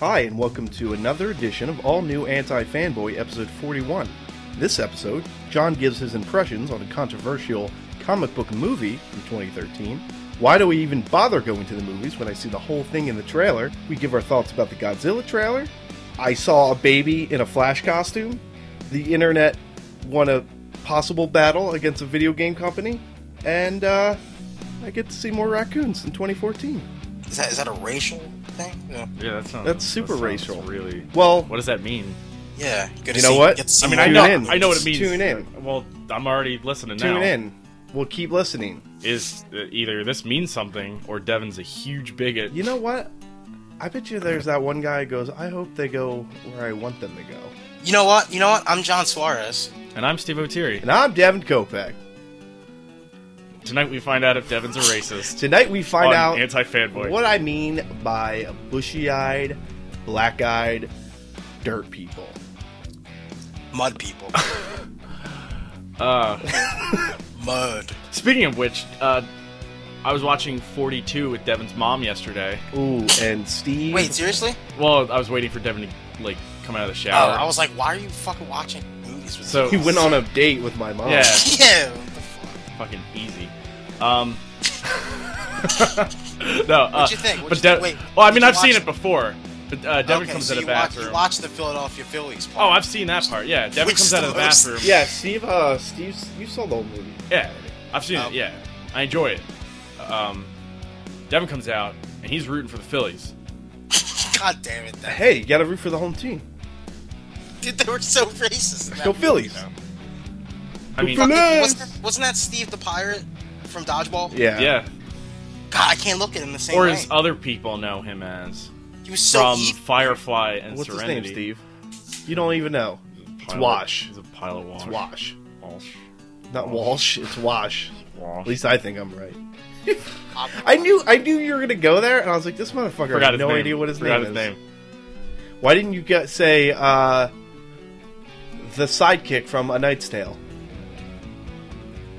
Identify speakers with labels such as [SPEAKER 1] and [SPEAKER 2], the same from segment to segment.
[SPEAKER 1] Hi, and welcome to another edition of All New Anti Fanboy, episode 41. This episode, John gives his impressions on a controversial comic book movie from 2013. Why do we even bother going to the movies when I see the whole thing in the trailer? We give our thoughts about the Godzilla trailer. I saw a baby in a Flash costume. The internet won a possible battle against a video game company. And uh, I get to see more raccoons in 2014.
[SPEAKER 2] Is that is that a racial thing? No.
[SPEAKER 3] Yeah, that sounds
[SPEAKER 1] That's super
[SPEAKER 3] that sounds
[SPEAKER 1] racial.
[SPEAKER 3] Really,
[SPEAKER 1] Well,
[SPEAKER 3] what does that mean?
[SPEAKER 2] Yeah. Good to
[SPEAKER 1] You know
[SPEAKER 2] see-
[SPEAKER 1] what?
[SPEAKER 2] Get to see
[SPEAKER 3] I mean,
[SPEAKER 2] more
[SPEAKER 3] I
[SPEAKER 1] Tune
[SPEAKER 3] know,
[SPEAKER 1] in.
[SPEAKER 3] I know what it
[SPEAKER 1] Just
[SPEAKER 3] means.
[SPEAKER 1] tune in.
[SPEAKER 3] Well, I'm already listening now.
[SPEAKER 1] tune in. We'll keep listening.
[SPEAKER 3] Is uh, either this means something or Devin's a huge bigot.
[SPEAKER 1] You know what? I bet you there's that one guy who goes, I hope they go where I want them to go.
[SPEAKER 2] You know what? You know what? I'm John Suarez.
[SPEAKER 3] And I'm Steve O'Teary.
[SPEAKER 1] And I'm Devin Kopeck.
[SPEAKER 3] Tonight we find out if Devin's a racist.
[SPEAKER 1] Tonight we find
[SPEAKER 3] on
[SPEAKER 1] out
[SPEAKER 3] anti fanboy.
[SPEAKER 1] what I mean by bushy eyed, black eyed dirt people.
[SPEAKER 2] Mud people.
[SPEAKER 3] Uh,
[SPEAKER 2] Mud.
[SPEAKER 3] speaking of which, uh, I was watching 42 with Devin's mom yesterday.
[SPEAKER 1] Ooh, and Steve.
[SPEAKER 2] Wait, seriously?
[SPEAKER 3] Well, I was waiting for Devin to like come out of the
[SPEAKER 2] Oh,
[SPEAKER 3] shower.
[SPEAKER 2] I was like, why are you fucking watching movies with
[SPEAKER 3] So-
[SPEAKER 1] he went on a date with my mom.
[SPEAKER 3] Yeah.
[SPEAKER 2] Yeah. what the fuck?
[SPEAKER 3] fucking easy. Um, no. Uh,
[SPEAKER 2] What'd you think? What'd
[SPEAKER 3] but
[SPEAKER 2] you think?
[SPEAKER 3] De-
[SPEAKER 2] Wait,
[SPEAKER 3] well, I
[SPEAKER 2] did
[SPEAKER 3] mean,
[SPEAKER 2] you
[SPEAKER 3] I've seen
[SPEAKER 2] watch
[SPEAKER 3] it
[SPEAKER 2] it?
[SPEAKER 3] before. But, uh, Devin
[SPEAKER 2] okay,
[SPEAKER 3] comes
[SPEAKER 2] so
[SPEAKER 3] out of
[SPEAKER 2] you
[SPEAKER 3] the
[SPEAKER 2] watch-
[SPEAKER 3] bathroom.
[SPEAKER 2] you watch the Philadelphia Phillies.
[SPEAKER 3] oh,
[SPEAKER 2] part.
[SPEAKER 3] I've seen that part. Yeah, Devin
[SPEAKER 2] Which
[SPEAKER 3] comes out of the
[SPEAKER 2] sucks.
[SPEAKER 3] bathroom.
[SPEAKER 1] Yeah, Steve, uh, Steve, you saw the old movie.
[SPEAKER 3] yeah, I've seen
[SPEAKER 2] Oh.
[SPEAKER 3] it. Yeah, I enjoy it. Um, Devin comes out and he's rooting for the Phillies.
[SPEAKER 2] God damn it! That
[SPEAKER 1] Hey, you gotta root for the home team.
[SPEAKER 2] dude, they were so racist. in that
[SPEAKER 1] Go
[SPEAKER 2] movie,
[SPEAKER 1] Phillies.
[SPEAKER 2] though.
[SPEAKER 3] I
[SPEAKER 1] Phillies.
[SPEAKER 3] mean,
[SPEAKER 2] Fucking-
[SPEAKER 1] Yes.
[SPEAKER 2] Wasn't, that, wasn't that Steve the pirate from Dodgeball?
[SPEAKER 1] Yeah.
[SPEAKER 3] yeah.
[SPEAKER 2] God, I can't look at him the same
[SPEAKER 3] Or
[SPEAKER 2] way.
[SPEAKER 3] as other people know him as
[SPEAKER 2] he was so
[SPEAKER 3] from
[SPEAKER 2] evil.
[SPEAKER 3] Firefly and
[SPEAKER 1] What's
[SPEAKER 3] Serenity.
[SPEAKER 1] his name, Steve? You don't even know.
[SPEAKER 3] He's a
[SPEAKER 1] It's
[SPEAKER 3] pile of-
[SPEAKER 1] Wash.
[SPEAKER 3] He's a pile of wash.
[SPEAKER 1] It's Wash.
[SPEAKER 3] Wash.
[SPEAKER 1] Not Walsh, it's Wash.
[SPEAKER 3] Wash.
[SPEAKER 1] At least I think I'm right. I knew I knew you were gonna go there, and I was like, this motherfucker
[SPEAKER 3] Forgot
[SPEAKER 1] had
[SPEAKER 3] his
[SPEAKER 1] no
[SPEAKER 3] name.
[SPEAKER 1] idea what his
[SPEAKER 3] Forgot
[SPEAKER 1] name
[SPEAKER 3] his
[SPEAKER 1] is.
[SPEAKER 3] name.
[SPEAKER 1] Why didn't you get say uh, the sidekick from A Knight's Tale?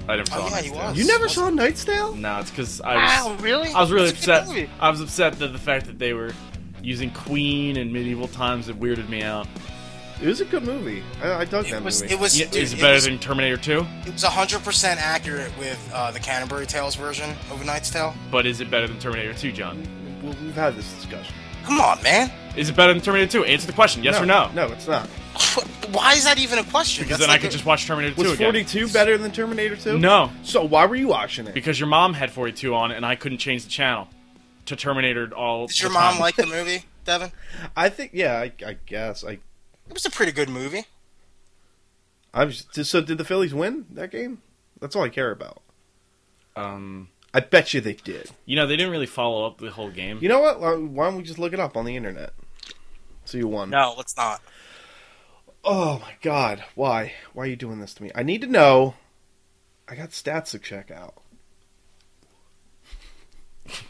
[SPEAKER 3] I never saw
[SPEAKER 2] Oh, yeah,
[SPEAKER 3] him.
[SPEAKER 2] he was.
[SPEAKER 1] You never
[SPEAKER 2] What's-
[SPEAKER 1] saw A Knight's Tale?
[SPEAKER 3] No, it's because I was.
[SPEAKER 2] Wow, really?
[SPEAKER 3] I was really
[SPEAKER 2] That's a good
[SPEAKER 3] upset.
[SPEAKER 2] movie.
[SPEAKER 3] I was upset that the fact that they were using Queen and medieval times it weirded me out.
[SPEAKER 1] It was a good movie. I, I dug
[SPEAKER 2] It
[SPEAKER 1] that
[SPEAKER 2] was.
[SPEAKER 1] movie.
[SPEAKER 2] It was.
[SPEAKER 3] Yeah,
[SPEAKER 2] dude,
[SPEAKER 3] is it
[SPEAKER 2] it
[SPEAKER 3] better
[SPEAKER 2] was-
[SPEAKER 3] than Terminator 2?
[SPEAKER 2] It was 100% accurate with uh, the Canterbury Tales version of A Knight's Tale.
[SPEAKER 3] But is it better than Terminator 2, John?
[SPEAKER 1] Well, we've had this discussion.
[SPEAKER 2] Come on, man.
[SPEAKER 3] Is it better than Terminator 2? Answer the question, yes or no?
[SPEAKER 1] No, it's not.
[SPEAKER 2] Why is that even a question?
[SPEAKER 3] Because
[SPEAKER 2] That's
[SPEAKER 3] then I
[SPEAKER 2] like
[SPEAKER 3] could
[SPEAKER 2] a-
[SPEAKER 3] just watch Terminator 2
[SPEAKER 1] Was
[SPEAKER 3] again.
[SPEAKER 1] 42 better than Terminator 2?
[SPEAKER 3] No,
[SPEAKER 1] So why were you watching it?
[SPEAKER 3] because your mom had 42 on and I couldn't change the channel to Terminator all.
[SPEAKER 2] Did
[SPEAKER 3] the
[SPEAKER 2] your mom
[SPEAKER 3] time.
[SPEAKER 2] like the movie, Devin?
[SPEAKER 1] I think, yeah, I, I guess. I,
[SPEAKER 2] It was a pretty good movie.
[SPEAKER 1] I was just, so did the Phillies win that game? That's all I care about.
[SPEAKER 3] Um,
[SPEAKER 1] I bet you they did.
[SPEAKER 3] you know, they didn't really follow up the whole game.
[SPEAKER 1] You know what? Why- Why don't we just look it up on the internet? So you won.
[SPEAKER 2] No, let's not.
[SPEAKER 1] Oh my god. Why? Why are you doing this to me? I need to know. I got stats to check out.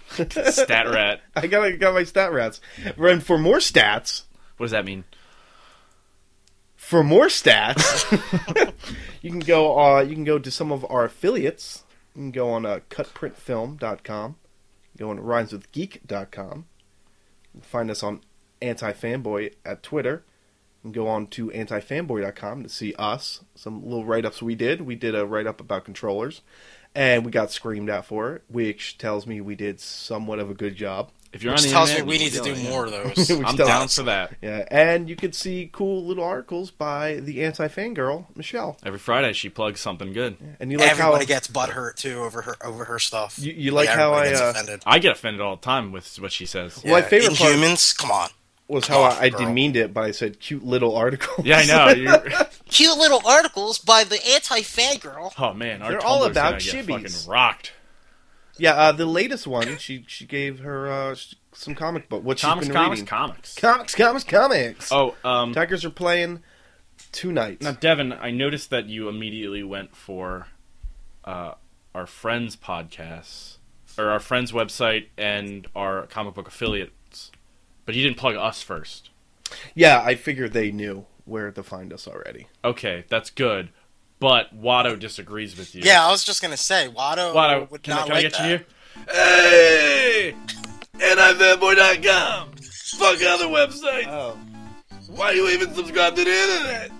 [SPEAKER 3] Stat rat.
[SPEAKER 1] I got I got my stat rats. And for more stats,
[SPEAKER 3] What does that mean?
[SPEAKER 1] for more stats, you can go uh you can go to some of our affiliates. You can go on uh, cutprintfilm.com. You can Go on rhymeswithgeek.com. You can Find us on antifanboy at Twitter. You can go on to antifanboy.com to see us. Some little write-ups we did. We did a write-up about controllers and we got screamed at for it, which tells me we did somewhat of a good job.
[SPEAKER 3] If you're
[SPEAKER 2] Which
[SPEAKER 3] on the
[SPEAKER 2] tells me
[SPEAKER 3] internet,
[SPEAKER 2] we
[SPEAKER 3] you
[SPEAKER 2] need to
[SPEAKER 3] can
[SPEAKER 2] do
[SPEAKER 3] it, yeah.
[SPEAKER 2] more of those.
[SPEAKER 1] We
[SPEAKER 3] I'm
[SPEAKER 1] still-
[SPEAKER 3] down for that.
[SPEAKER 1] Yeah, and you could see cool little articles by the anti-fangirl Michelle.
[SPEAKER 3] Every Friday she plugs something good.
[SPEAKER 1] And you like
[SPEAKER 2] Everybody
[SPEAKER 1] how
[SPEAKER 2] gets butthurt too over her over her stuff.
[SPEAKER 1] You- you like how
[SPEAKER 2] everybody
[SPEAKER 1] I,
[SPEAKER 2] gets
[SPEAKER 1] uh,
[SPEAKER 2] offended.
[SPEAKER 3] I get offended all the time with what she says.
[SPEAKER 1] Yeah. my favorite part-
[SPEAKER 2] Inhumans, come on.
[SPEAKER 1] was how I, I
[SPEAKER 2] Girl.
[SPEAKER 1] didn't mean it, but I said cute little articles.
[SPEAKER 3] Yeah, I know. You're...
[SPEAKER 2] Cute little articles by the anti fangirl.
[SPEAKER 3] Oh man, our
[SPEAKER 1] They're all
[SPEAKER 3] Tumblr's
[SPEAKER 1] about
[SPEAKER 3] gonna get
[SPEAKER 1] shibbies.
[SPEAKER 3] Fucking rocked.
[SPEAKER 1] yeah, uh, the latest one she she gave her uh, sh- some comic book. What
[SPEAKER 3] Comics,
[SPEAKER 1] she's been
[SPEAKER 3] comics,
[SPEAKER 1] reading.
[SPEAKER 3] comics.
[SPEAKER 1] comics, comics, comics.
[SPEAKER 3] Oh, um,
[SPEAKER 1] Tigers are playing two nights.
[SPEAKER 3] now Devin, I noticed that you immediately went for uh, our friends' podcasts or our friends' website and our comic book affiliates, but you didn't plug us first.
[SPEAKER 1] yeah, I figured they knew where to find us already.
[SPEAKER 3] Okay, that's good, but Watto disagrees with you.
[SPEAKER 2] Yeah, I was just gonna say Watto,
[SPEAKER 3] Watto,
[SPEAKER 2] would
[SPEAKER 3] can, I,
[SPEAKER 2] not
[SPEAKER 3] can I
[SPEAKER 2] like
[SPEAKER 3] get
[SPEAKER 2] that.
[SPEAKER 3] you? Hey, antifanboy.com. Fuck other websites.
[SPEAKER 1] Oh.
[SPEAKER 2] Um,
[SPEAKER 3] Why do you even subscribe to the internet?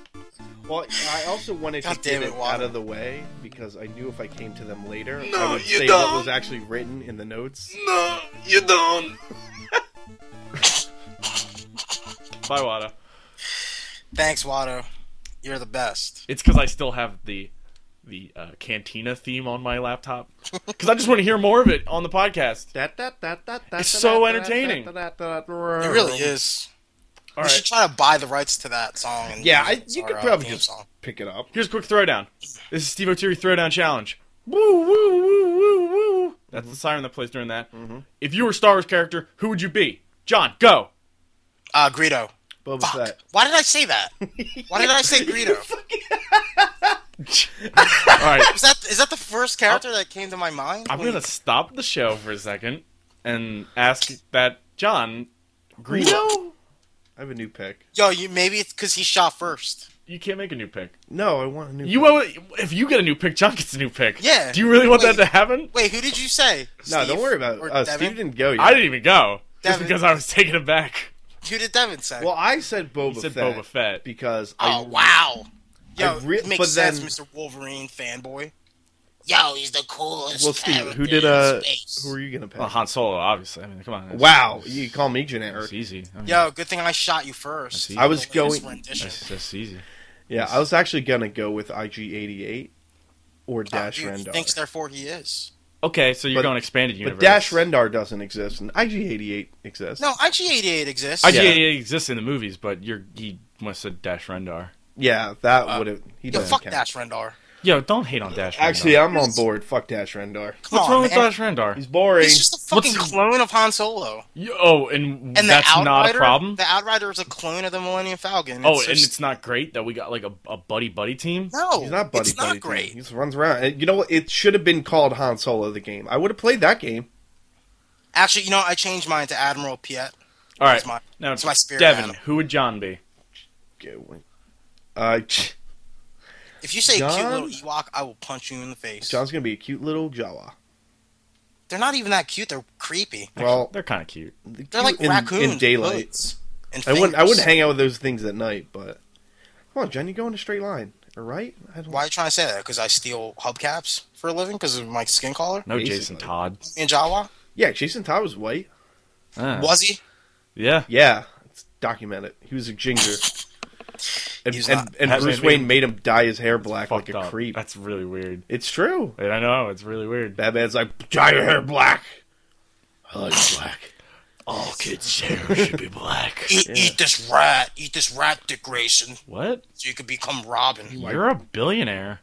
[SPEAKER 1] Well, I also wanted
[SPEAKER 2] God
[SPEAKER 1] to
[SPEAKER 2] damn
[SPEAKER 1] get
[SPEAKER 2] it,
[SPEAKER 1] it
[SPEAKER 2] Walter.
[SPEAKER 1] out of the way because I knew if I came to them later,
[SPEAKER 3] No,
[SPEAKER 1] I would
[SPEAKER 3] you
[SPEAKER 1] say
[SPEAKER 3] don't.
[SPEAKER 1] what was actually written in the notes.
[SPEAKER 3] No, you don't. Bye, Wada.
[SPEAKER 2] Thanks, Watto. You're the best.
[SPEAKER 3] It's because I still have the the uh, Cantina theme on my laptop because I just want to hear more of it on the podcast.
[SPEAKER 1] It's
[SPEAKER 3] It's so entertaining.
[SPEAKER 2] It really is.
[SPEAKER 3] All
[SPEAKER 2] we should
[SPEAKER 3] right,
[SPEAKER 2] try to buy the rights to that song. And
[SPEAKER 1] Yeah, I,
[SPEAKER 2] use it as
[SPEAKER 1] you
[SPEAKER 2] our,
[SPEAKER 1] could
[SPEAKER 2] uh,
[SPEAKER 1] probably
[SPEAKER 2] theme
[SPEAKER 1] just
[SPEAKER 2] song.
[SPEAKER 1] pick it up.
[SPEAKER 3] here's a quick throwdown. This is Steve O'Teary Throwdown Challenge. Woo, woo, woo, woo, woo. That's the siren that plays during that.
[SPEAKER 2] Mm-hmm.
[SPEAKER 3] If you were a Star Wars character, who would you be? John, go.
[SPEAKER 2] Uh, Greedo.
[SPEAKER 1] Boba
[SPEAKER 2] Fuck.
[SPEAKER 1] Fett.
[SPEAKER 2] Why did I say that? Why did I say Greedo?
[SPEAKER 3] All right,
[SPEAKER 2] Is that is that the first character that came to my mind?
[SPEAKER 3] I'm
[SPEAKER 2] when-
[SPEAKER 3] gonna stop the show for a second and ask that John
[SPEAKER 1] Greedo? I have a new pick.
[SPEAKER 2] Yo, you maybe it's because he shot first.
[SPEAKER 3] You can't make a new pick.
[SPEAKER 1] No, I want a new
[SPEAKER 3] You
[SPEAKER 1] pick.
[SPEAKER 3] owe, if you get a new pick, John gets a new pick.
[SPEAKER 2] Yeah.
[SPEAKER 3] Do you really want that
[SPEAKER 2] Wait.
[SPEAKER 3] to happen?
[SPEAKER 2] Wait, who did you say?
[SPEAKER 1] No,
[SPEAKER 2] Steve
[SPEAKER 1] don't worry about it.
[SPEAKER 2] or
[SPEAKER 1] Uh,
[SPEAKER 2] Devin?
[SPEAKER 1] Steve didn't go yet.
[SPEAKER 3] I didn't even go just
[SPEAKER 2] Devin.
[SPEAKER 3] because I was taken aback.
[SPEAKER 2] Who did Devin say?
[SPEAKER 1] Well, I said Boba
[SPEAKER 3] He said
[SPEAKER 1] Fett.
[SPEAKER 3] Boba Fett.
[SPEAKER 1] Because
[SPEAKER 2] oh
[SPEAKER 1] I,
[SPEAKER 2] wow. Yo,
[SPEAKER 1] I re-
[SPEAKER 2] it makes
[SPEAKER 1] but then-
[SPEAKER 2] sense, Mr. Wolverine fanboy.
[SPEAKER 4] Yo, he's the coolest.
[SPEAKER 1] Well, Steve,
[SPEAKER 4] character
[SPEAKER 1] who did
[SPEAKER 4] in
[SPEAKER 1] uh,
[SPEAKER 4] space.
[SPEAKER 1] who are you gonna pick?
[SPEAKER 3] Well, Han Solo, obviously. I mean, come on. that's-
[SPEAKER 1] Wow, you call me
[SPEAKER 3] That's
[SPEAKER 1] generic.
[SPEAKER 3] easy. I mean,
[SPEAKER 2] Yo, good thing I shot you first.
[SPEAKER 3] see.
[SPEAKER 1] I was
[SPEAKER 2] The latest
[SPEAKER 1] going-
[SPEAKER 2] rendition.
[SPEAKER 3] That's, that's easy.
[SPEAKER 1] Yeah, I was actually gonna go with IG88 or
[SPEAKER 2] Oh,
[SPEAKER 1] Dash
[SPEAKER 2] dude, he
[SPEAKER 1] Rendar.
[SPEAKER 2] Thinks therefore he is.
[SPEAKER 3] Okay, so you're
[SPEAKER 1] But-
[SPEAKER 3] going expanded universe.
[SPEAKER 1] But Dash Rendar doesn't exist, and IG88 exists.
[SPEAKER 2] No, IG88 exists.
[SPEAKER 3] IG
[SPEAKER 1] Yeah.
[SPEAKER 3] exists in the movies, but you're he must have said Dash Rendar.
[SPEAKER 1] Yeah, that
[SPEAKER 2] Uh,
[SPEAKER 1] would have. He
[SPEAKER 2] Yo,
[SPEAKER 1] doesn't
[SPEAKER 2] fuck
[SPEAKER 1] count.
[SPEAKER 2] Dash Rendar.
[SPEAKER 3] Yo, don't hate on Dash.
[SPEAKER 1] Actually,
[SPEAKER 3] Rendar.
[SPEAKER 1] I'm on board. Fuck Dash Rendar.
[SPEAKER 2] Come
[SPEAKER 3] what's
[SPEAKER 2] on,
[SPEAKER 3] wrong with
[SPEAKER 2] man.
[SPEAKER 3] Dash Rendar?
[SPEAKER 1] He's boring.
[SPEAKER 2] He's just a
[SPEAKER 3] What's-
[SPEAKER 2] fucking clone of Han Solo.
[SPEAKER 3] You- Oh, and,
[SPEAKER 2] And
[SPEAKER 3] that's
[SPEAKER 2] the Outrider,
[SPEAKER 3] not a problem.
[SPEAKER 2] The Outrider is a clone of the Millennium Falcon.
[SPEAKER 3] oh, and
[SPEAKER 2] just-
[SPEAKER 3] it's not great that we got like a, a buddy buddy team.
[SPEAKER 2] no,
[SPEAKER 1] He's not buddy
[SPEAKER 2] it's not
[SPEAKER 1] buddy. dude.
[SPEAKER 2] great.
[SPEAKER 1] He just runs around. And you know what? It should have been called Han Solo the game. I would have played that game.
[SPEAKER 2] Actually, you know, I changed mine to Admiral Piet.
[SPEAKER 3] All right,
[SPEAKER 2] It's my,
[SPEAKER 3] now
[SPEAKER 2] it's my spirit
[SPEAKER 3] Devin,
[SPEAKER 2] animal.
[SPEAKER 3] who would John be?
[SPEAKER 1] Uh,
[SPEAKER 2] If you say cute
[SPEAKER 1] John-
[SPEAKER 2] little Ewok, I will punch you in the face.
[SPEAKER 1] John's gonna be a cute little Jawa.
[SPEAKER 2] They're not even that cute. They're creepy.
[SPEAKER 1] Well,
[SPEAKER 3] They're kind of cute.
[SPEAKER 2] They're like
[SPEAKER 1] cute in,
[SPEAKER 2] raccoons
[SPEAKER 1] in
[SPEAKER 2] with
[SPEAKER 1] daylight.
[SPEAKER 2] hoods and
[SPEAKER 1] I wouldn't. I
[SPEAKER 2] fingers.
[SPEAKER 1] wouldn't hang out with those things at night. But come on, John, you go in a straight line. All right. I don't,
[SPEAKER 2] Why are you trying to say that? Because I steal hubcaps for a living because of my skin color.
[SPEAKER 3] No
[SPEAKER 1] Basically.
[SPEAKER 3] Jason Todd.
[SPEAKER 2] Me and Jawa.
[SPEAKER 1] Yeah, Jason Todd was white.
[SPEAKER 3] Ah,
[SPEAKER 2] Was he?
[SPEAKER 3] Yeah.
[SPEAKER 1] Yeah, it's documented. He was a ginger. And,
[SPEAKER 2] He's
[SPEAKER 1] and,
[SPEAKER 2] not.
[SPEAKER 1] and
[SPEAKER 3] That's
[SPEAKER 1] Bruce
[SPEAKER 3] maybe-
[SPEAKER 1] Wayne made him dye his hair black like
[SPEAKER 3] Fucked
[SPEAKER 1] a
[SPEAKER 3] up.
[SPEAKER 1] creep.
[SPEAKER 3] That's really weird.
[SPEAKER 1] It's true.
[SPEAKER 3] I don't know. It's really weird.
[SPEAKER 1] Batman's like, dye your hair black. I like black.
[SPEAKER 3] All kids' hair should be black.
[SPEAKER 2] Eat, eat this rat. Eat this rat, Dick Grayson,
[SPEAKER 3] What?
[SPEAKER 2] so you can become Robin.
[SPEAKER 3] You're a billionaire.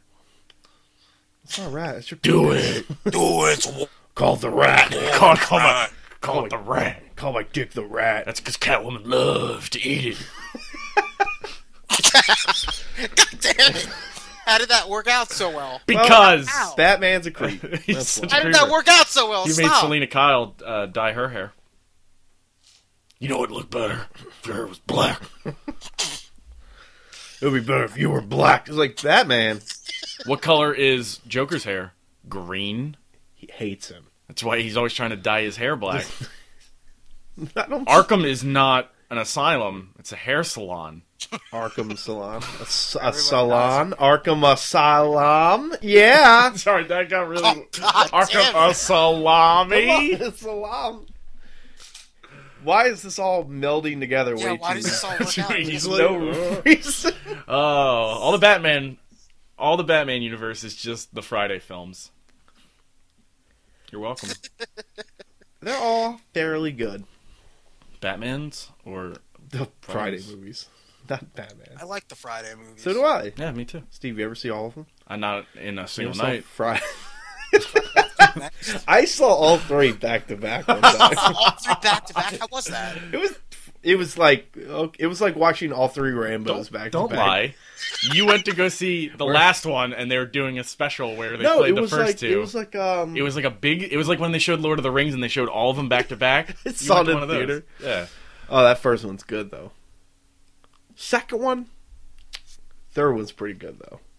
[SPEAKER 1] It's not right. It's your
[SPEAKER 3] it.
[SPEAKER 2] Do it. War
[SPEAKER 1] Call the rat.
[SPEAKER 3] call call, my,
[SPEAKER 1] Call
[SPEAKER 3] call
[SPEAKER 1] it.
[SPEAKER 3] it the rat.
[SPEAKER 1] Call my dick the rat.
[SPEAKER 3] That's because Catwoman loved to eat it.
[SPEAKER 2] Damn it. How did that work out so well?
[SPEAKER 3] Because
[SPEAKER 2] Ow.
[SPEAKER 1] Batman's a creep.
[SPEAKER 3] He's
[SPEAKER 1] That's
[SPEAKER 3] such
[SPEAKER 1] why.
[SPEAKER 2] How did that work out so well?
[SPEAKER 3] you made
[SPEAKER 2] Stop.
[SPEAKER 3] Selena Kyle uh, dye her hair. You know it looked better if your hair was black.
[SPEAKER 1] It would be better if you were black. It's like Batman.
[SPEAKER 3] What color is Joker's hair? Green.
[SPEAKER 1] He hates him.
[SPEAKER 3] That's why he's always trying to dye his hair black.
[SPEAKER 1] I don't
[SPEAKER 3] Arkham is not an asylum; it's a hair salon.
[SPEAKER 1] Arkham Salon. A, s- a salon. Arkham Asylum. Yeah.
[SPEAKER 3] Sorry, that got really
[SPEAKER 2] Oh, God damn
[SPEAKER 3] Arkham
[SPEAKER 2] it.
[SPEAKER 3] a salami.
[SPEAKER 1] Salam. Why is this all melding together?
[SPEAKER 2] Yeah,
[SPEAKER 1] way
[SPEAKER 2] why
[SPEAKER 1] too
[SPEAKER 2] does this all work out?
[SPEAKER 3] He's
[SPEAKER 1] There's
[SPEAKER 3] like-
[SPEAKER 1] no reason.
[SPEAKER 3] Oh, all the Batman, all the Batman universe is just the Friday films. You're welcome.
[SPEAKER 1] They're all fairly good.
[SPEAKER 3] Batman's or
[SPEAKER 1] The Friday
[SPEAKER 3] Fridays.
[SPEAKER 1] movies, not Batman.
[SPEAKER 2] I like the Friday movies.
[SPEAKER 1] So do I.
[SPEAKER 3] yeah, me too.
[SPEAKER 1] Steve, you ever see all of them?
[SPEAKER 3] I'm Uh, not in a
[SPEAKER 1] You
[SPEAKER 3] single
[SPEAKER 1] ever saw
[SPEAKER 3] night.
[SPEAKER 1] Friday. I saw all three back to back. one time.
[SPEAKER 2] All three back to back. How was that?
[SPEAKER 1] It was. It was like okay, it was like watching all three Rambo's back.
[SPEAKER 3] Don't
[SPEAKER 1] to back.
[SPEAKER 3] lie. You went to go see the last one, and they were doing a special where they
[SPEAKER 1] No,
[SPEAKER 3] played
[SPEAKER 1] it
[SPEAKER 3] the
[SPEAKER 1] was
[SPEAKER 3] first
[SPEAKER 1] like
[SPEAKER 3] two.
[SPEAKER 1] it was like um.
[SPEAKER 3] It was like a big. It was like when they showed Lord of the Rings and they showed all of them back to back. You
[SPEAKER 1] saw
[SPEAKER 3] went
[SPEAKER 1] it
[SPEAKER 3] to
[SPEAKER 1] in
[SPEAKER 3] one of those.
[SPEAKER 1] theater.
[SPEAKER 3] Yeah.
[SPEAKER 1] oh, that first one's good though. Second one, third one's pretty good though.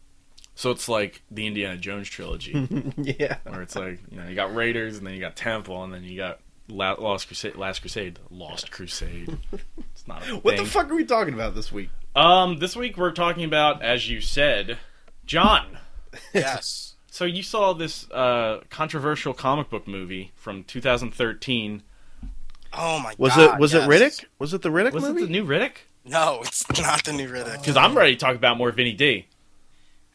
[SPEAKER 3] So it's like the Indiana Jones trilogy,
[SPEAKER 1] yeah,
[SPEAKER 3] where it's like you know you got Raiders and then you got Temple and then you got La- Lost Crusade. Last Crusade. Lost Crusade. it's not. A
[SPEAKER 1] What
[SPEAKER 3] thing.
[SPEAKER 1] the fuck are we talking about this week?
[SPEAKER 3] Um, this week we're talking about, as you said, John.
[SPEAKER 2] Yes.
[SPEAKER 3] So you saw this uh, controversial comic book movie from 2013.
[SPEAKER 2] Oh my
[SPEAKER 1] Was
[SPEAKER 2] god.
[SPEAKER 1] it was
[SPEAKER 2] yes.
[SPEAKER 1] it Riddick? Was it the Riddick
[SPEAKER 3] Was it
[SPEAKER 1] movie?
[SPEAKER 3] the new Riddick?
[SPEAKER 2] No, it's not the new Riddick.
[SPEAKER 3] Because I'm ready to talk about more Vinny D.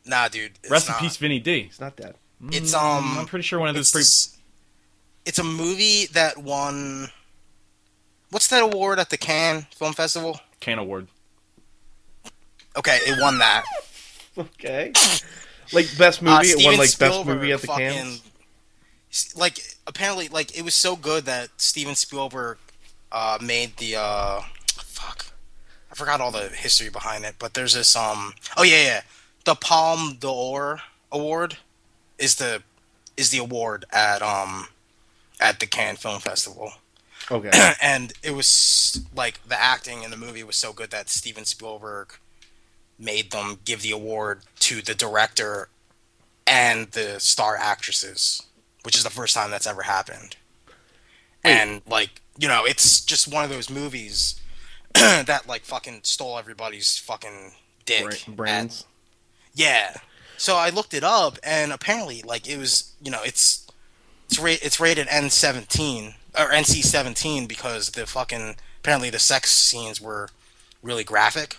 [SPEAKER 2] Nah, dude. It's
[SPEAKER 3] Rest
[SPEAKER 2] not.
[SPEAKER 3] in peace, Vinny D. Mm,
[SPEAKER 1] it's not that.
[SPEAKER 2] It's
[SPEAKER 1] Mm,
[SPEAKER 2] um.
[SPEAKER 3] I'm pretty sure one of those.
[SPEAKER 2] it's,
[SPEAKER 3] Pre-
[SPEAKER 2] s- it's a movie that won. What's that award at the Cannes Film Festival?
[SPEAKER 3] Can Award.
[SPEAKER 2] Okay, it won that.
[SPEAKER 1] Okay. Like best movie,
[SPEAKER 2] Uh,
[SPEAKER 1] it won
[SPEAKER 2] Steven
[SPEAKER 1] like best
[SPEAKER 2] Spielberg
[SPEAKER 1] movie at the
[SPEAKER 2] fucking-
[SPEAKER 1] Cannes.
[SPEAKER 2] s- Like apparently, like it was so good that Steven Spielberg uh, made the uh, fuck. I forgot all the history behind it, but there's this um. Oh yeah, yeah. The Palme d'Or award is the is the award at um at the Cannes Film Festival.
[SPEAKER 1] Okay.
[SPEAKER 2] and it was like the acting in the movie was so good that Steven Spielberg made them give the award to the director and the star actresses, which is the first time that's ever happened. And like, you know, it's just one of those movies that like fucking stole everybody's fucking dick.
[SPEAKER 1] Bra-
[SPEAKER 2] And-
[SPEAKER 1] Brands.
[SPEAKER 2] yeah. So I looked it up, and apparently, like it was, you know, it's it's ra- it's rated N seventeen or NC seventeen because the fucking apparently the sex scenes were really graphic.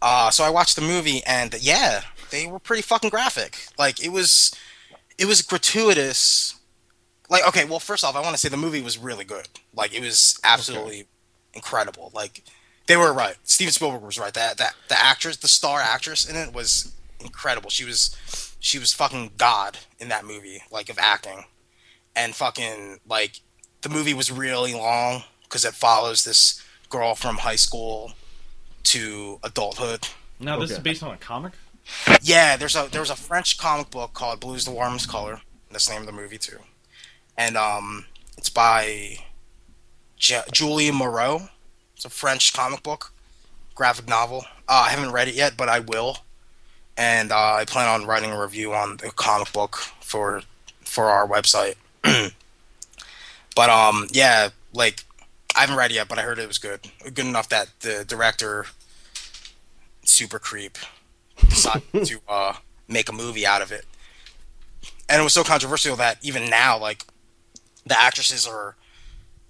[SPEAKER 2] Uh, so I watched the movie, and yeah, they were pretty fucking graphic. Like it was, it was gratuitous. Like okay, well, first off, I want to say the movie was really good. Like it was absolutely incredible. Like they were right. Steven Spielberg was right. That that the actress, the star actress in it was incredible. She was she was fucking god in that movie, like of acting. And fucking like the movie was really long cuz it follows this girl from high school to adulthood.
[SPEAKER 3] Now this
[SPEAKER 1] Okay.
[SPEAKER 3] is based on a comic.
[SPEAKER 2] Yeah, there's a there was a French comic book called Blue's the Warmest Color. That's the name of the movie too. And um it's by J- Julie Moreau. It's a French comic book, graphic novel. Uh, I haven't read it yet, but I will. And uh, I plan on writing a review on the comic book for for our website. but um yeah, like I haven't read it yet, but I heard it was good. Good enough that the director super creep decided to uh, make a movie out of it. And it was so controversial that even now, like, the actresses are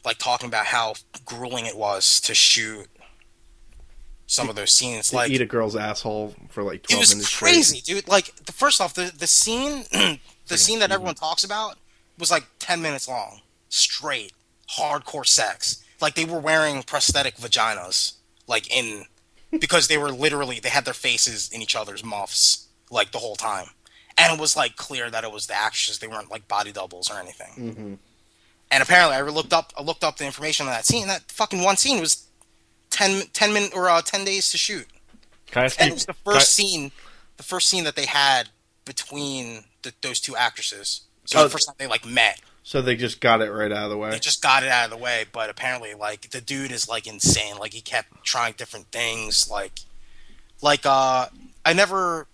[SPEAKER 2] like talking about how grueling it was to shoot some of those scenes.
[SPEAKER 1] To
[SPEAKER 2] Like,
[SPEAKER 1] eat a girl's asshole for like
[SPEAKER 2] it
[SPEAKER 1] twelve
[SPEAKER 2] was
[SPEAKER 1] minutes. straight.
[SPEAKER 2] crazy, dude. Like, the first off, the the scene, the scene that everyone talks about was like ten minutes long, straight, hardcore sex. Like they were wearing prosthetic vaginas, like in because they were literally they had their faces in each other's muffs like the whole time, and it was like clear that it was the actresses. They weren't like body doubles or anything.
[SPEAKER 1] Mm-hmm.
[SPEAKER 2] And apparently, I looked up I looked up the information on that scene. That fucking one scene was 10, 10 minute or uh, ten days to shoot.
[SPEAKER 3] Can I ask
[SPEAKER 2] And
[SPEAKER 3] you?
[SPEAKER 2] it was the
[SPEAKER 3] can I-
[SPEAKER 2] first scene, the first scene that they had between the, those two actresses. So
[SPEAKER 1] Oh.
[SPEAKER 2] the first time they like met,
[SPEAKER 1] So they just got it right out of the
[SPEAKER 2] they
[SPEAKER 1] way.
[SPEAKER 2] just got it out of the way. But apparently, like the dude is like insane. Like he kept trying different things. Like, like uh, I never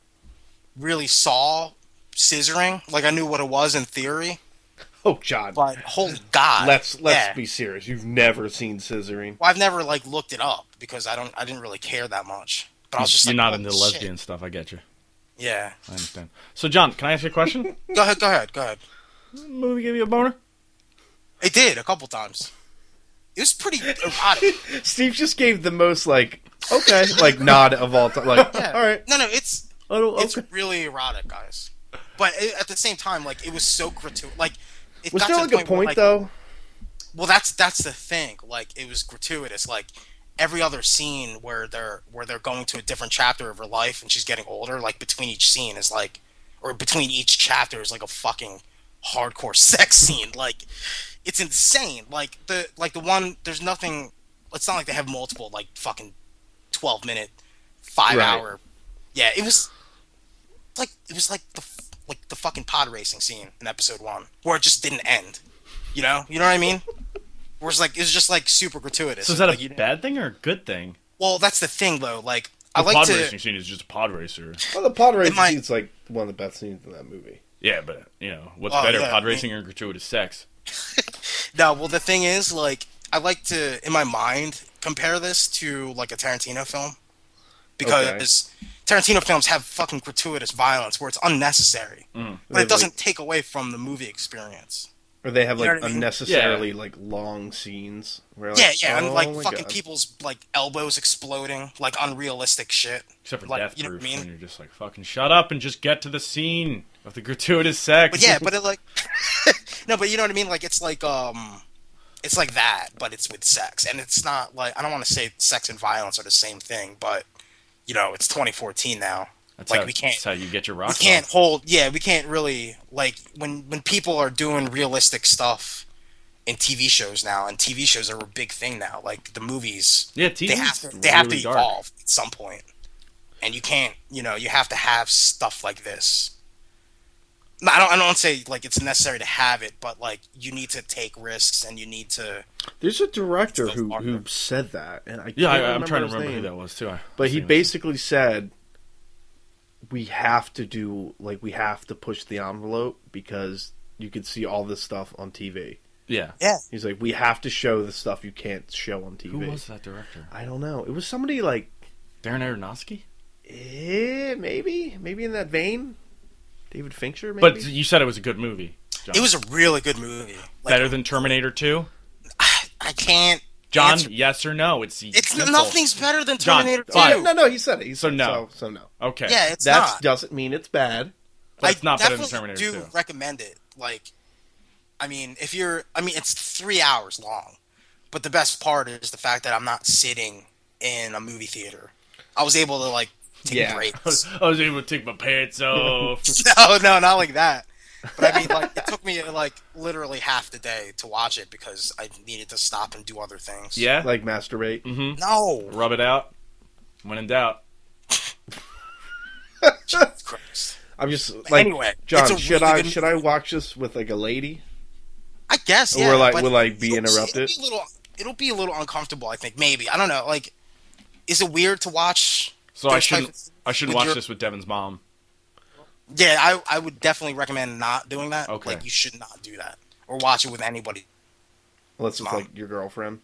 [SPEAKER 2] really saw scissoring. Like I knew what it was in theory,
[SPEAKER 1] Oh, John.
[SPEAKER 2] but holy god,
[SPEAKER 1] Let's let's
[SPEAKER 2] yeah.
[SPEAKER 1] be serious. You've never seen scissoring.
[SPEAKER 2] Well, I've never like looked it up because I don't. I didn't really care that much. But I was just
[SPEAKER 3] You're
[SPEAKER 2] like,
[SPEAKER 3] not
[SPEAKER 2] holy
[SPEAKER 3] into
[SPEAKER 2] shit.
[SPEAKER 3] lesbian stuff. I get you.
[SPEAKER 2] Yeah.
[SPEAKER 3] I understand. So John, can I ask you a question?
[SPEAKER 2] Go ahead. Go ahead. Go ahead.
[SPEAKER 3] Does the movie give you a boner?
[SPEAKER 2] It did a couple times. It was pretty erotic.
[SPEAKER 1] Steve just gave the most like okay like nod of all time. Like
[SPEAKER 2] Yeah.
[SPEAKER 1] all right.
[SPEAKER 2] No, no, it's
[SPEAKER 1] Oh, okay.
[SPEAKER 2] it's really erotic, guys. But it, at the same time, like it was so gratuitous. Like it
[SPEAKER 1] Was
[SPEAKER 2] got
[SPEAKER 1] there
[SPEAKER 2] to
[SPEAKER 1] like
[SPEAKER 2] the
[SPEAKER 1] a
[SPEAKER 2] point, where,
[SPEAKER 1] point
[SPEAKER 2] like,
[SPEAKER 1] though?
[SPEAKER 2] Well, that's that's the thing. Like it was gratuitous. Like every other scene where they're where they're going to a different chapter of her life and she's getting older. Like between each scene is like, or between each chapter is like a fucking hardcore sex scene. Like it's insane. Like the like the one there's nothing. It's not like they have multiple like fucking twelve minute, five
[SPEAKER 1] Right.
[SPEAKER 2] hour. Yeah, it was like it was like the f- like the fucking pod racing scene in episode one where it just didn't end. You know, you know what I mean? Where it's like it was just like super gratuitous.
[SPEAKER 3] So is that
[SPEAKER 2] Like, you-
[SPEAKER 3] a bad thing or a good thing?
[SPEAKER 2] well, that's the thing though. Like I
[SPEAKER 3] The
[SPEAKER 2] like
[SPEAKER 3] pod
[SPEAKER 2] to.
[SPEAKER 3] racing scene is just a pod racer.
[SPEAKER 1] Well, the pod racing
[SPEAKER 2] might-
[SPEAKER 1] scene's like one of the best scenes in that movie.
[SPEAKER 3] Yeah, but you know what's
[SPEAKER 2] Oh,
[SPEAKER 3] better,
[SPEAKER 2] yeah,
[SPEAKER 3] pod
[SPEAKER 2] I mean-
[SPEAKER 3] racing or gratuitous sex?
[SPEAKER 2] No, well, the thing is, like, I like to, in my mind, compare this to like a Tarantino film because Tarantino films have fucking gratuitous violence where it's unnecessary,
[SPEAKER 3] Mm.
[SPEAKER 2] but
[SPEAKER 1] They,
[SPEAKER 2] it doesn't take away from the movie experience.
[SPEAKER 1] Or they have
[SPEAKER 2] You
[SPEAKER 1] like
[SPEAKER 2] know what I mean?
[SPEAKER 1] unnecessarily like long scenes. Where, like,
[SPEAKER 2] yeah, yeah,
[SPEAKER 1] oh
[SPEAKER 2] and like
[SPEAKER 1] my
[SPEAKER 2] fucking
[SPEAKER 1] God.
[SPEAKER 2] people's like elbows exploding, like unrealistic shit.
[SPEAKER 3] Except for
[SPEAKER 2] Like,
[SPEAKER 3] Death
[SPEAKER 2] you know what
[SPEAKER 3] Proof,
[SPEAKER 2] I mean?
[SPEAKER 3] when you're just like, fucking shut up and just get to the scene of the gratuitous sex.
[SPEAKER 2] But yeah, but it like no, but you know what I mean. Like it's like um, it's like that, but it's with sex, and it's not like I don't want to say sex and violence are the same thing, but you know it's 2014 now.
[SPEAKER 3] that's
[SPEAKER 2] like
[SPEAKER 3] how,
[SPEAKER 2] we can't
[SPEAKER 3] That's how you get your
[SPEAKER 2] we
[SPEAKER 3] rocks
[SPEAKER 2] can't
[SPEAKER 3] off.
[SPEAKER 2] hold yeah we can't really like when when people are doing realistic stuff in tv shows now and tv shows are a big thing now like the movies
[SPEAKER 3] Yeah, TV
[SPEAKER 2] they have to they have to evolve at some point and you can't you know you have to have stuff like this no, I don't. I don't say like it's necessary to have it, but like you need to take risks and you need to.
[SPEAKER 1] There's a director
[SPEAKER 2] Still
[SPEAKER 1] who, who
[SPEAKER 2] Parker.
[SPEAKER 1] said that, and I can't
[SPEAKER 3] Yeah, I, I'm
[SPEAKER 1] remember
[SPEAKER 3] trying to
[SPEAKER 1] his
[SPEAKER 3] remember
[SPEAKER 1] name.
[SPEAKER 3] who that was too. I-
[SPEAKER 1] But he
[SPEAKER 3] same as-
[SPEAKER 1] basically said, "We have to do like we have to push the envelope because you can see all this stuff on TV."
[SPEAKER 3] yeah.
[SPEAKER 1] He's like, "We have to show the stuff you can't show on TV."
[SPEAKER 3] Who was that director?
[SPEAKER 1] I don't know. It was somebody like,
[SPEAKER 3] Darren Aronofsky.
[SPEAKER 1] eh, maybe, maybe in that vein, David Fincher. Maybe.
[SPEAKER 3] But you said it was a good movie. John.
[SPEAKER 2] It was a really good movie. Like,
[SPEAKER 3] better than Terminator Two.
[SPEAKER 2] I can't.
[SPEAKER 3] John,
[SPEAKER 2] answer-
[SPEAKER 3] yes or no? It's
[SPEAKER 2] It's
[SPEAKER 3] simple.
[SPEAKER 2] nothing's better than
[SPEAKER 3] John,
[SPEAKER 2] Terminator
[SPEAKER 3] fine.
[SPEAKER 2] Two.
[SPEAKER 1] no, no, he said it. He said
[SPEAKER 3] So no.
[SPEAKER 1] It, so, so no.
[SPEAKER 3] Okay.
[SPEAKER 2] Yeah, it's
[SPEAKER 1] That
[SPEAKER 2] not.
[SPEAKER 1] doesn't mean it's bad.
[SPEAKER 3] But it's not better than
[SPEAKER 2] definitely
[SPEAKER 3] Terminator
[SPEAKER 2] do
[SPEAKER 3] 2.
[SPEAKER 2] recommend it. Like, I mean, if you're, I mean, it's three hours long, but the best part is the fact that I'm not sitting in a movie theater. I was able to like take
[SPEAKER 1] Yeah.
[SPEAKER 2] breaks.
[SPEAKER 3] I was able to take my pants off.
[SPEAKER 2] no, no, not like that. But I mean, like, it took me like literally half the day to watch it because I needed to stop and do other things.
[SPEAKER 3] yeah.
[SPEAKER 1] Like masturbate.
[SPEAKER 3] mm-hmm.
[SPEAKER 2] No.
[SPEAKER 3] Rub it out. When in doubt.
[SPEAKER 2] Jesus Christ.
[SPEAKER 1] I'm just like
[SPEAKER 2] Anyway, it's
[SPEAKER 1] John.
[SPEAKER 2] a
[SPEAKER 1] Should
[SPEAKER 2] really
[SPEAKER 1] I
[SPEAKER 2] good
[SPEAKER 1] should I watch this with like a lady?
[SPEAKER 2] I guess.
[SPEAKER 1] Or
[SPEAKER 2] Yeah.
[SPEAKER 1] will I-
[SPEAKER 2] but
[SPEAKER 1] will I be
[SPEAKER 2] it'll
[SPEAKER 1] interrupted?
[SPEAKER 2] It'll be, a little, it'll be a little uncomfortable. I think maybe. I don't know. Like, is it weird to watch?
[SPEAKER 3] So I
[SPEAKER 2] those
[SPEAKER 3] shouldn't.
[SPEAKER 2] types of-
[SPEAKER 3] I should
[SPEAKER 2] with
[SPEAKER 3] watch
[SPEAKER 2] your-
[SPEAKER 3] this with Devin's mom.
[SPEAKER 2] Yeah, I, I would definitely recommend not doing that.
[SPEAKER 3] Okay.
[SPEAKER 2] Like you should not do that. Or watch it with anybody.
[SPEAKER 1] Unless it's
[SPEAKER 2] Mom.
[SPEAKER 1] like your girlfriend.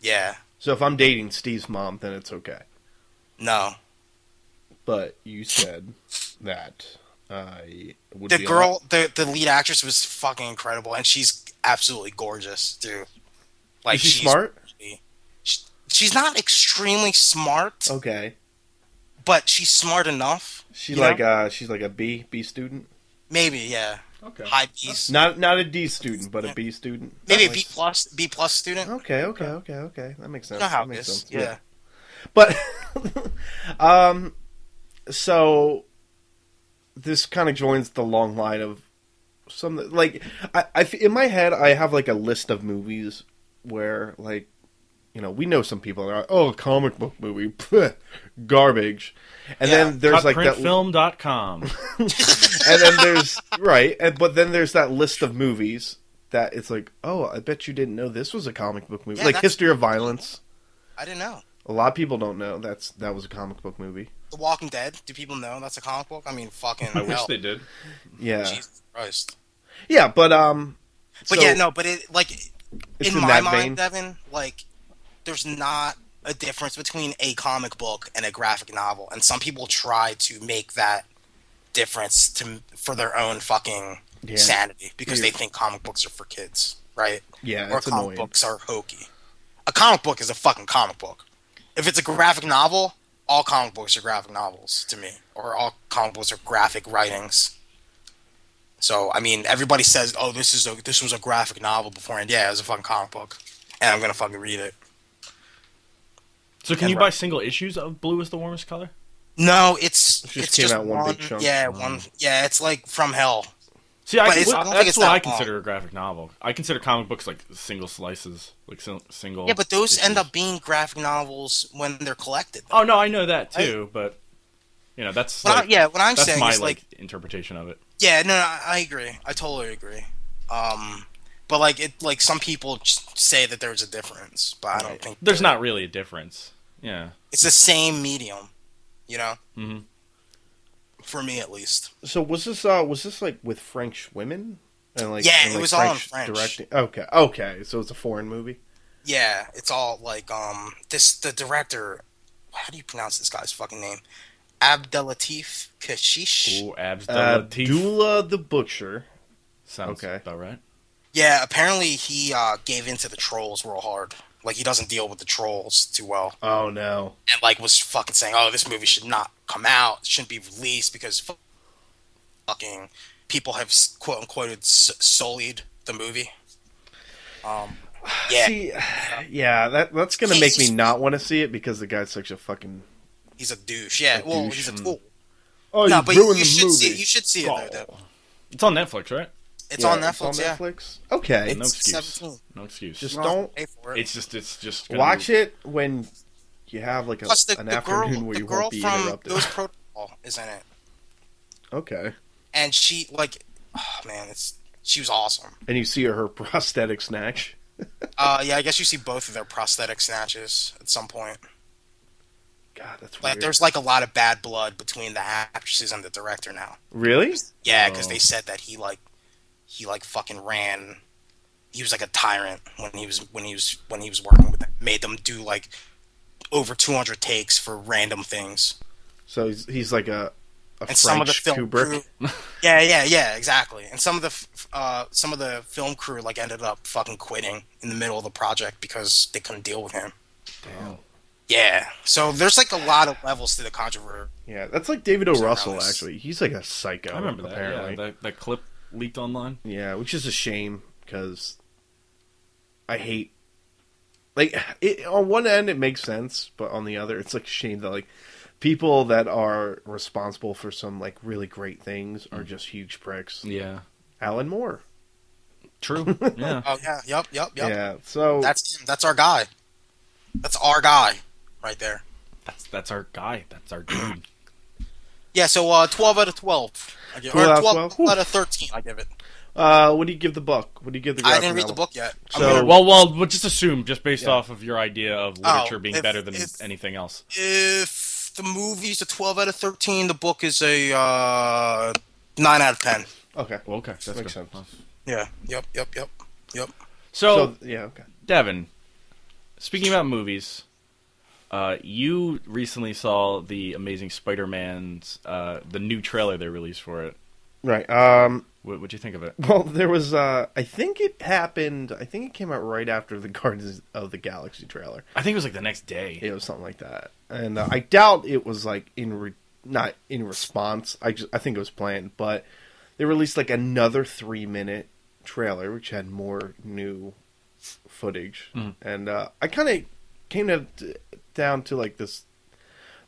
[SPEAKER 2] Yeah.
[SPEAKER 1] So if I'm dating Steve's mom, then it's okay.
[SPEAKER 2] No.
[SPEAKER 1] But you said that I would
[SPEAKER 2] The
[SPEAKER 1] be
[SPEAKER 2] girl the the lead actress was fucking incredible and she's absolutely gorgeous, dude. Like
[SPEAKER 1] Is she
[SPEAKER 2] she's,
[SPEAKER 1] smart?
[SPEAKER 2] she- she's not extremely smart,
[SPEAKER 1] Okay.
[SPEAKER 2] but she's smart enough.
[SPEAKER 1] She
[SPEAKER 2] You
[SPEAKER 1] like
[SPEAKER 2] know?
[SPEAKER 1] uh she's like a B B student.
[SPEAKER 2] Maybe, yeah.
[SPEAKER 3] Okay.
[SPEAKER 2] High B's.
[SPEAKER 1] Not not a D student, but a B student.
[SPEAKER 2] Maybe a
[SPEAKER 1] That
[SPEAKER 2] B
[SPEAKER 1] makes-
[SPEAKER 2] plus B plus student.
[SPEAKER 1] Okay, okay, okay, okay. That makes
[SPEAKER 2] You
[SPEAKER 1] sense.
[SPEAKER 2] know how
[SPEAKER 1] that
[SPEAKER 2] it
[SPEAKER 1] makes
[SPEAKER 2] is.
[SPEAKER 1] sense.
[SPEAKER 2] Yeah.
[SPEAKER 1] But um so this kind of joins the long line of some like I, I f- in my head I have like a list of movies where like you know we know some people that are oh comic book movie pfft, garbage and
[SPEAKER 2] Yeah.
[SPEAKER 1] then there's like that
[SPEAKER 3] Cutprintfilm.com.
[SPEAKER 1] and then there's right and but then there's that list of movies that it's like oh I bet you didn't know this was a comic book movie
[SPEAKER 2] Yeah,
[SPEAKER 1] like
[SPEAKER 2] that's-
[SPEAKER 1] History of Violence
[SPEAKER 2] I didn't know.
[SPEAKER 1] a lot of people don't know that's that was a comic book movie
[SPEAKER 2] The Walking Dead, do people know that's a comic book? I mean fucking
[SPEAKER 3] I wish
[SPEAKER 2] hell.
[SPEAKER 3] they did.
[SPEAKER 1] yeah
[SPEAKER 2] Jesus Christ.
[SPEAKER 1] yeah but um
[SPEAKER 2] But
[SPEAKER 1] so
[SPEAKER 2] yeah, no, but it like
[SPEAKER 1] it's
[SPEAKER 2] in,
[SPEAKER 1] in
[SPEAKER 2] my
[SPEAKER 1] that
[SPEAKER 2] mind,
[SPEAKER 1] vein.
[SPEAKER 2] Devin, like there's not a difference between a comic book and a graphic novel, and some people try to make that difference to for their own fucking
[SPEAKER 1] Yeah.
[SPEAKER 2] sanity because
[SPEAKER 1] Weird.
[SPEAKER 2] they think comic books are for kids, right?
[SPEAKER 1] yeah
[SPEAKER 2] or
[SPEAKER 1] it's
[SPEAKER 2] comic
[SPEAKER 1] annoying
[SPEAKER 2] books are hokey. A comic book is a fucking comic book. If it's a graphic novel, all comic books are graphic novels to me, or all comic books are graphic writings. So I mean, everybody says, "Oh, this is a this was a graphic novel beforehand." Yeah, it was a fucking comic book, and I'm gonna fucking read it.
[SPEAKER 3] So can
[SPEAKER 2] And
[SPEAKER 3] you
[SPEAKER 2] right-
[SPEAKER 3] buy single issues of Blue is the Warmest Color?
[SPEAKER 2] No, it's
[SPEAKER 1] just
[SPEAKER 2] it's
[SPEAKER 1] came
[SPEAKER 2] just
[SPEAKER 1] out one big chunk.
[SPEAKER 2] Yeah, one. Yeah, it's like from hell.
[SPEAKER 3] See, I,
[SPEAKER 2] But it's-
[SPEAKER 3] what-
[SPEAKER 2] I don't think
[SPEAKER 3] that's
[SPEAKER 2] it's
[SPEAKER 3] what
[SPEAKER 2] that
[SPEAKER 3] I consider a graphic novel. I consider comic books like single slices, like sin- single.
[SPEAKER 2] Yeah, but those
[SPEAKER 3] issues.
[SPEAKER 2] end up being graphic novels when they're collected.
[SPEAKER 3] Oh no, I know that too, but you know that's
[SPEAKER 2] What I-
[SPEAKER 3] like,
[SPEAKER 2] yeah, what I'm
[SPEAKER 3] that's
[SPEAKER 2] saying
[SPEAKER 3] my
[SPEAKER 2] is like
[SPEAKER 3] like, interpretation of it.
[SPEAKER 2] Yeah, no, no, I I agree. I totally agree. Um, but like it, like some people just say that there's a difference, but I don't think
[SPEAKER 3] There's not really a difference. Yeah.
[SPEAKER 2] It's the same medium, you know.
[SPEAKER 3] Mhm.
[SPEAKER 2] For me, at least.
[SPEAKER 1] so was this uh was this like with Frank Schwimmen And like,
[SPEAKER 2] Yeah,
[SPEAKER 1] and
[SPEAKER 2] it
[SPEAKER 1] like
[SPEAKER 2] was all in
[SPEAKER 1] Sh-
[SPEAKER 2] French.
[SPEAKER 1] Directing. Okay, okay. So it's a foreign movie.
[SPEAKER 2] Yeah, it's all like um this the director. How do you pronounce this guy's fucking name? Abdelatif Kashish.
[SPEAKER 3] Ooh, abs Abdul-
[SPEAKER 1] Abdullah the Butcher.
[SPEAKER 3] Sounds
[SPEAKER 1] Uh, Okay.
[SPEAKER 3] about right.
[SPEAKER 2] Yeah, apparently he uh, gave in to the trolls real hard. Like he doesn't deal with the trolls too well,
[SPEAKER 1] Oh no.
[SPEAKER 2] and like was fucking saying, "Oh, this movie should not come out. It shouldn't be released because fu- fucking people have quote unquote s- sullied the movie." Um, yeah,
[SPEAKER 1] See, yeah, that that's gonna
[SPEAKER 2] He's
[SPEAKER 1] make me
[SPEAKER 2] just-
[SPEAKER 1] not want to see it because the guy's such a fucking.
[SPEAKER 2] he's a douche. Yeah,
[SPEAKER 1] A
[SPEAKER 2] well,
[SPEAKER 1] douche,
[SPEAKER 2] he's a
[SPEAKER 1] mm.
[SPEAKER 2] tool.
[SPEAKER 1] Oh,
[SPEAKER 2] No,
[SPEAKER 1] you
[SPEAKER 2] but
[SPEAKER 1] ruined
[SPEAKER 2] you
[SPEAKER 1] the
[SPEAKER 2] should
[SPEAKER 1] movie.
[SPEAKER 2] see it. You should see it though. though.
[SPEAKER 3] It's on Netflix, right?
[SPEAKER 2] It's
[SPEAKER 1] Yeah,
[SPEAKER 2] on Netflix. yeah,
[SPEAKER 1] Netflix? Okay,
[SPEAKER 2] It's
[SPEAKER 3] No excuse.
[SPEAKER 2] 17.
[SPEAKER 3] No excuse.
[SPEAKER 1] Just-
[SPEAKER 2] You don't have to
[SPEAKER 1] don't-
[SPEAKER 2] pay for it.
[SPEAKER 3] it's just it's just gonna
[SPEAKER 1] watch
[SPEAKER 3] be-
[SPEAKER 1] it when you have like a,
[SPEAKER 2] Plus the,
[SPEAKER 1] an
[SPEAKER 2] the girl,
[SPEAKER 1] afternoon where
[SPEAKER 2] the
[SPEAKER 1] you
[SPEAKER 2] girl
[SPEAKER 1] won't be
[SPEAKER 2] from
[SPEAKER 1] interrupted.
[SPEAKER 2] Ghost Protocol is in it,
[SPEAKER 1] Okay,
[SPEAKER 2] and she like, oh man, it's she was awesome.
[SPEAKER 1] and you see her prosthetic snatch.
[SPEAKER 2] Uh, yeah, I guess you see both of their prosthetic snatches at some point.
[SPEAKER 1] God, that's
[SPEAKER 2] Like,
[SPEAKER 1] weird.
[SPEAKER 2] there's like a lot of bad blood between the actresses and the director now.
[SPEAKER 1] Really?
[SPEAKER 2] Yeah, because
[SPEAKER 3] Oh.
[SPEAKER 2] they said that he like, he like fucking ran. He was like a tyrant when he was when he was when he was working with them. Made them do like over 200 takes for random things.
[SPEAKER 1] So he's he's like a, a
[SPEAKER 2] and
[SPEAKER 1] French
[SPEAKER 2] some of the film
[SPEAKER 1] Kubrick.
[SPEAKER 2] crew. Yeah, yeah, yeah, exactly. And some of the f- uh, some of the film crew like ended up fucking quitting in the middle of the project because they couldn't deal with him.
[SPEAKER 1] Damn.
[SPEAKER 2] Yeah. So there's like a lot of levels to the controversy.
[SPEAKER 1] Yeah, that's like David O.
[SPEAKER 2] Somehow
[SPEAKER 1] Russell.
[SPEAKER 2] this-
[SPEAKER 1] Actually, he's like a psycho.
[SPEAKER 3] I remember that.
[SPEAKER 1] Apparently,
[SPEAKER 3] Yeah, that, that clip leaked online.
[SPEAKER 1] Yeah, which is a shame because I hate like it, on one end it makes sense, but on the other it's like a shame that like people that are responsible for some like really great things are just huge pricks.
[SPEAKER 3] Yeah.
[SPEAKER 1] Alan Moore.
[SPEAKER 3] True. yeah.
[SPEAKER 2] Oh yeah. Yep. Yep. Yep.
[SPEAKER 1] Yeah. So
[SPEAKER 2] That's him. That's our guy. That's our guy, right there.
[SPEAKER 3] That's that's our guy. That's our dude.
[SPEAKER 2] Yeah. So uh, 12 out of 12. I give,
[SPEAKER 1] 12
[SPEAKER 2] or
[SPEAKER 1] out of
[SPEAKER 2] 12
[SPEAKER 1] 12?
[SPEAKER 2] out of 13. I give it.
[SPEAKER 1] uh what do you give the book? What do you give the
[SPEAKER 2] I
[SPEAKER 1] graphic
[SPEAKER 2] didn't read the
[SPEAKER 1] novel?
[SPEAKER 2] book yet. I'm
[SPEAKER 1] So-
[SPEAKER 2] gonna-
[SPEAKER 3] well, well, we'll just assume just based
[SPEAKER 1] Yeah.
[SPEAKER 3] off of your idea of literature being
[SPEAKER 2] if-
[SPEAKER 3] better than
[SPEAKER 2] if-
[SPEAKER 3] anything else.
[SPEAKER 2] if the movie's a 12 out of 13, the book is a uh, 9 out of 10.
[SPEAKER 1] Okay.
[SPEAKER 3] Well, okay, that's
[SPEAKER 1] Makes
[SPEAKER 3] good.
[SPEAKER 1] sense.
[SPEAKER 2] Yeah. Yep. Yep. Yep. Yep.
[SPEAKER 3] So,
[SPEAKER 1] so yeah, okay.
[SPEAKER 3] Devin, speaking about movies, uh, you recently saw the Amazing Spider-Man's uh, the new trailer they released for it.
[SPEAKER 1] Right. Um
[SPEAKER 3] What would you think of it?
[SPEAKER 1] well there was uh I think it happened I think it came out right after the Guardians of the Galaxy trailer.
[SPEAKER 3] I think it was like the next day.
[SPEAKER 1] It was something like that, and uh, I doubt it was like in re- not in response. I just I think it was planned, but they released like another three minute trailer, which had more new f- footage,
[SPEAKER 3] Mhm.
[SPEAKER 1] and uh, I kind of came to, down to like this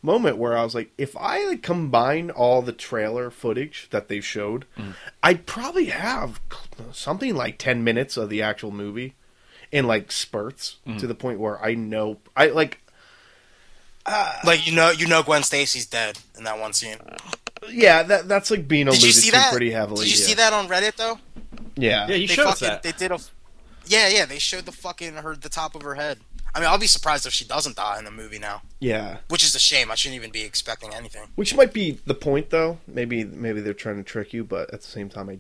[SPEAKER 1] moment where I was like, if I like, combine all the trailer footage that they showed, I'd probably have cl- something like ten minutes of the actual movie in like spurts to the point where I know I like
[SPEAKER 2] Like you know, you know, Gwen Stacy's dead in that one scene.
[SPEAKER 1] yeah that that's like being
[SPEAKER 2] Did
[SPEAKER 1] alluded
[SPEAKER 2] you see
[SPEAKER 1] to
[SPEAKER 2] that?
[SPEAKER 1] pretty heavily.
[SPEAKER 2] Did you
[SPEAKER 1] yeah.
[SPEAKER 2] see that on Reddit though?
[SPEAKER 1] Yeah.
[SPEAKER 3] Yeah, you
[SPEAKER 2] they
[SPEAKER 3] showed us
[SPEAKER 2] fucking,
[SPEAKER 3] that.
[SPEAKER 2] They did a. Yeah, yeah. They showed the fucking her the top of her head. I mean, I'll be surprised if she doesn't die in the movie now,
[SPEAKER 1] yeah.
[SPEAKER 2] which is a shame. I shouldn't even be expecting anything.
[SPEAKER 1] Which might be the point though. Maybe maybe they're trying to trick you, but at the same time I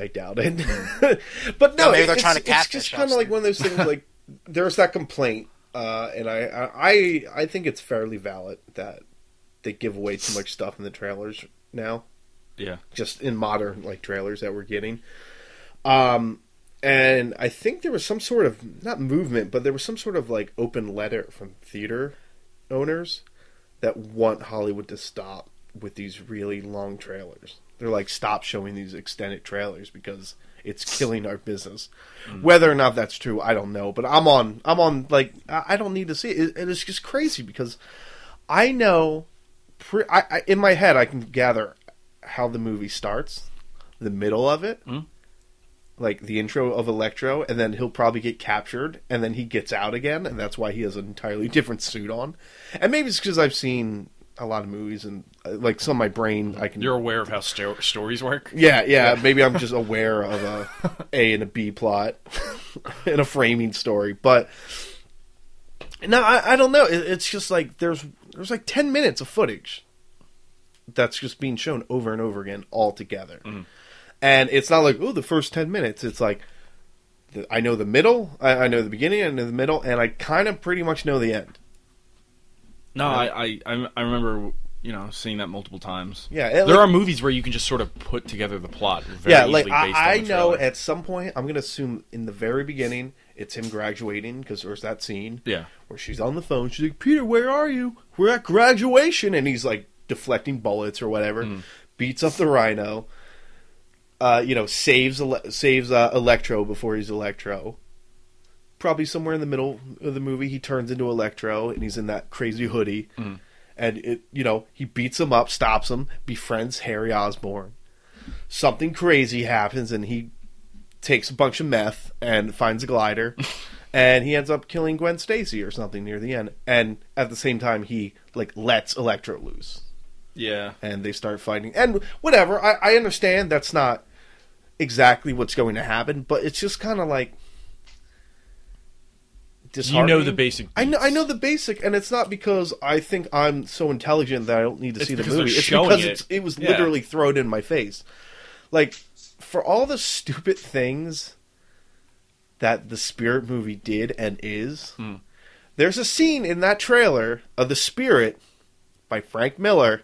[SPEAKER 1] I doubt it. but no,
[SPEAKER 2] Yeah, maybe they're
[SPEAKER 1] it's,
[SPEAKER 2] trying to
[SPEAKER 1] it's
[SPEAKER 2] catfish
[SPEAKER 1] just kind of
[SPEAKER 2] us.
[SPEAKER 1] like one of those things like there's that complaint uh, and I, I I I think it's fairly valid that they give away too much stuff in the trailers now.
[SPEAKER 3] Yeah.
[SPEAKER 1] Just in modern like trailers that we're getting. Um and I think there was some sort of not movement, but there was some sort of like open letter from theater owners that want Hollywood to stop with these really long trailers. They're like, stop showing these extended trailers because it's killing our business. Whether or not that's true, I don't know. But I'm on. I'm on. Like, I I don't need to see it. And it's just crazy because I know. Pre- I, I in my head, I can gather how the movie starts, the middle of it,
[SPEAKER 3] Mm.
[SPEAKER 1] like the intro of Electro, and then he'll probably get captured, and then he gets out again, and that's why he has an entirely different suit on. And maybe it's because I've seen a lot of movies, and uh, like some of my brain, I can.
[SPEAKER 3] You're aware of how sto- stories work.
[SPEAKER 1] yeah, yeah. Maybe I'm just aware of a A and a B plot and a framing story, but no, I, I don't know. It, it's just like there's there's like ten minutes of footage that's just being shown over and over again all together. and it's not like oh the first ten minutes. It's like the, I know the middle, I, I know the beginning, I know the middle, and I kind of pretty much know the end.
[SPEAKER 3] No, I, I I I remember you know seeing that multiple times.
[SPEAKER 1] Yeah, it-
[SPEAKER 3] there
[SPEAKER 1] like-
[SPEAKER 3] are movies where you can just sort of put together the plot. Very
[SPEAKER 1] yeah, like
[SPEAKER 3] easily based on
[SPEAKER 1] I, I
[SPEAKER 3] the
[SPEAKER 1] know
[SPEAKER 3] trailer.
[SPEAKER 1] at some point I'm gonna assume in the very beginning it's him graduating because there's that scene
[SPEAKER 3] Yeah.
[SPEAKER 1] where she's on the phone. She's like, Peter, where are you? We're at graduation. And he's like deflecting bullets or whatever, beats up the rhino, uh, you know, saves, ele- saves uh, Electro before he's Electro. Probably somewhere in the middle of the movie, he turns into Electro and he's in that crazy hoodie. And it, you know, he beats him up, stops him, befriends Harry Osborne. Something crazy happens, and he takes a bunch of meth and finds a glider and he ends up killing Gwen Stacy or something near the end and at the same time he like lets Electro loose
[SPEAKER 3] Yeah.
[SPEAKER 1] and they start fighting and whatever I, I understand that's not exactly what's going to happen but it's just kind of like
[SPEAKER 3] You know the
[SPEAKER 1] disheartening.
[SPEAKER 3] basic.
[SPEAKER 1] I know, I
[SPEAKER 3] beats.
[SPEAKER 1] know the basic, and it's not because I think I'm so intelligent that I don't need to
[SPEAKER 3] It's
[SPEAKER 1] see the
[SPEAKER 3] because they're
[SPEAKER 1] movie. It's
[SPEAKER 3] showing
[SPEAKER 1] because
[SPEAKER 3] it.
[SPEAKER 1] It's, it was
[SPEAKER 3] Yeah.
[SPEAKER 1] literally thrown in my face. Like, for all the stupid things that the Spirit movie did and is, there's a scene in that trailer of the Spirit by Frank Miller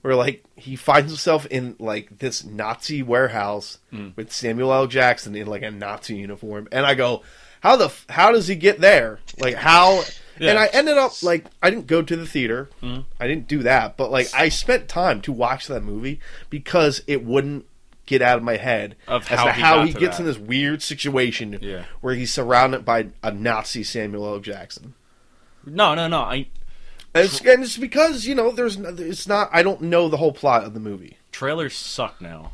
[SPEAKER 1] where like he finds himself in like this Nazi warehouse
[SPEAKER 3] Hmm.
[SPEAKER 1] with Samuel L. Jackson in like a Nazi uniform, and I go, how the f- how does he get there? Like how?
[SPEAKER 3] Yeah. Hmm.
[SPEAKER 1] And I ended up like I didn't go to the theater, I didn't do that, but like I spent time to watch that movie because it wouldn't get out of my head
[SPEAKER 3] Of
[SPEAKER 1] as
[SPEAKER 3] how
[SPEAKER 1] to
[SPEAKER 3] he
[SPEAKER 1] how
[SPEAKER 3] got
[SPEAKER 1] he
[SPEAKER 3] to
[SPEAKER 1] gets
[SPEAKER 3] that.
[SPEAKER 1] in this weird situation
[SPEAKER 3] Yeah.
[SPEAKER 1] where he's surrounded by a Nazi Samuel L. Jackson.
[SPEAKER 3] No, no, no. I
[SPEAKER 1] And it's, and it's because you know there's n- it's not I don't know the whole plot of the movie.
[SPEAKER 3] trailers suck now.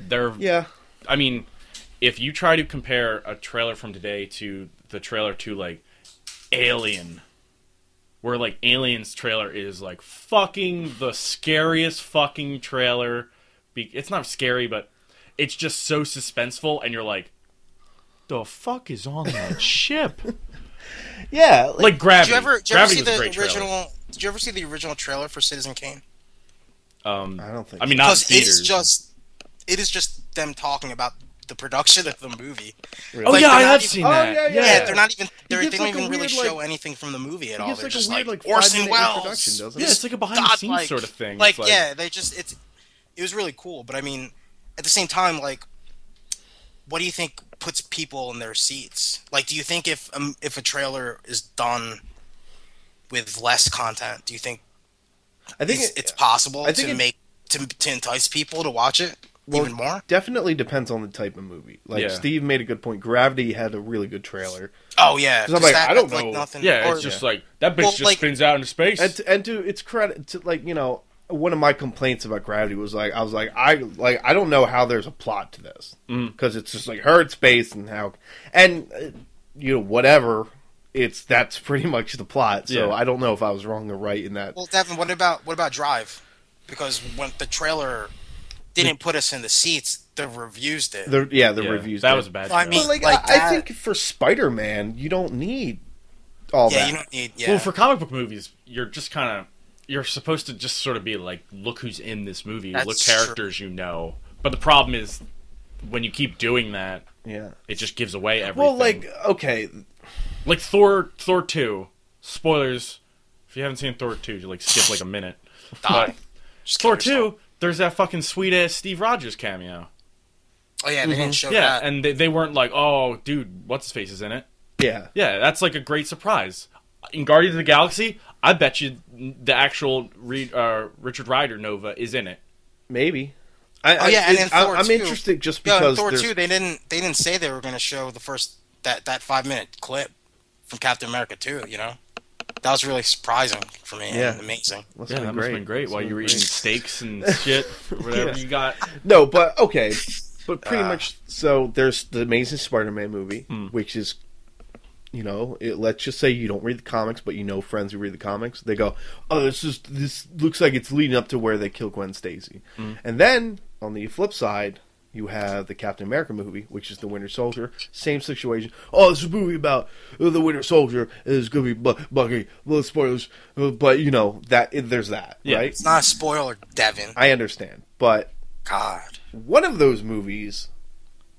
[SPEAKER 3] They're
[SPEAKER 1] Uh, Yeah,
[SPEAKER 3] I mean, if you try to compare a trailer from today to the trailer to like Alien, where like Alien's trailer is like fucking the scariest fucking trailer. Be- it's not scary, but it's just so suspenseful, and you're like, the fuck is on that ship?
[SPEAKER 1] yeah.
[SPEAKER 3] Like
[SPEAKER 2] Did
[SPEAKER 3] gravity.
[SPEAKER 2] you ever, did you ever
[SPEAKER 3] gravity
[SPEAKER 2] see
[SPEAKER 3] was a
[SPEAKER 2] the
[SPEAKER 3] great
[SPEAKER 2] original?
[SPEAKER 3] trailer.
[SPEAKER 2] Did you ever see the original trailer for Citizen Kane?
[SPEAKER 3] Um,
[SPEAKER 1] I
[SPEAKER 3] I,
[SPEAKER 1] don't think.
[SPEAKER 3] mean, not in
[SPEAKER 2] Because
[SPEAKER 3] theaters.
[SPEAKER 2] it's just, it is just them talking about the production of the movie.
[SPEAKER 1] Really?
[SPEAKER 3] oh
[SPEAKER 2] like,
[SPEAKER 3] yeah,
[SPEAKER 2] they're
[SPEAKER 3] I
[SPEAKER 2] not
[SPEAKER 3] have
[SPEAKER 2] even-
[SPEAKER 3] seen
[SPEAKER 1] Oh,
[SPEAKER 3] that.
[SPEAKER 1] yeah, yeah.
[SPEAKER 2] Yeah, they're not even. They're, they
[SPEAKER 1] gives,
[SPEAKER 2] don't
[SPEAKER 1] like, a
[SPEAKER 2] even really
[SPEAKER 1] weird,
[SPEAKER 2] show
[SPEAKER 1] like-
[SPEAKER 2] anything from the movie at
[SPEAKER 1] It
[SPEAKER 2] all.
[SPEAKER 1] gives,
[SPEAKER 2] They're
[SPEAKER 1] like, a
[SPEAKER 2] just
[SPEAKER 1] weird,
[SPEAKER 2] like,
[SPEAKER 1] oh, like,
[SPEAKER 2] Orson
[SPEAKER 1] five-minute introduction,
[SPEAKER 2] Welles.
[SPEAKER 1] doesn't it?
[SPEAKER 3] Yeah, it's like a behind the scenes
[SPEAKER 2] godlike.
[SPEAKER 3] sort of thing.
[SPEAKER 2] Like,
[SPEAKER 3] It's like-
[SPEAKER 2] yeah, they just it's it was really cool, but I mean, at the same time, like, what do you think puts people in their seats? Like, do you think if um, if a trailer is done with less content, do you think,
[SPEAKER 1] I think
[SPEAKER 2] it's,
[SPEAKER 1] it,
[SPEAKER 2] it's possible
[SPEAKER 1] I think
[SPEAKER 2] to
[SPEAKER 1] it-
[SPEAKER 2] make to, to entice people to watch it
[SPEAKER 1] Well,
[SPEAKER 2] even more?
[SPEAKER 1] definitely depends on the type of movie. Like
[SPEAKER 3] Yeah.
[SPEAKER 1] Steve made a good point. Gravity had a really good trailer,
[SPEAKER 2] Oh yeah,
[SPEAKER 1] 'Cause I'm like,
[SPEAKER 2] that
[SPEAKER 1] I don't
[SPEAKER 2] looked like
[SPEAKER 1] know.
[SPEAKER 2] nothing.
[SPEAKER 3] Yeah,
[SPEAKER 2] or-
[SPEAKER 3] it's just like that bitch
[SPEAKER 2] Well,
[SPEAKER 3] just
[SPEAKER 2] like-
[SPEAKER 3] spins out into space.
[SPEAKER 1] and to, and to its credit, to like you know, one of my complaints about Gravity was like I was like I like I don't know how there's a plot to this because it's just like her in space and how and uh, you know whatever. It's that's pretty much the plot. So
[SPEAKER 3] Yeah.
[SPEAKER 1] I don't know if I was wrong or right in that.
[SPEAKER 2] Well, Devin, what about what about Drive? Because when the trailer didn't put us in the seats, the reviews did.
[SPEAKER 1] the, yeah, the
[SPEAKER 3] Yeah,
[SPEAKER 1] reviews.
[SPEAKER 3] That
[SPEAKER 1] did.
[SPEAKER 3] was a bad.
[SPEAKER 2] Well, I
[SPEAKER 3] trailer.
[SPEAKER 2] mean,
[SPEAKER 1] But like,
[SPEAKER 2] Like
[SPEAKER 1] I, I
[SPEAKER 2] that-
[SPEAKER 1] think for Spider Man, you don't need all
[SPEAKER 2] yeah,
[SPEAKER 1] that.
[SPEAKER 2] you don't need. Yeah,
[SPEAKER 3] Well, for comic book movies, you're just kind of you're supposed to just sort of be like, look who's in this movie, look
[SPEAKER 2] That's
[SPEAKER 3] characters you know. But the problem is when you keep doing that,
[SPEAKER 1] yeah.
[SPEAKER 3] it just gives away everything.
[SPEAKER 1] Well, like okay,
[SPEAKER 3] like Thor, Thor two. Spoilers. If you haven't seen Thor two, you like skip like a minute. But
[SPEAKER 2] Just kill
[SPEAKER 3] Thor
[SPEAKER 2] yourself.
[SPEAKER 3] two, there's that fucking sweet ass Steve Rogers cameo.
[SPEAKER 2] Oh yeah, they didn't show
[SPEAKER 3] Mm-hmm. Yeah,
[SPEAKER 2] that.
[SPEAKER 3] and they, they weren't like, oh, dude, what's his face is in it.
[SPEAKER 1] yeah.
[SPEAKER 3] Yeah, that's like a great surprise. In Guardians of the Galaxy, I bet you the actual Re- uh, Richard Rider Nova is in it.
[SPEAKER 1] Maybe. I,
[SPEAKER 2] oh yeah,
[SPEAKER 1] I,
[SPEAKER 2] and then Thor
[SPEAKER 1] I, am
[SPEAKER 2] two.
[SPEAKER 1] interested just
[SPEAKER 2] Yeah, in
[SPEAKER 1] because
[SPEAKER 2] Thor
[SPEAKER 1] there's-
[SPEAKER 2] two, they didn't they didn't say they were going to show the first that that five minute clip from Captain America two. You know, that was really surprising for me.
[SPEAKER 1] Yeah.
[SPEAKER 2] and amazing.
[SPEAKER 1] must
[SPEAKER 3] Yeah,
[SPEAKER 1] have
[SPEAKER 3] that must have been great
[SPEAKER 1] Must
[SPEAKER 3] while
[SPEAKER 1] have
[SPEAKER 3] you were
[SPEAKER 1] been
[SPEAKER 3] eating steaks and shit, whatever
[SPEAKER 1] Yeah.
[SPEAKER 3] you got.
[SPEAKER 1] great. No, but okay, but pretty
[SPEAKER 2] Ah.
[SPEAKER 1] much. So there's the Amazing Spider-Man movie, which is, you know, it, let's just say you don't read the comics, but you know friends who read the comics. They go, oh, this is this looks like it's leading up to where they kill Gwen Stacy, and then on the flip side. You have the Captain America movie, which is the Winter Soldier. Same situation. Oh, this is a movie about uh, the Winter Soldier. It's gonna be bu- buggy, little spoilers, uh, but you know that there's that,
[SPEAKER 3] Yeah.
[SPEAKER 1] right?
[SPEAKER 2] It's not a spoiler, Devin.
[SPEAKER 1] I understand, but
[SPEAKER 2] God.
[SPEAKER 1] One of those movies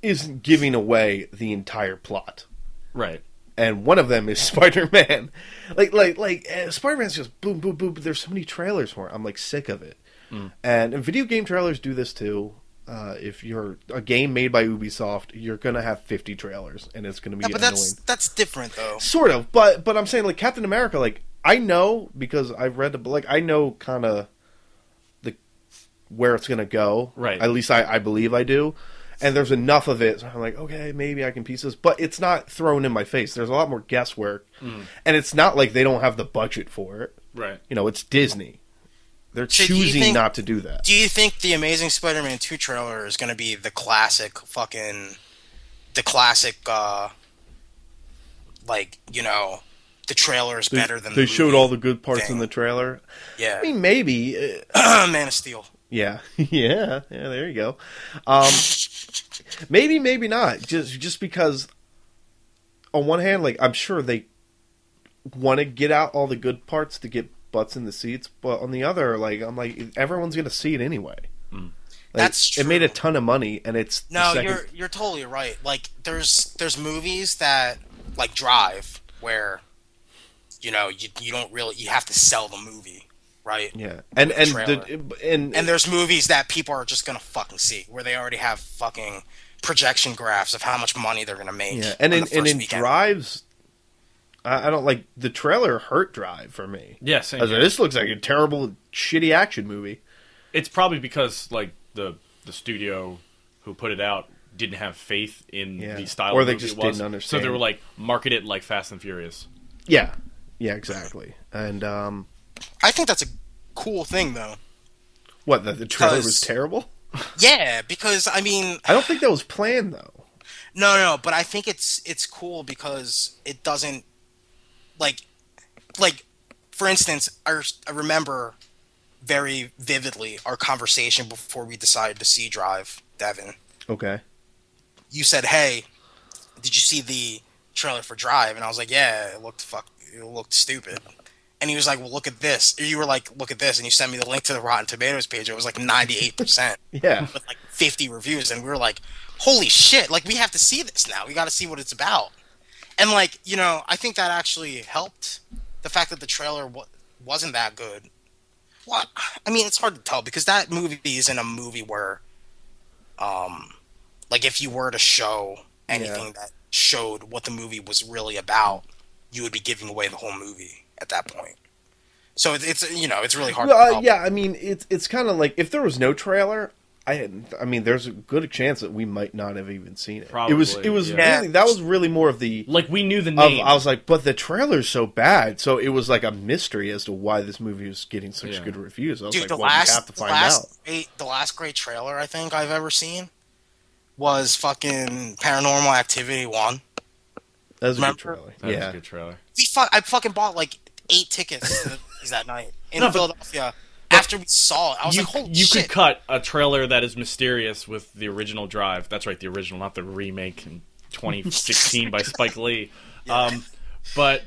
[SPEAKER 1] isn't giving away the entire plot.
[SPEAKER 3] Right.
[SPEAKER 1] and one of them is Spider Man. like, like, like uh, Spider Man's just boom, boom, boom. But there's so many trailers for it. I'm like sick of it. And, and video game trailers do this too. Uh, if you're a game made by Ubisoft, you're gonna have 50 trailers, and it's gonna be
[SPEAKER 2] Yeah, but
[SPEAKER 1] annoying.
[SPEAKER 2] that's that's different though.
[SPEAKER 1] Sort of, but but I'm saying like Captain America. Like I know because I've read the like I know kind of the where it's gonna go.
[SPEAKER 3] Right.
[SPEAKER 1] At least I I believe I do. And there's enough of it, so I'm like, okay, maybe I can piece this. But it's not thrown in my face. There's a lot more guesswork, and it's not like they don't have the budget for it.
[SPEAKER 3] Right.
[SPEAKER 1] You know, it's Disney. They're
[SPEAKER 2] So do you
[SPEAKER 1] choosing
[SPEAKER 2] think-
[SPEAKER 1] not to do that.
[SPEAKER 2] Do you think the Amazing Spider-Man two trailer is going to be the classic fucking, the classic, uh, like you know, the trailer is better than
[SPEAKER 1] they
[SPEAKER 2] the
[SPEAKER 1] showed
[SPEAKER 2] movie?
[SPEAKER 1] all the good parts in
[SPEAKER 2] thing.
[SPEAKER 1] the trailer.
[SPEAKER 2] yeah
[SPEAKER 1] I mean, maybe uh,
[SPEAKER 2] Man of Steel.
[SPEAKER 1] Yeah, yeah, yeah. There you go. Um, maybe, maybe not. Just, just because. On one hand, like I'm sure they want to get out all the good parts to get butts in the seats, but on the other, like I'm like everyone's gonna see it anyway. Like,
[SPEAKER 2] Mm. That's
[SPEAKER 1] It made a
[SPEAKER 2] true.
[SPEAKER 1] ton of money, and it's the
[SPEAKER 2] No,
[SPEAKER 1] second-
[SPEAKER 2] you're you're totally right. Like there's there's movies that like Drive where, you know, you you don't really you have to sell the movie, right?
[SPEAKER 1] yeah, and and
[SPEAKER 2] trailer.
[SPEAKER 1] the, and
[SPEAKER 2] And there's movies that people are just gonna fucking see where they already have fucking projection graphs of how much money they're gonna make.
[SPEAKER 1] yeah, and
[SPEAKER 2] on
[SPEAKER 1] in
[SPEAKER 2] the
[SPEAKER 1] and
[SPEAKER 2] first
[SPEAKER 1] in
[SPEAKER 2] weekend.
[SPEAKER 1] drives. I I don't like the trailer hurt Drive for me.
[SPEAKER 3] Yeah. Same
[SPEAKER 1] I was
[SPEAKER 3] here.
[SPEAKER 1] like, this looks like a terrible, shitty action movie.
[SPEAKER 3] it's probably because like the the studio who put it out didn't have faith in
[SPEAKER 1] Yeah.
[SPEAKER 3] the style
[SPEAKER 1] Or
[SPEAKER 3] of
[SPEAKER 1] they
[SPEAKER 3] movie
[SPEAKER 1] just
[SPEAKER 3] it
[SPEAKER 1] didn't
[SPEAKER 3] was, so
[SPEAKER 1] understand.
[SPEAKER 3] they were like market it like Fast and Furious.
[SPEAKER 1] Yeah. Yeah, exactly. And um
[SPEAKER 2] I think that's a cool thing though.
[SPEAKER 1] what the, the trailer was
[SPEAKER 2] Because-
[SPEAKER 1] terrible?
[SPEAKER 2] Yeah, because I mean
[SPEAKER 1] I don't think that was planned though.
[SPEAKER 2] No, no, but I think it's it's cool because it doesn't like like for instance, I, res- I remember very vividly our conversation before we decided to see Drive, Devin.
[SPEAKER 1] Okay.
[SPEAKER 2] You said, "Hey, did you see the trailer for Drive?" And I was like, "Yeah, it looked fuck it looked stupid." And he was like, "Well, look at this." You were like, "Look at this," and you sent me the link to the Rotten Tomatoes page. It was like ninety-eight percent
[SPEAKER 1] Yeah.
[SPEAKER 2] with like 50 reviews and we were like holy shit like we have to see this now we got to see what it's about and like you know i think that actually helped the fact that the trailer wa- wasn't that good what i mean it's hard to tell because that movie isn't a movie where um like if you were to show anything that showed what the movie was really about you would be giving away the whole movie at that point so it's, it's you know it's really hard to
[SPEAKER 1] Well, uh,
[SPEAKER 2] tell.
[SPEAKER 1] yeah, I mean it's it's kind of like if there was no trailer, I hadn't- I mean there's a good chance that we might not have even seen it. it was
[SPEAKER 3] Probably,
[SPEAKER 1] it was
[SPEAKER 3] yeah.
[SPEAKER 1] really that was really more of the
[SPEAKER 3] Like we knew the
[SPEAKER 1] of,
[SPEAKER 3] name.
[SPEAKER 1] I was like, but the trailer's so bad, so it was like a mystery as to why this movie was getting such
[SPEAKER 3] Yeah.
[SPEAKER 1] good reviews. I was
[SPEAKER 2] Dude,
[SPEAKER 1] like,
[SPEAKER 2] the
[SPEAKER 1] well,
[SPEAKER 2] last,
[SPEAKER 1] we have to
[SPEAKER 2] the
[SPEAKER 1] find
[SPEAKER 2] last
[SPEAKER 1] out.
[SPEAKER 2] Great, the last great trailer I think I've ever seen was fucking Paranormal Activity one.
[SPEAKER 1] That was a good
[SPEAKER 2] remember?
[SPEAKER 1] trailer.
[SPEAKER 3] that was
[SPEAKER 1] yeah,
[SPEAKER 3] a good trailer.
[SPEAKER 2] We fu- I fucking bought like eight tickets to the movies that night in
[SPEAKER 3] No, but-
[SPEAKER 2] Philadelphia. After we saw it, I was
[SPEAKER 3] you
[SPEAKER 2] like, "Holy
[SPEAKER 3] you
[SPEAKER 2] shit!"
[SPEAKER 3] could cut a trailer that is mysterious with the original Drive. That's right, the original, not the remake in 2016 by Spike Lee. Um, but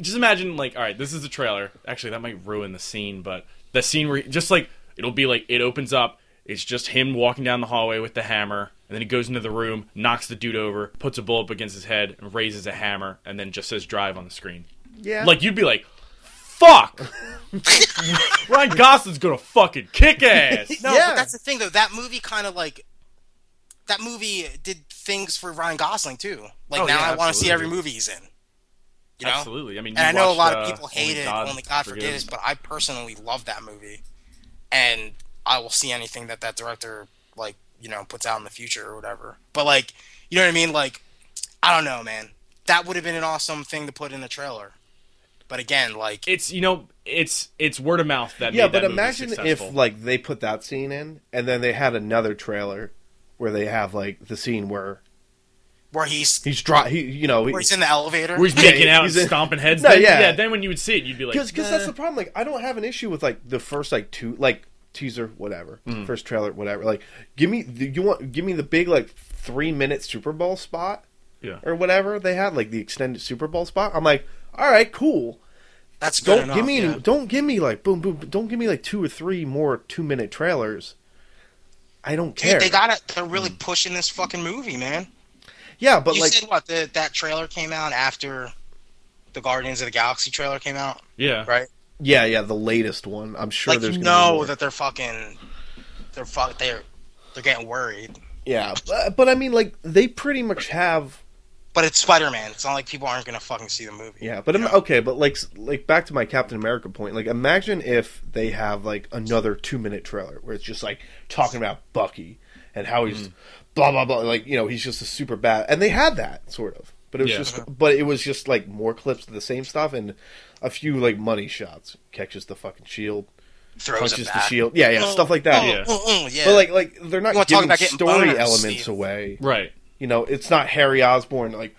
[SPEAKER 3] just imagine, like, all right, this is the trailer. Actually, that might ruin the scene, but the scene where just like it'll be like it opens up. It's just him walking down the hallway with the hammer, and then he goes into the room, knocks the dude over, puts a bullet up against his head, and raises a hammer, and then just says "Drive" on the screen.
[SPEAKER 1] yeah.
[SPEAKER 3] Like you'd be like, "Fuck." Ryan Gosling's gonna fucking kick ass.
[SPEAKER 2] no,
[SPEAKER 1] Yeah.
[SPEAKER 2] but that's the thing though. That movie kind of like that movie did things for Ryan Gosling too. Like
[SPEAKER 3] Oh,
[SPEAKER 2] now
[SPEAKER 3] yeah,
[SPEAKER 2] I want to see
[SPEAKER 3] absolutely.
[SPEAKER 2] every movie he's in. You know,
[SPEAKER 3] Absolutely. I mean, you
[SPEAKER 2] and I know a
[SPEAKER 3] watched,
[SPEAKER 2] lot
[SPEAKER 3] uh,
[SPEAKER 2] of people hate it. Only God forgives, but I personally love that movie, and I will see anything that that director like you know puts out in the future or whatever. But like, you know what I mean? Like, I don't know, man. That would have been an awesome thing to put in the trailer, but again, like,
[SPEAKER 3] it's you know, it's it's word of mouth that.
[SPEAKER 1] yeah
[SPEAKER 3] made
[SPEAKER 1] but
[SPEAKER 3] that movie
[SPEAKER 1] imagine if
[SPEAKER 3] successful.
[SPEAKER 1] like they put that scene in and then they had another trailer where they have like the scene where
[SPEAKER 2] where he's
[SPEAKER 1] he's dry he you know
[SPEAKER 2] where he's in the elevator.
[SPEAKER 3] where he's making
[SPEAKER 1] yeah,
[SPEAKER 3] out
[SPEAKER 1] he's
[SPEAKER 3] and
[SPEAKER 1] in-
[SPEAKER 3] stomping heads.
[SPEAKER 1] No,
[SPEAKER 3] then,
[SPEAKER 1] yeah.
[SPEAKER 3] Then when you would see it, you'd be like,
[SPEAKER 1] because
[SPEAKER 3] nah.
[SPEAKER 1] that's the problem like i don't have an issue with like the first like two like teaser whatever
[SPEAKER 3] Hmm.
[SPEAKER 1] first trailer whatever like give me the, you want give me the big like three minute super bowl spot
[SPEAKER 3] yeah.
[SPEAKER 1] or whatever they had like the extended super bowl spot i'm like all right cool
[SPEAKER 2] That's good
[SPEAKER 1] don't
[SPEAKER 2] enough,
[SPEAKER 1] give me
[SPEAKER 2] yeah.
[SPEAKER 1] any, don't give me like boom boom don't give me like two or three more two minute trailers I don't
[SPEAKER 2] Dude,
[SPEAKER 1] care.
[SPEAKER 2] they gotta. They're really
[SPEAKER 3] Mm.
[SPEAKER 2] pushing this fucking movie, man.
[SPEAKER 1] yeah, but
[SPEAKER 2] you
[SPEAKER 1] like,
[SPEAKER 2] said what? The, that trailer came out after the Guardians of the Galaxy trailer came out,
[SPEAKER 3] Yeah.
[SPEAKER 2] right?
[SPEAKER 1] yeah, yeah, the latest one. I'm sure
[SPEAKER 2] like
[SPEAKER 1] there's
[SPEAKER 2] you
[SPEAKER 1] gonna be
[SPEAKER 2] know
[SPEAKER 1] more.
[SPEAKER 2] that they're fucking. They're fuck. They're they're getting worried.
[SPEAKER 1] Yeah, but, but I mean, like they pretty much have.
[SPEAKER 2] But it's Spider Man. It's not like people aren't gonna fucking see the movie.
[SPEAKER 1] Yeah, but im- okay, but like s- like back to my Captain America point. Like, imagine if they have like another two minute trailer where it's just like talking about Bucky and how
[SPEAKER 2] Mm-hmm.
[SPEAKER 1] he's blah blah blah. Like you know he's just a super bad, and they had that sort of. But it was
[SPEAKER 3] Yeah.
[SPEAKER 2] Uh-huh.
[SPEAKER 1] just, but it was just like more clips of the same stuff and a few like money shots. Catches the fucking shield,
[SPEAKER 2] Throws
[SPEAKER 1] punches
[SPEAKER 2] it
[SPEAKER 1] the
[SPEAKER 2] back.
[SPEAKER 1] shield, yeah, yeah,
[SPEAKER 2] Oh,
[SPEAKER 1] stuff like that.
[SPEAKER 2] oh,
[SPEAKER 3] Yeah.
[SPEAKER 2] oh, oh, yeah.
[SPEAKER 1] But like, like they're not
[SPEAKER 2] You wanna talk
[SPEAKER 1] giving
[SPEAKER 2] about getting
[SPEAKER 1] story
[SPEAKER 2] boners,
[SPEAKER 1] elements
[SPEAKER 2] Steve.
[SPEAKER 1] away.
[SPEAKER 3] Right.
[SPEAKER 1] You know, it's not Harry Osborn like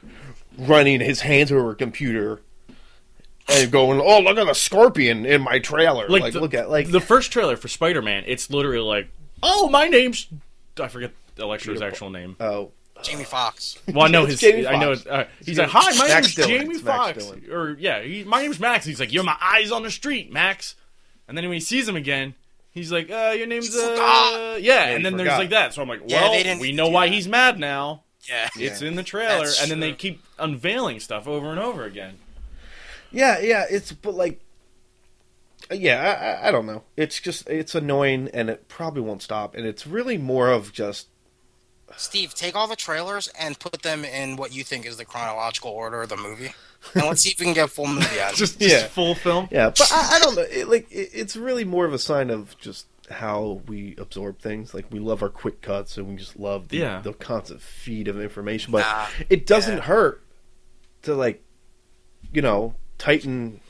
[SPEAKER 1] running his hands over a computer and going, "Oh, look at the scorpion in my trailer!" Like,
[SPEAKER 3] the,
[SPEAKER 1] look at like
[SPEAKER 3] the first trailer for Spider Man. It's literally like, oh, my name's I forget the lecturer's actual name.
[SPEAKER 1] oh
[SPEAKER 2] Jamie Fox.
[SPEAKER 3] Well, I know
[SPEAKER 1] It's
[SPEAKER 3] his.
[SPEAKER 1] Jamie
[SPEAKER 3] I know.
[SPEAKER 1] Fox.
[SPEAKER 3] it- Uh, he's
[SPEAKER 1] Jamie-
[SPEAKER 3] like, hi, my
[SPEAKER 1] Max
[SPEAKER 3] name's
[SPEAKER 1] Dillon.
[SPEAKER 3] Jamie
[SPEAKER 1] It's Max
[SPEAKER 3] Fox,
[SPEAKER 1] Dillon.
[SPEAKER 3] or yeah, he, my name's Max. He's like, you're my eyes on the street, Max. And then when he sees him again, he's like, uh, your name's
[SPEAKER 2] He
[SPEAKER 3] uh, yeah.
[SPEAKER 2] forgot.
[SPEAKER 1] he
[SPEAKER 3] And then
[SPEAKER 1] forgot.
[SPEAKER 3] there's like that. So I'm like,
[SPEAKER 2] Yeah,
[SPEAKER 3] well,
[SPEAKER 2] they didn't
[SPEAKER 3] we know
[SPEAKER 2] do
[SPEAKER 3] why
[SPEAKER 2] that.
[SPEAKER 3] he's mad now.
[SPEAKER 2] Yeah.
[SPEAKER 3] It's in the trailer,
[SPEAKER 2] That's
[SPEAKER 3] and then they
[SPEAKER 2] true.
[SPEAKER 3] keep unveiling stuff over and over again.
[SPEAKER 1] yeah, yeah. It's but like yeah, I- I, I don't know. It's just it's annoying and it probably won't stop. And it's really more of just
[SPEAKER 2] Steve, take all the trailers and put them in what you think is the chronological order of the movie, and let's see if we can get a full movie out. of it.
[SPEAKER 3] Just, just
[SPEAKER 1] Yeah.
[SPEAKER 3] full film.
[SPEAKER 1] yeah. But I, I don't know. It, like it, it's really more of a sign of just how we absorb things. Like we love our quick cuts and we just love the,
[SPEAKER 3] Yeah.
[SPEAKER 1] the constant feed of information. But
[SPEAKER 2] Nah.
[SPEAKER 1] it doesn't
[SPEAKER 2] Yeah.
[SPEAKER 1] hurt to like you know tighten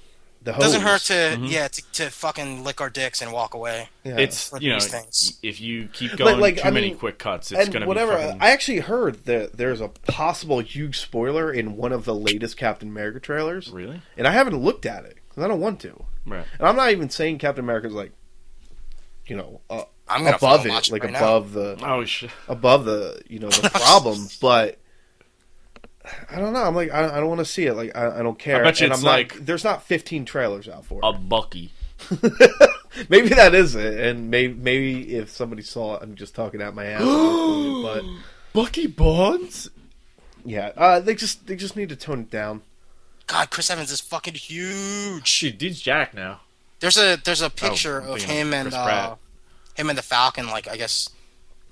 [SPEAKER 1] the hose.
[SPEAKER 2] Doesn't hurt to yeah to, to fucking lick our dicks and walk away.
[SPEAKER 1] Yeah.
[SPEAKER 3] It's
[SPEAKER 2] With
[SPEAKER 3] you know,
[SPEAKER 2] these things.
[SPEAKER 3] if you keep going
[SPEAKER 1] like,
[SPEAKER 3] too
[SPEAKER 1] I
[SPEAKER 3] many
[SPEAKER 1] mean,
[SPEAKER 3] quick cuts, it's
[SPEAKER 1] and
[SPEAKER 3] gonna
[SPEAKER 1] whatever.
[SPEAKER 3] be fucking,
[SPEAKER 1] I actually heard that there's a possible huge spoiler in one of the latest Captain America trailers,
[SPEAKER 3] really
[SPEAKER 1] and I haven't looked at it because I don't want to.
[SPEAKER 3] right.
[SPEAKER 1] And I'm not even saying Captain America's like, you know, uh,
[SPEAKER 2] I'm gonna
[SPEAKER 1] above
[SPEAKER 2] fucking
[SPEAKER 1] it,
[SPEAKER 2] watch it
[SPEAKER 1] like
[SPEAKER 2] right now.
[SPEAKER 1] above the
[SPEAKER 3] Oh shit.
[SPEAKER 1] above the you know the problem, but I don't know. I'm like I, I don't want to see it. Like I, I don't care.
[SPEAKER 3] I bet you
[SPEAKER 1] and
[SPEAKER 3] it's
[SPEAKER 1] I'm not-
[SPEAKER 3] like-
[SPEAKER 1] there's not 15 trailers out for it.
[SPEAKER 2] Oh.
[SPEAKER 3] A Bucky.
[SPEAKER 1] maybe that is it, and maybe maybe if somebody saw it, I'm just talking out my ass. but
[SPEAKER 3] Bucky Bonds.
[SPEAKER 1] yeah, uh, they just they just need to tone it down.
[SPEAKER 2] God, Chris Evans is fucking huge.
[SPEAKER 3] Shit, dude's Jack now.
[SPEAKER 2] There's a there's
[SPEAKER 1] Oh,
[SPEAKER 2] a picture
[SPEAKER 3] I'm
[SPEAKER 2] of
[SPEAKER 3] thinking
[SPEAKER 2] him
[SPEAKER 3] of
[SPEAKER 2] and
[SPEAKER 3] Chris
[SPEAKER 2] uh,
[SPEAKER 3] Pratt.
[SPEAKER 2] him and the Falcon, like I guess,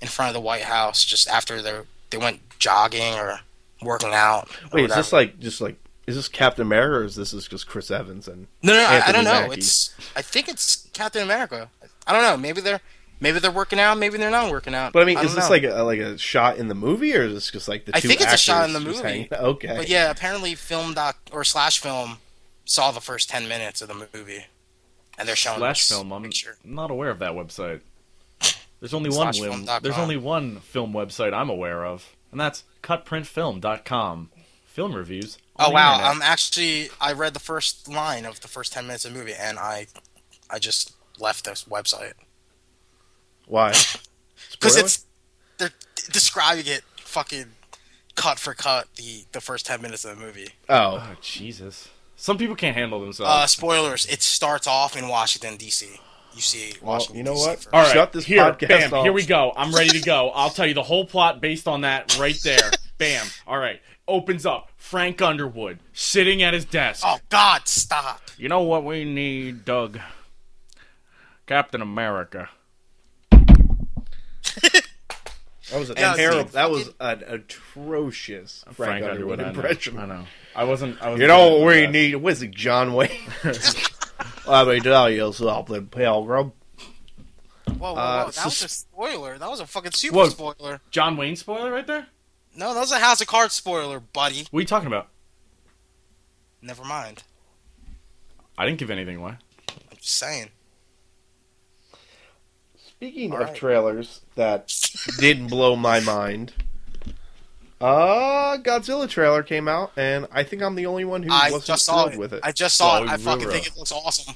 [SPEAKER 2] in front of the White House, just after they they went jogging or working out. or
[SPEAKER 1] Wait, is
[SPEAKER 2] whatever.
[SPEAKER 1] this like just like is this Captain America or is this is just Chris Evans and
[SPEAKER 2] No, no, I, I
[SPEAKER 1] Anthony
[SPEAKER 2] don't know.
[SPEAKER 1] Mackie.
[SPEAKER 2] It's I think it's Captain America. I don't know. Maybe they're maybe they're working out. Maybe they're not working out.
[SPEAKER 1] But I mean,
[SPEAKER 2] don't
[SPEAKER 1] is this
[SPEAKER 2] know.
[SPEAKER 1] like a like a shot in the movie, or is this just like the
[SPEAKER 2] I
[SPEAKER 1] two
[SPEAKER 2] think it's a shot
[SPEAKER 1] actors
[SPEAKER 2] in the
[SPEAKER 1] just
[SPEAKER 2] movie.
[SPEAKER 1] hanging- Okay.
[SPEAKER 2] But yeah, apparently film doc or slash film saw the first ten minutes of the movie, and they're showing
[SPEAKER 3] Flash
[SPEAKER 2] this
[SPEAKER 3] film. I'm
[SPEAKER 2] picture.
[SPEAKER 3] not aware of that website. There's only one.
[SPEAKER 2] Slash
[SPEAKER 3] Film,
[SPEAKER 2] film.com.
[SPEAKER 3] there's only one film website I'm aware of, and that's cutprintfilm.com. Film reviews. on
[SPEAKER 2] Oh
[SPEAKER 3] the
[SPEAKER 2] wow!
[SPEAKER 3] internet.
[SPEAKER 2] I'm actually I read the first line of the first ten minutes of the movie, and I I just left this website
[SPEAKER 1] Why?
[SPEAKER 2] because
[SPEAKER 1] Spoiler?
[SPEAKER 2] it's they're describing it fucking cut for cut the the first ten minutes of the movie.
[SPEAKER 1] oh
[SPEAKER 3] Oh Jesus! Some people can't handle themselves.
[SPEAKER 2] Uh, spoilers. It starts off in Washington D.C. You see, Washington.
[SPEAKER 1] you know
[SPEAKER 2] DC
[SPEAKER 1] what?
[SPEAKER 2] first.
[SPEAKER 3] All right,
[SPEAKER 1] Shut this
[SPEAKER 3] here,
[SPEAKER 1] podcast
[SPEAKER 3] bam,
[SPEAKER 1] off.
[SPEAKER 3] Here we go. I'm ready to go. I'll tell you the whole plot based on that right there. bam. All right. Opens up. Frank Underwood sitting at his desk.
[SPEAKER 2] Oh God, stop!
[SPEAKER 3] You know what we need, Doug? Captain America.
[SPEAKER 1] that was a
[SPEAKER 2] Yeah,
[SPEAKER 1] terrible.
[SPEAKER 2] see,
[SPEAKER 1] That was an atrocious Frank, Underwood, impression.
[SPEAKER 3] I know. I know. I wasn't. I was
[SPEAKER 1] You know what we need? What's it, John Wayne? Let me tell you something, Pilgrim.
[SPEAKER 2] Whoa, whoa, whoa!
[SPEAKER 1] Uh,
[SPEAKER 2] that
[SPEAKER 1] sus-
[SPEAKER 2] was a spoiler. That was a fucking super
[SPEAKER 3] Whoa.
[SPEAKER 2] spoiler.
[SPEAKER 3] John Wayne spoiler right there.
[SPEAKER 2] No, that was a House of Cards spoiler, buddy.
[SPEAKER 3] What are you talking about?
[SPEAKER 2] Never mind.
[SPEAKER 3] I didn't give anything away.
[SPEAKER 2] I'm just saying.
[SPEAKER 1] Speaking
[SPEAKER 2] All
[SPEAKER 1] of
[SPEAKER 2] right.
[SPEAKER 1] trailers that didn't blow my mind, uh, Godzilla trailer came out, and I think I'm the only one who
[SPEAKER 2] I
[SPEAKER 1] wasn't
[SPEAKER 2] just saw
[SPEAKER 1] thrilled
[SPEAKER 2] it.
[SPEAKER 1] with it.
[SPEAKER 2] I just saw it.
[SPEAKER 3] Well,
[SPEAKER 2] I fucking
[SPEAKER 3] Rura.
[SPEAKER 2] think it looks awesome.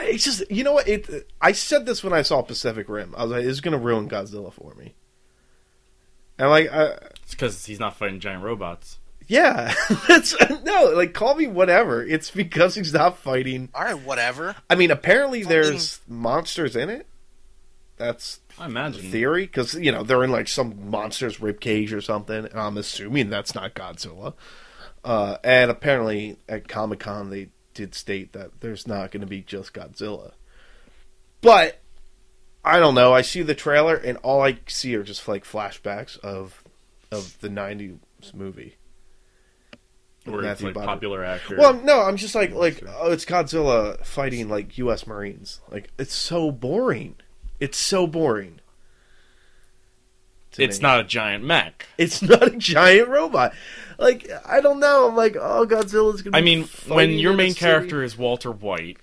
[SPEAKER 1] It's just you know what it. I said this when I saw Pacific Rim. I was like, "It's gonna ruin Godzilla for me." And like, I,
[SPEAKER 3] It's because he's not fighting giant robots.
[SPEAKER 1] yeah, it's no like call me whatever. It's because he's not fighting.
[SPEAKER 2] All right, whatever.
[SPEAKER 1] I mean, apparently there's monsters in it. That's
[SPEAKER 3] I imagine.
[SPEAKER 1] theory because you know they're in like some monster's ribcage or something, and I'm assuming that's not Godzilla. Uh, and apparently at Comic Con they did state that there's not going to be just Godzilla, but I don't know. I see the trailer and all I see are just like flashbacks of of the '90s movie.
[SPEAKER 3] or it's
[SPEAKER 1] Matthew
[SPEAKER 3] like
[SPEAKER 1] Broderick.
[SPEAKER 3] popular actor.
[SPEAKER 1] Well, no, I'm just like like oh, it's Godzilla fighting like U.S. Marines. Like it's so boring. It's so boring. to
[SPEAKER 3] it's
[SPEAKER 1] me.
[SPEAKER 3] not a giant mech.
[SPEAKER 1] It's not a giant robot. Like I don't know. I'm like, oh, Godzilla's gonna.
[SPEAKER 3] I
[SPEAKER 1] be
[SPEAKER 3] mean, when
[SPEAKER 1] fighting
[SPEAKER 3] your
[SPEAKER 1] in a
[SPEAKER 3] main
[SPEAKER 1] city.
[SPEAKER 3] character is Walter White,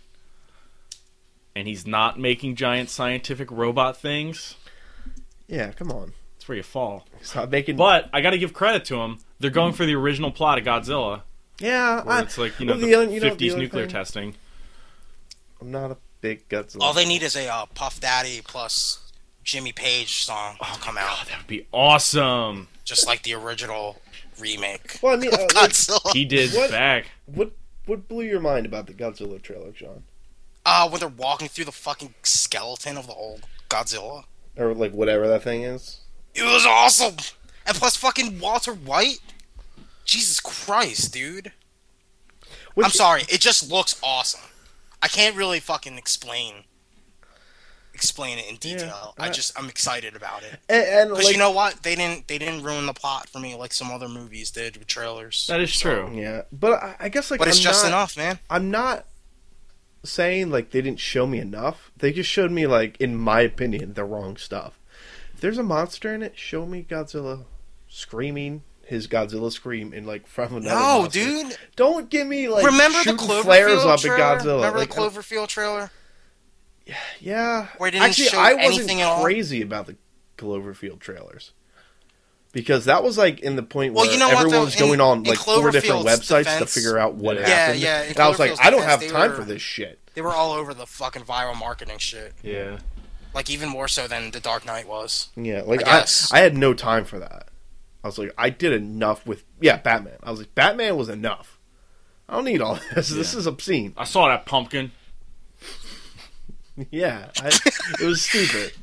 [SPEAKER 3] and he's not making giant scientific robot things,
[SPEAKER 1] yeah, come on,
[SPEAKER 3] that's where you fall.
[SPEAKER 1] it's not making.
[SPEAKER 3] But I got to give credit to him; they're going for the original plot of Godzilla,
[SPEAKER 1] yeah,
[SPEAKER 3] where
[SPEAKER 1] I,
[SPEAKER 3] it's like you know
[SPEAKER 1] well,
[SPEAKER 3] Ah, the,
[SPEAKER 1] other- you know, the
[SPEAKER 3] 50s
[SPEAKER 1] other
[SPEAKER 3] nuclear
[SPEAKER 1] thing,
[SPEAKER 3] testing.
[SPEAKER 1] I'm not a big Godzilla.
[SPEAKER 2] All they need is a uh, Puff Daddy plus Jimmy Page song to come out,
[SPEAKER 3] That'd be awesome.
[SPEAKER 2] just like the original remake.
[SPEAKER 1] well, I mean, uh, like,
[SPEAKER 2] Godzilla.
[SPEAKER 3] He did
[SPEAKER 1] What?
[SPEAKER 3] back.
[SPEAKER 1] what what blew your mind about the Godzilla trailer, John,
[SPEAKER 2] Uh, when they're walking through the fucking skeleton of the old Godzilla,
[SPEAKER 1] or like whatever that thing is?
[SPEAKER 2] it was awesome. And plus, fucking Walter White. Jesus Christ, dude.
[SPEAKER 1] Which-
[SPEAKER 2] I'm sorry. It just looks awesome. I can't really fucking explain explain it in detail. I
[SPEAKER 1] I-
[SPEAKER 2] just I'm excited about it.
[SPEAKER 1] And, and
[SPEAKER 2] Because
[SPEAKER 1] like,
[SPEAKER 2] you know what? They didn't they didn't ruin the plot for me like some other movies did with trailers.
[SPEAKER 3] That is true.
[SPEAKER 1] yeah, but I, I guess like,
[SPEAKER 2] but it's
[SPEAKER 1] I'm
[SPEAKER 2] just
[SPEAKER 1] not,
[SPEAKER 2] enough, man.
[SPEAKER 1] I'm not saying like they didn't show me enough. They just showed me like, in my opinion, the wrong stuff. If there's a monster in it, show me Godzilla screaming his Godzilla scream in like from another.
[SPEAKER 2] No,
[SPEAKER 1] monster.
[SPEAKER 2] dude.
[SPEAKER 1] Don't give me like
[SPEAKER 2] Remember the
[SPEAKER 1] shooting
[SPEAKER 2] Cloverfield
[SPEAKER 1] flares up
[SPEAKER 2] trailer?
[SPEAKER 1] at Godzilla.
[SPEAKER 2] Remember
[SPEAKER 1] Like,
[SPEAKER 2] the Cloverfield trailer?
[SPEAKER 1] yeah,
[SPEAKER 2] Where it didn't
[SPEAKER 1] actually
[SPEAKER 2] show
[SPEAKER 1] I wasn't
[SPEAKER 2] anything at all?
[SPEAKER 1] crazy about the Cloverfield trailers. Because that was like in the point
[SPEAKER 2] Well,
[SPEAKER 1] where
[SPEAKER 2] you know what,
[SPEAKER 1] everyone
[SPEAKER 2] though?
[SPEAKER 1] was
[SPEAKER 2] In-
[SPEAKER 1] going on
[SPEAKER 2] in
[SPEAKER 1] like four different
[SPEAKER 2] Cloverfield's
[SPEAKER 1] websites
[SPEAKER 2] defense-
[SPEAKER 1] to figure out what
[SPEAKER 3] Yeah,
[SPEAKER 1] happened.
[SPEAKER 2] yeah, in
[SPEAKER 1] and I was like,
[SPEAKER 2] Cloverfield's
[SPEAKER 1] I don't
[SPEAKER 2] defense,
[SPEAKER 1] have
[SPEAKER 2] they
[SPEAKER 1] time
[SPEAKER 2] were-
[SPEAKER 1] for this shit.
[SPEAKER 2] They were all over the fucking viral marketing shit.
[SPEAKER 3] Yeah.
[SPEAKER 2] Like even more so than The Dark Knight was.
[SPEAKER 1] Yeah, like
[SPEAKER 2] I
[SPEAKER 1] I,
[SPEAKER 2] guess.
[SPEAKER 1] I, had no time for that. I was like, I did enough with yeah, Batman. I was like, Batman was enough. I don't need all this. This
[SPEAKER 3] Yeah.
[SPEAKER 1] is obscene.
[SPEAKER 3] I saw that pumpkin.
[SPEAKER 1] Yeah, I, it was stupid.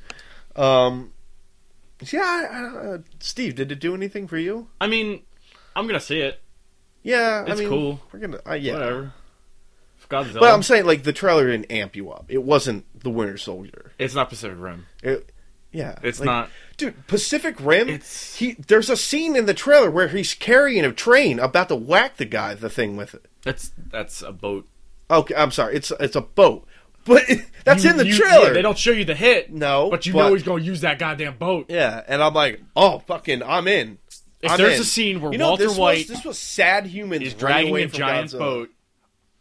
[SPEAKER 1] Um, yeah, I, I, uh, Steve, did it do anything for you?
[SPEAKER 3] I mean, I'm gonna see it.
[SPEAKER 1] Yeah, I
[SPEAKER 3] It's
[SPEAKER 1] mean,
[SPEAKER 3] cool.
[SPEAKER 1] We're gonna, uh, yeah.
[SPEAKER 3] Whatever. If Godzilla.
[SPEAKER 1] But I'm saying like the trailer didn't amp you up. It wasn't the Winter Soldier.
[SPEAKER 3] it's not Pacific Rim.
[SPEAKER 1] It, yeah,
[SPEAKER 3] It's
[SPEAKER 1] like,
[SPEAKER 3] not.
[SPEAKER 1] dude. Pacific Rim.
[SPEAKER 3] It's-
[SPEAKER 1] He there's a scene in the trailer where he's carrying a train about to whack the guy the thing with it.
[SPEAKER 3] That's that's a boat.
[SPEAKER 1] Okay, I'm sorry. It's it's a boat, but it, that's
[SPEAKER 3] You-
[SPEAKER 1] in the
[SPEAKER 3] you-
[SPEAKER 1] trailer.
[SPEAKER 3] yeah, they don't show you the hit.
[SPEAKER 1] No,
[SPEAKER 3] but you
[SPEAKER 1] but-
[SPEAKER 3] know he's gonna use that goddamn boat.
[SPEAKER 1] Yeah, and I'm like, oh fucking, I'm in.
[SPEAKER 3] If
[SPEAKER 1] I'm
[SPEAKER 3] there's
[SPEAKER 1] in.
[SPEAKER 3] a scene where
[SPEAKER 1] you know,
[SPEAKER 3] Walter
[SPEAKER 1] this
[SPEAKER 3] White
[SPEAKER 1] was, this was sad humans
[SPEAKER 3] is
[SPEAKER 1] running
[SPEAKER 3] dragging
[SPEAKER 1] away
[SPEAKER 3] a
[SPEAKER 1] from
[SPEAKER 3] giant
[SPEAKER 1] Godzilla.
[SPEAKER 3] boat,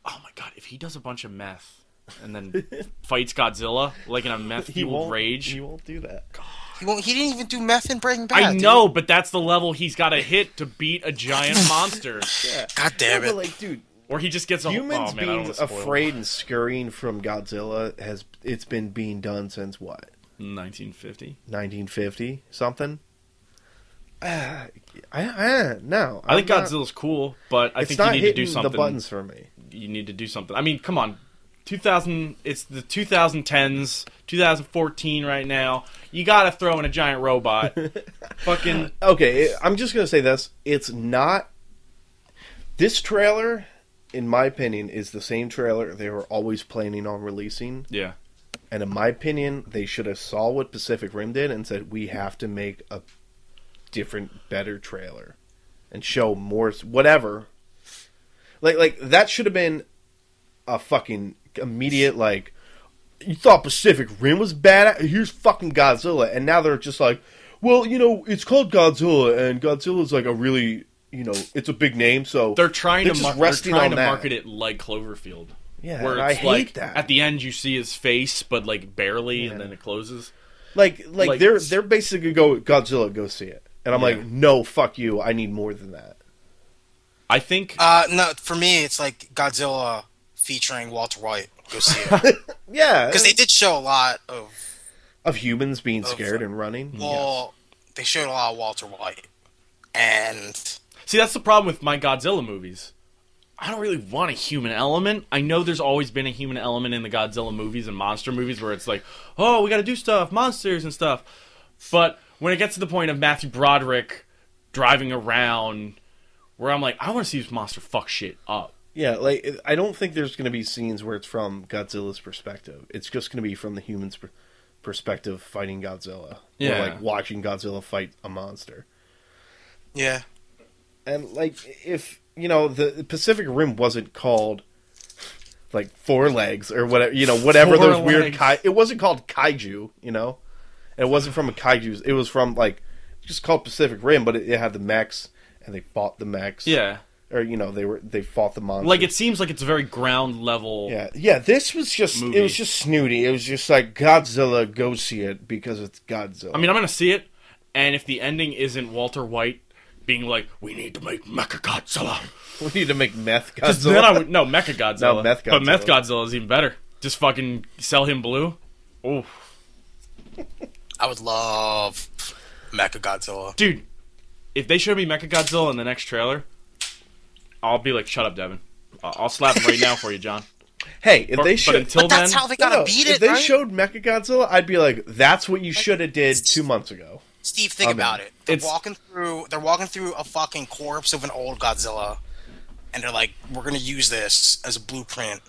[SPEAKER 3] oh my god! If he does a bunch of meth and then fights Godzilla like in a meth
[SPEAKER 1] He
[SPEAKER 3] fueled
[SPEAKER 1] won't
[SPEAKER 3] rage,
[SPEAKER 1] He won't do that.
[SPEAKER 2] He won't, he didn't even do meth in Breaking Bad.
[SPEAKER 3] I know, but that's the level he's got to hit to beat a giant monster.
[SPEAKER 2] Dude. God damn
[SPEAKER 1] But
[SPEAKER 2] it.
[SPEAKER 1] like, dude,
[SPEAKER 3] Or he just gets a
[SPEAKER 1] humans
[SPEAKER 3] oh, man, I don't
[SPEAKER 1] being
[SPEAKER 3] wanna spoil.
[SPEAKER 1] afraid and scurrying from Godzilla has it's been being done since what
[SPEAKER 3] 1950.
[SPEAKER 1] 1950 something. Uh, I, I no,
[SPEAKER 3] I think
[SPEAKER 1] I'm not-
[SPEAKER 3] Godzilla's cool, but I
[SPEAKER 1] it's
[SPEAKER 3] think
[SPEAKER 1] not
[SPEAKER 3] you need to do
[SPEAKER 1] hitting
[SPEAKER 3] something.
[SPEAKER 1] The buttons for me.
[SPEAKER 3] you need to do something. I mean, come on. 2000 it's the 2010s, 2014 right now. You got to throw in a giant robot. Fucking
[SPEAKER 1] okay, I'm just gonna say this. It's not. This trailer, in my opinion, is the same trailer they were always planning on releasing,
[SPEAKER 3] yeah.
[SPEAKER 1] and in my opinion, they should have saw what Pacific Rim did and said we have to make a different, better trailer, and show more s- whatever. Like like that should have been a fucking immediate like. You thought Pacific Rim was bad. Here's fucking Godzilla, and now they're just like, well, you know, it's called Godzilla, and Godzilla's like a really, you know, it's a big name, so
[SPEAKER 3] They're trying
[SPEAKER 1] They're
[SPEAKER 3] to
[SPEAKER 1] just
[SPEAKER 3] mar- they're
[SPEAKER 1] resting
[SPEAKER 3] trying
[SPEAKER 1] on
[SPEAKER 3] to
[SPEAKER 1] that.
[SPEAKER 3] market it like Cloverfield.
[SPEAKER 1] Yeah,
[SPEAKER 3] where
[SPEAKER 1] and I
[SPEAKER 3] it's
[SPEAKER 1] hate
[SPEAKER 3] like
[SPEAKER 1] that.
[SPEAKER 3] at the end you see his face but like barely and then it closes.
[SPEAKER 1] like, like
[SPEAKER 3] like-
[SPEAKER 1] they're they're basically go Godzilla, go see it, and I'm
[SPEAKER 3] Yeah.
[SPEAKER 1] like, no, fuck you, I need more than that.
[SPEAKER 3] I think
[SPEAKER 2] Uh, no, for me, it's like Godzilla featuring Walter White. Go see it.
[SPEAKER 1] Yeah,
[SPEAKER 2] Because they did show a lot of.
[SPEAKER 1] of humans being scared
[SPEAKER 2] fuck.
[SPEAKER 1] and running.
[SPEAKER 2] Well, they showed a lot of Walter White. And
[SPEAKER 3] See, that's the problem with my Godzilla movies. I don't really want a human element. I know there's always been a human element in the Godzilla movies and monster movies where it's like, oh, we got to do stuff, monsters and stuff. But when it gets to the point of Matthew Broderick driving around, where I'm like, I want to see this monster fuck shit up.
[SPEAKER 1] Yeah, like it- I don't think there's going to be scenes where it's from Godzilla's perspective. It's just going to be from the human's per- perspective fighting Godzilla,
[SPEAKER 3] Yeah.
[SPEAKER 1] or like watching Godzilla fight a monster.
[SPEAKER 2] Yeah.
[SPEAKER 1] And like if you know the the Pacific Rim wasn't called like four legs or whatever, you know, whatever
[SPEAKER 3] Four
[SPEAKER 1] those weird
[SPEAKER 3] Legs.
[SPEAKER 1] kai. It wasn't called kaiju, you know. And It wasn't from a kaiju. It was from like just called Pacific Rim, but it, it had the mechs and they fought the mechs.
[SPEAKER 3] Yeah.
[SPEAKER 1] or you know they were they fought the monsters.
[SPEAKER 3] Like it seems like it's a very ground level.
[SPEAKER 1] Yeah, yeah. This was just
[SPEAKER 3] Movie.
[SPEAKER 1] it was just snooty. It was just like Godzilla, go see it because it's Godzilla.
[SPEAKER 3] I mean, I'm gonna see it, and if the ending isn't Walter White being like, "We need to make Mecha Godzilla,"
[SPEAKER 1] we need to make meth
[SPEAKER 3] Because
[SPEAKER 1] Godzilla.
[SPEAKER 3] then I would no Mecha Godzilla.
[SPEAKER 1] No, Meth
[SPEAKER 3] But Meth
[SPEAKER 1] Godzilla.
[SPEAKER 3] Godzilla is even better. Just fucking sell him blue. Oh,
[SPEAKER 2] I would love Mecha Godzilla.
[SPEAKER 3] dude, if they show me Mecha Godzilla in the next trailer, I'll be like, "Shut up, Devin." I- I'll slap him right now for you, John.
[SPEAKER 1] hey, if
[SPEAKER 3] But-
[SPEAKER 1] they
[SPEAKER 3] but
[SPEAKER 1] showed
[SPEAKER 3] until
[SPEAKER 2] But that's
[SPEAKER 3] then,
[SPEAKER 2] how they
[SPEAKER 1] no,
[SPEAKER 2] gotta
[SPEAKER 1] no,
[SPEAKER 2] beat
[SPEAKER 1] if
[SPEAKER 2] it,
[SPEAKER 1] they
[SPEAKER 2] right?
[SPEAKER 1] showed Mecha Godzilla, I'd be like, that's what you should have did two months ago.
[SPEAKER 2] Steve, think
[SPEAKER 1] I'm
[SPEAKER 2] about
[SPEAKER 1] in.
[SPEAKER 2] it. They're
[SPEAKER 3] It's-
[SPEAKER 2] walking through. They're walking through a fucking corpse of an old Godzilla, and they're like, "We're gonna use this as a blueprint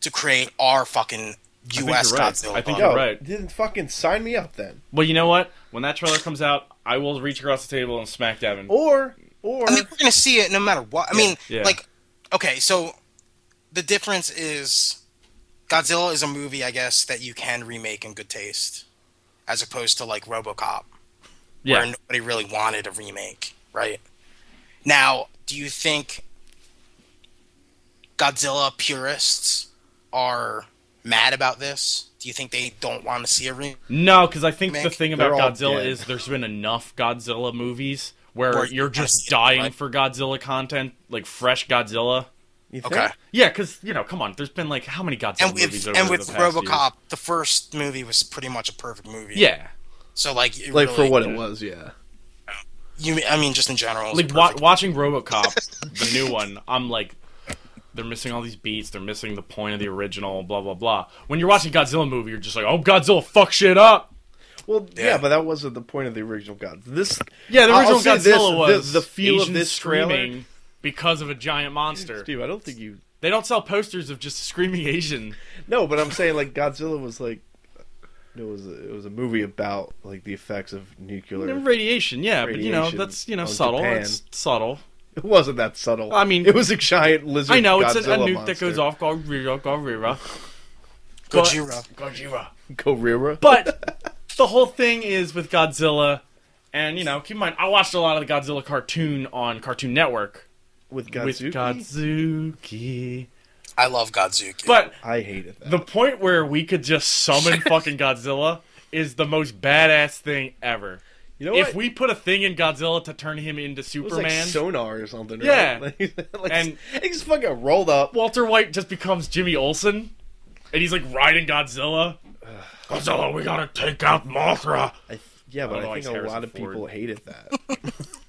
[SPEAKER 2] to create our fucking
[SPEAKER 3] think
[SPEAKER 2] U.S.
[SPEAKER 3] you're right.
[SPEAKER 2] Godzilla."
[SPEAKER 3] I think
[SPEAKER 1] Yo,
[SPEAKER 3] You're right.
[SPEAKER 1] Didn't fucking sign me up then,
[SPEAKER 3] well, you know what? When that trailer comes out, I will reach across the table and smack Devin.
[SPEAKER 1] or or
[SPEAKER 2] I mean, we're gonna see it no matter what. I mean,
[SPEAKER 3] Yeah.
[SPEAKER 2] like, okay, so the difference is Godzilla is a movie, I guess, that you can remake in good taste, as opposed to like RoboCop, where
[SPEAKER 3] yeah,
[SPEAKER 2] nobody really wanted a remake, right? Now, do you think Godzilla purists are mad about this? Do you think they don't want to see a remake?
[SPEAKER 3] no, because I think the
[SPEAKER 2] Mick,
[SPEAKER 3] thing
[SPEAKER 1] they're
[SPEAKER 3] about
[SPEAKER 1] all
[SPEAKER 3] Godzilla
[SPEAKER 1] dead.
[SPEAKER 3] is there's been enough Godzilla movies where
[SPEAKER 2] Where you
[SPEAKER 3] you're
[SPEAKER 2] wanna see
[SPEAKER 3] just
[SPEAKER 2] it,
[SPEAKER 3] dying
[SPEAKER 2] right?
[SPEAKER 3] for Godzilla content, like fresh Godzilla.
[SPEAKER 1] You think?
[SPEAKER 2] Okay.
[SPEAKER 3] Yeah, because you know, come on. There's been like how many Godzilla
[SPEAKER 2] And
[SPEAKER 3] movies
[SPEAKER 2] with
[SPEAKER 3] over
[SPEAKER 2] and
[SPEAKER 3] the
[SPEAKER 2] with
[SPEAKER 3] past
[SPEAKER 2] RoboCop, the first movie was pretty much a perfect movie.
[SPEAKER 3] years? Yeah,
[SPEAKER 2] So like, it
[SPEAKER 1] like for
[SPEAKER 2] really-
[SPEAKER 1] what it was, yeah.
[SPEAKER 2] You, mean- I mean, just in general. it's
[SPEAKER 3] like wa-
[SPEAKER 2] perfect.
[SPEAKER 3] watching RoboCop, the new one. I'm like, they're missing all these beats. They're missing the point of the original. Blah blah blah. When you're watching Godzilla movie, you're just like, oh, Godzilla, fuck shit up.
[SPEAKER 1] Well, yeah.
[SPEAKER 2] Yeah.
[SPEAKER 1] but that wasn't the point of the original God. This,
[SPEAKER 3] Yeah, the
[SPEAKER 1] I'll
[SPEAKER 3] original
[SPEAKER 1] say
[SPEAKER 3] Godzilla
[SPEAKER 1] this,
[SPEAKER 3] was
[SPEAKER 1] the, the feel
[SPEAKER 3] Asians
[SPEAKER 1] of this trailer.
[SPEAKER 3] screaming because of a giant monster.
[SPEAKER 1] Steve, I don't think you
[SPEAKER 3] They don't sell posters of just screaming Asian.
[SPEAKER 1] No, but I'm saying like Godzilla was like it was a, it was a movie about like the effects of nuclear.
[SPEAKER 3] Radiation, yeah, but you know
[SPEAKER 1] Radiation
[SPEAKER 3] that's you know
[SPEAKER 1] on
[SPEAKER 3] subtle.
[SPEAKER 1] Japan.
[SPEAKER 3] It's subtle.
[SPEAKER 1] It wasn't that subtle.
[SPEAKER 3] I mean-
[SPEAKER 1] it was a giant lizard.
[SPEAKER 3] I know it's a, a
[SPEAKER 1] Godzilla
[SPEAKER 3] nuke that
[SPEAKER 1] monster.
[SPEAKER 3] goes off. Gojira, Gojira, but-
[SPEAKER 2] Gojira.
[SPEAKER 3] Gojira.
[SPEAKER 1] Gorilla.
[SPEAKER 3] But the whole thing is with Godzilla, and you know, keep in mind, I watched a lot of the Godzilla cartoon on Cartoon Network
[SPEAKER 1] with Godzuki.
[SPEAKER 3] with Godzuki.
[SPEAKER 2] I love Godzuki.
[SPEAKER 3] But
[SPEAKER 1] I hated that.
[SPEAKER 3] the point where we could just summon fucking Godzilla is the most badass thing ever.
[SPEAKER 1] you know
[SPEAKER 3] If
[SPEAKER 1] what?
[SPEAKER 3] we put a thing in Godzilla to turn him into
[SPEAKER 1] it was like
[SPEAKER 3] Superman,
[SPEAKER 1] sonar or something. Right?
[SPEAKER 3] Yeah.
[SPEAKER 1] like,
[SPEAKER 3] And-
[SPEAKER 1] he just fucking rolled up.
[SPEAKER 3] Walter White just becomes Jimmy Olsen, and he's like riding Godzilla. Godzilla, we gotta take out Mothra.
[SPEAKER 1] I, yeah,
[SPEAKER 3] I
[SPEAKER 1] but I,
[SPEAKER 3] don't know,
[SPEAKER 1] think
[SPEAKER 3] he's
[SPEAKER 1] a
[SPEAKER 3] Harrison
[SPEAKER 1] lot of
[SPEAKER 3] Ford.
[SPEAKER 1] people hated that.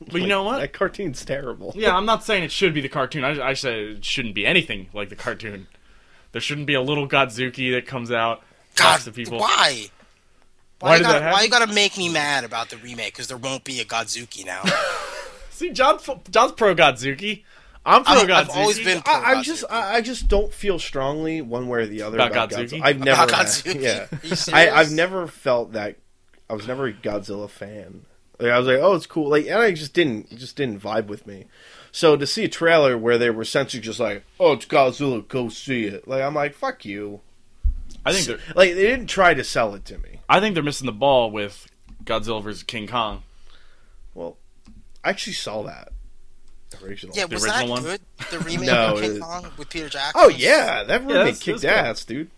[SPEAKER 3] But you know what?
[SPEAKER 1] That cartoon's terrible.
[SPEAKER 3] Yeah, I'm not saying it should be the cartoon. I, I said it shouldn't be anything like the cartoon. There shouldn't be a little Godzuki that comes out,
[SPEAKER 2] God,
[SPEAKER 3] talks to people.
[SPEAKER 2] why? Why,
[SPEAKER 3] Why
[SPEAKER 2] you
[SPEAKER 3] did that
[SPEAKER 2] gotta, why
[SPEAKER 3] happen?
[SPEAKER 2] you gotta make me mad about the remake? Because there won't be a Godzuki now.
[SPEAKER 3] See, John, John's pro Godzuki. I'm pro
[SPEAKER 2] I'm-
[SPEAKER 3] Godzuki.
[SPEAKER 2] I've always been-
[SPEAKER 1] I, I'm just, I, I just don't feel strongly one way or the other
[SPEAKER 3] About
[SPEAKER 1] about, Godzilla.
[SPEAKER 3] Godzuki?
[SPEAKER 1] I've never, uh,
[SPEAKER 2] about Godzuki.
[SPEAKER 1] yeah,
[SPEAKER 2] Are you serious?
[SPEAKER 1] I, I've never felt that. I was never a Godzilla fan. Like, I was like, oh, it's cool. Like, and I just didn't, it just didn't vibe with me. So to see a trailer where they were essentially just like, oh, it's Godzilla, go see it. Like, I'm like, fuck you.
[SPEAKER 3] I think they're,
[SPEAKER 1] Like, they didn't try to sell it to me.
[SPEAKER 3] I think they're missing the ball with Godzilla versus King Kong.
[SPEAKER 1] Well, I actually saw that original.
[SPEAKER 2] Yeah, was
[SPEAKER 3] original
[SPEAKER 2] that
[SPEAKER 3] one?
[SPEAKER 2] good? The remake
[SPEAKER 1] No,
[SPEAKER 2] of
[SPEAKER 1] it-
[SPEAKER 2] King Kong with Peter Jackson.
[SPEAKER 1] Oh yeah, that really
[SPEAKER 3] that's-
[SPEAKER 1] kicked
[SPEAKER 3] that's good.
[SPEAKER 1] ass, dude.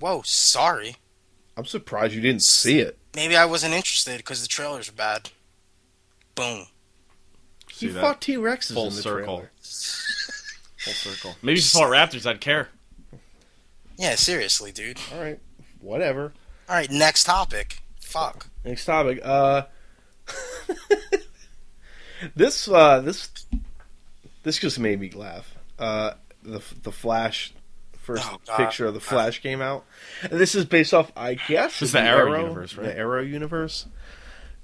[SPEAKER 2] Whoa, sorry.
[SPEAKER 1] I'm surprised you didn't see it.
[SPEAKER 2] Maybe I wasn't interested because the trailers were bad. Boom.
[SPEAKER 3] See
[SPEAKER 1] he
[SPEAKER 3] that?
[SPEAKER 1] fought T Rexes
[SPEAKER 3] Full
[SPEAKER 1] in the
[SPEAKER 3] circle.
[SPEAKER 1] trailer.
[SPEAKER 3] Full circle. Maybe if you fought Raptors, I'd care.
[SPEAKER 2] Yeah, seriously, dude.
[SPEAKER 1] All right, whatever.
[SPEAKER 2] All right, next topic. Fuck.
[SPEAKER 1] Next topic. Uh, this uh, this this just made me laugh. uh, the the Flash first
[SPEAKER 2] Oh, God.
[SPEAKER 1] picture of the Flash came out. And this is based off, I guess,
[SPEAKER 3] This is
[SPEAKER 1] of
[SPEAKER 3] the Arrow universe, right?
[SPEAKER 1] The Arrow universe,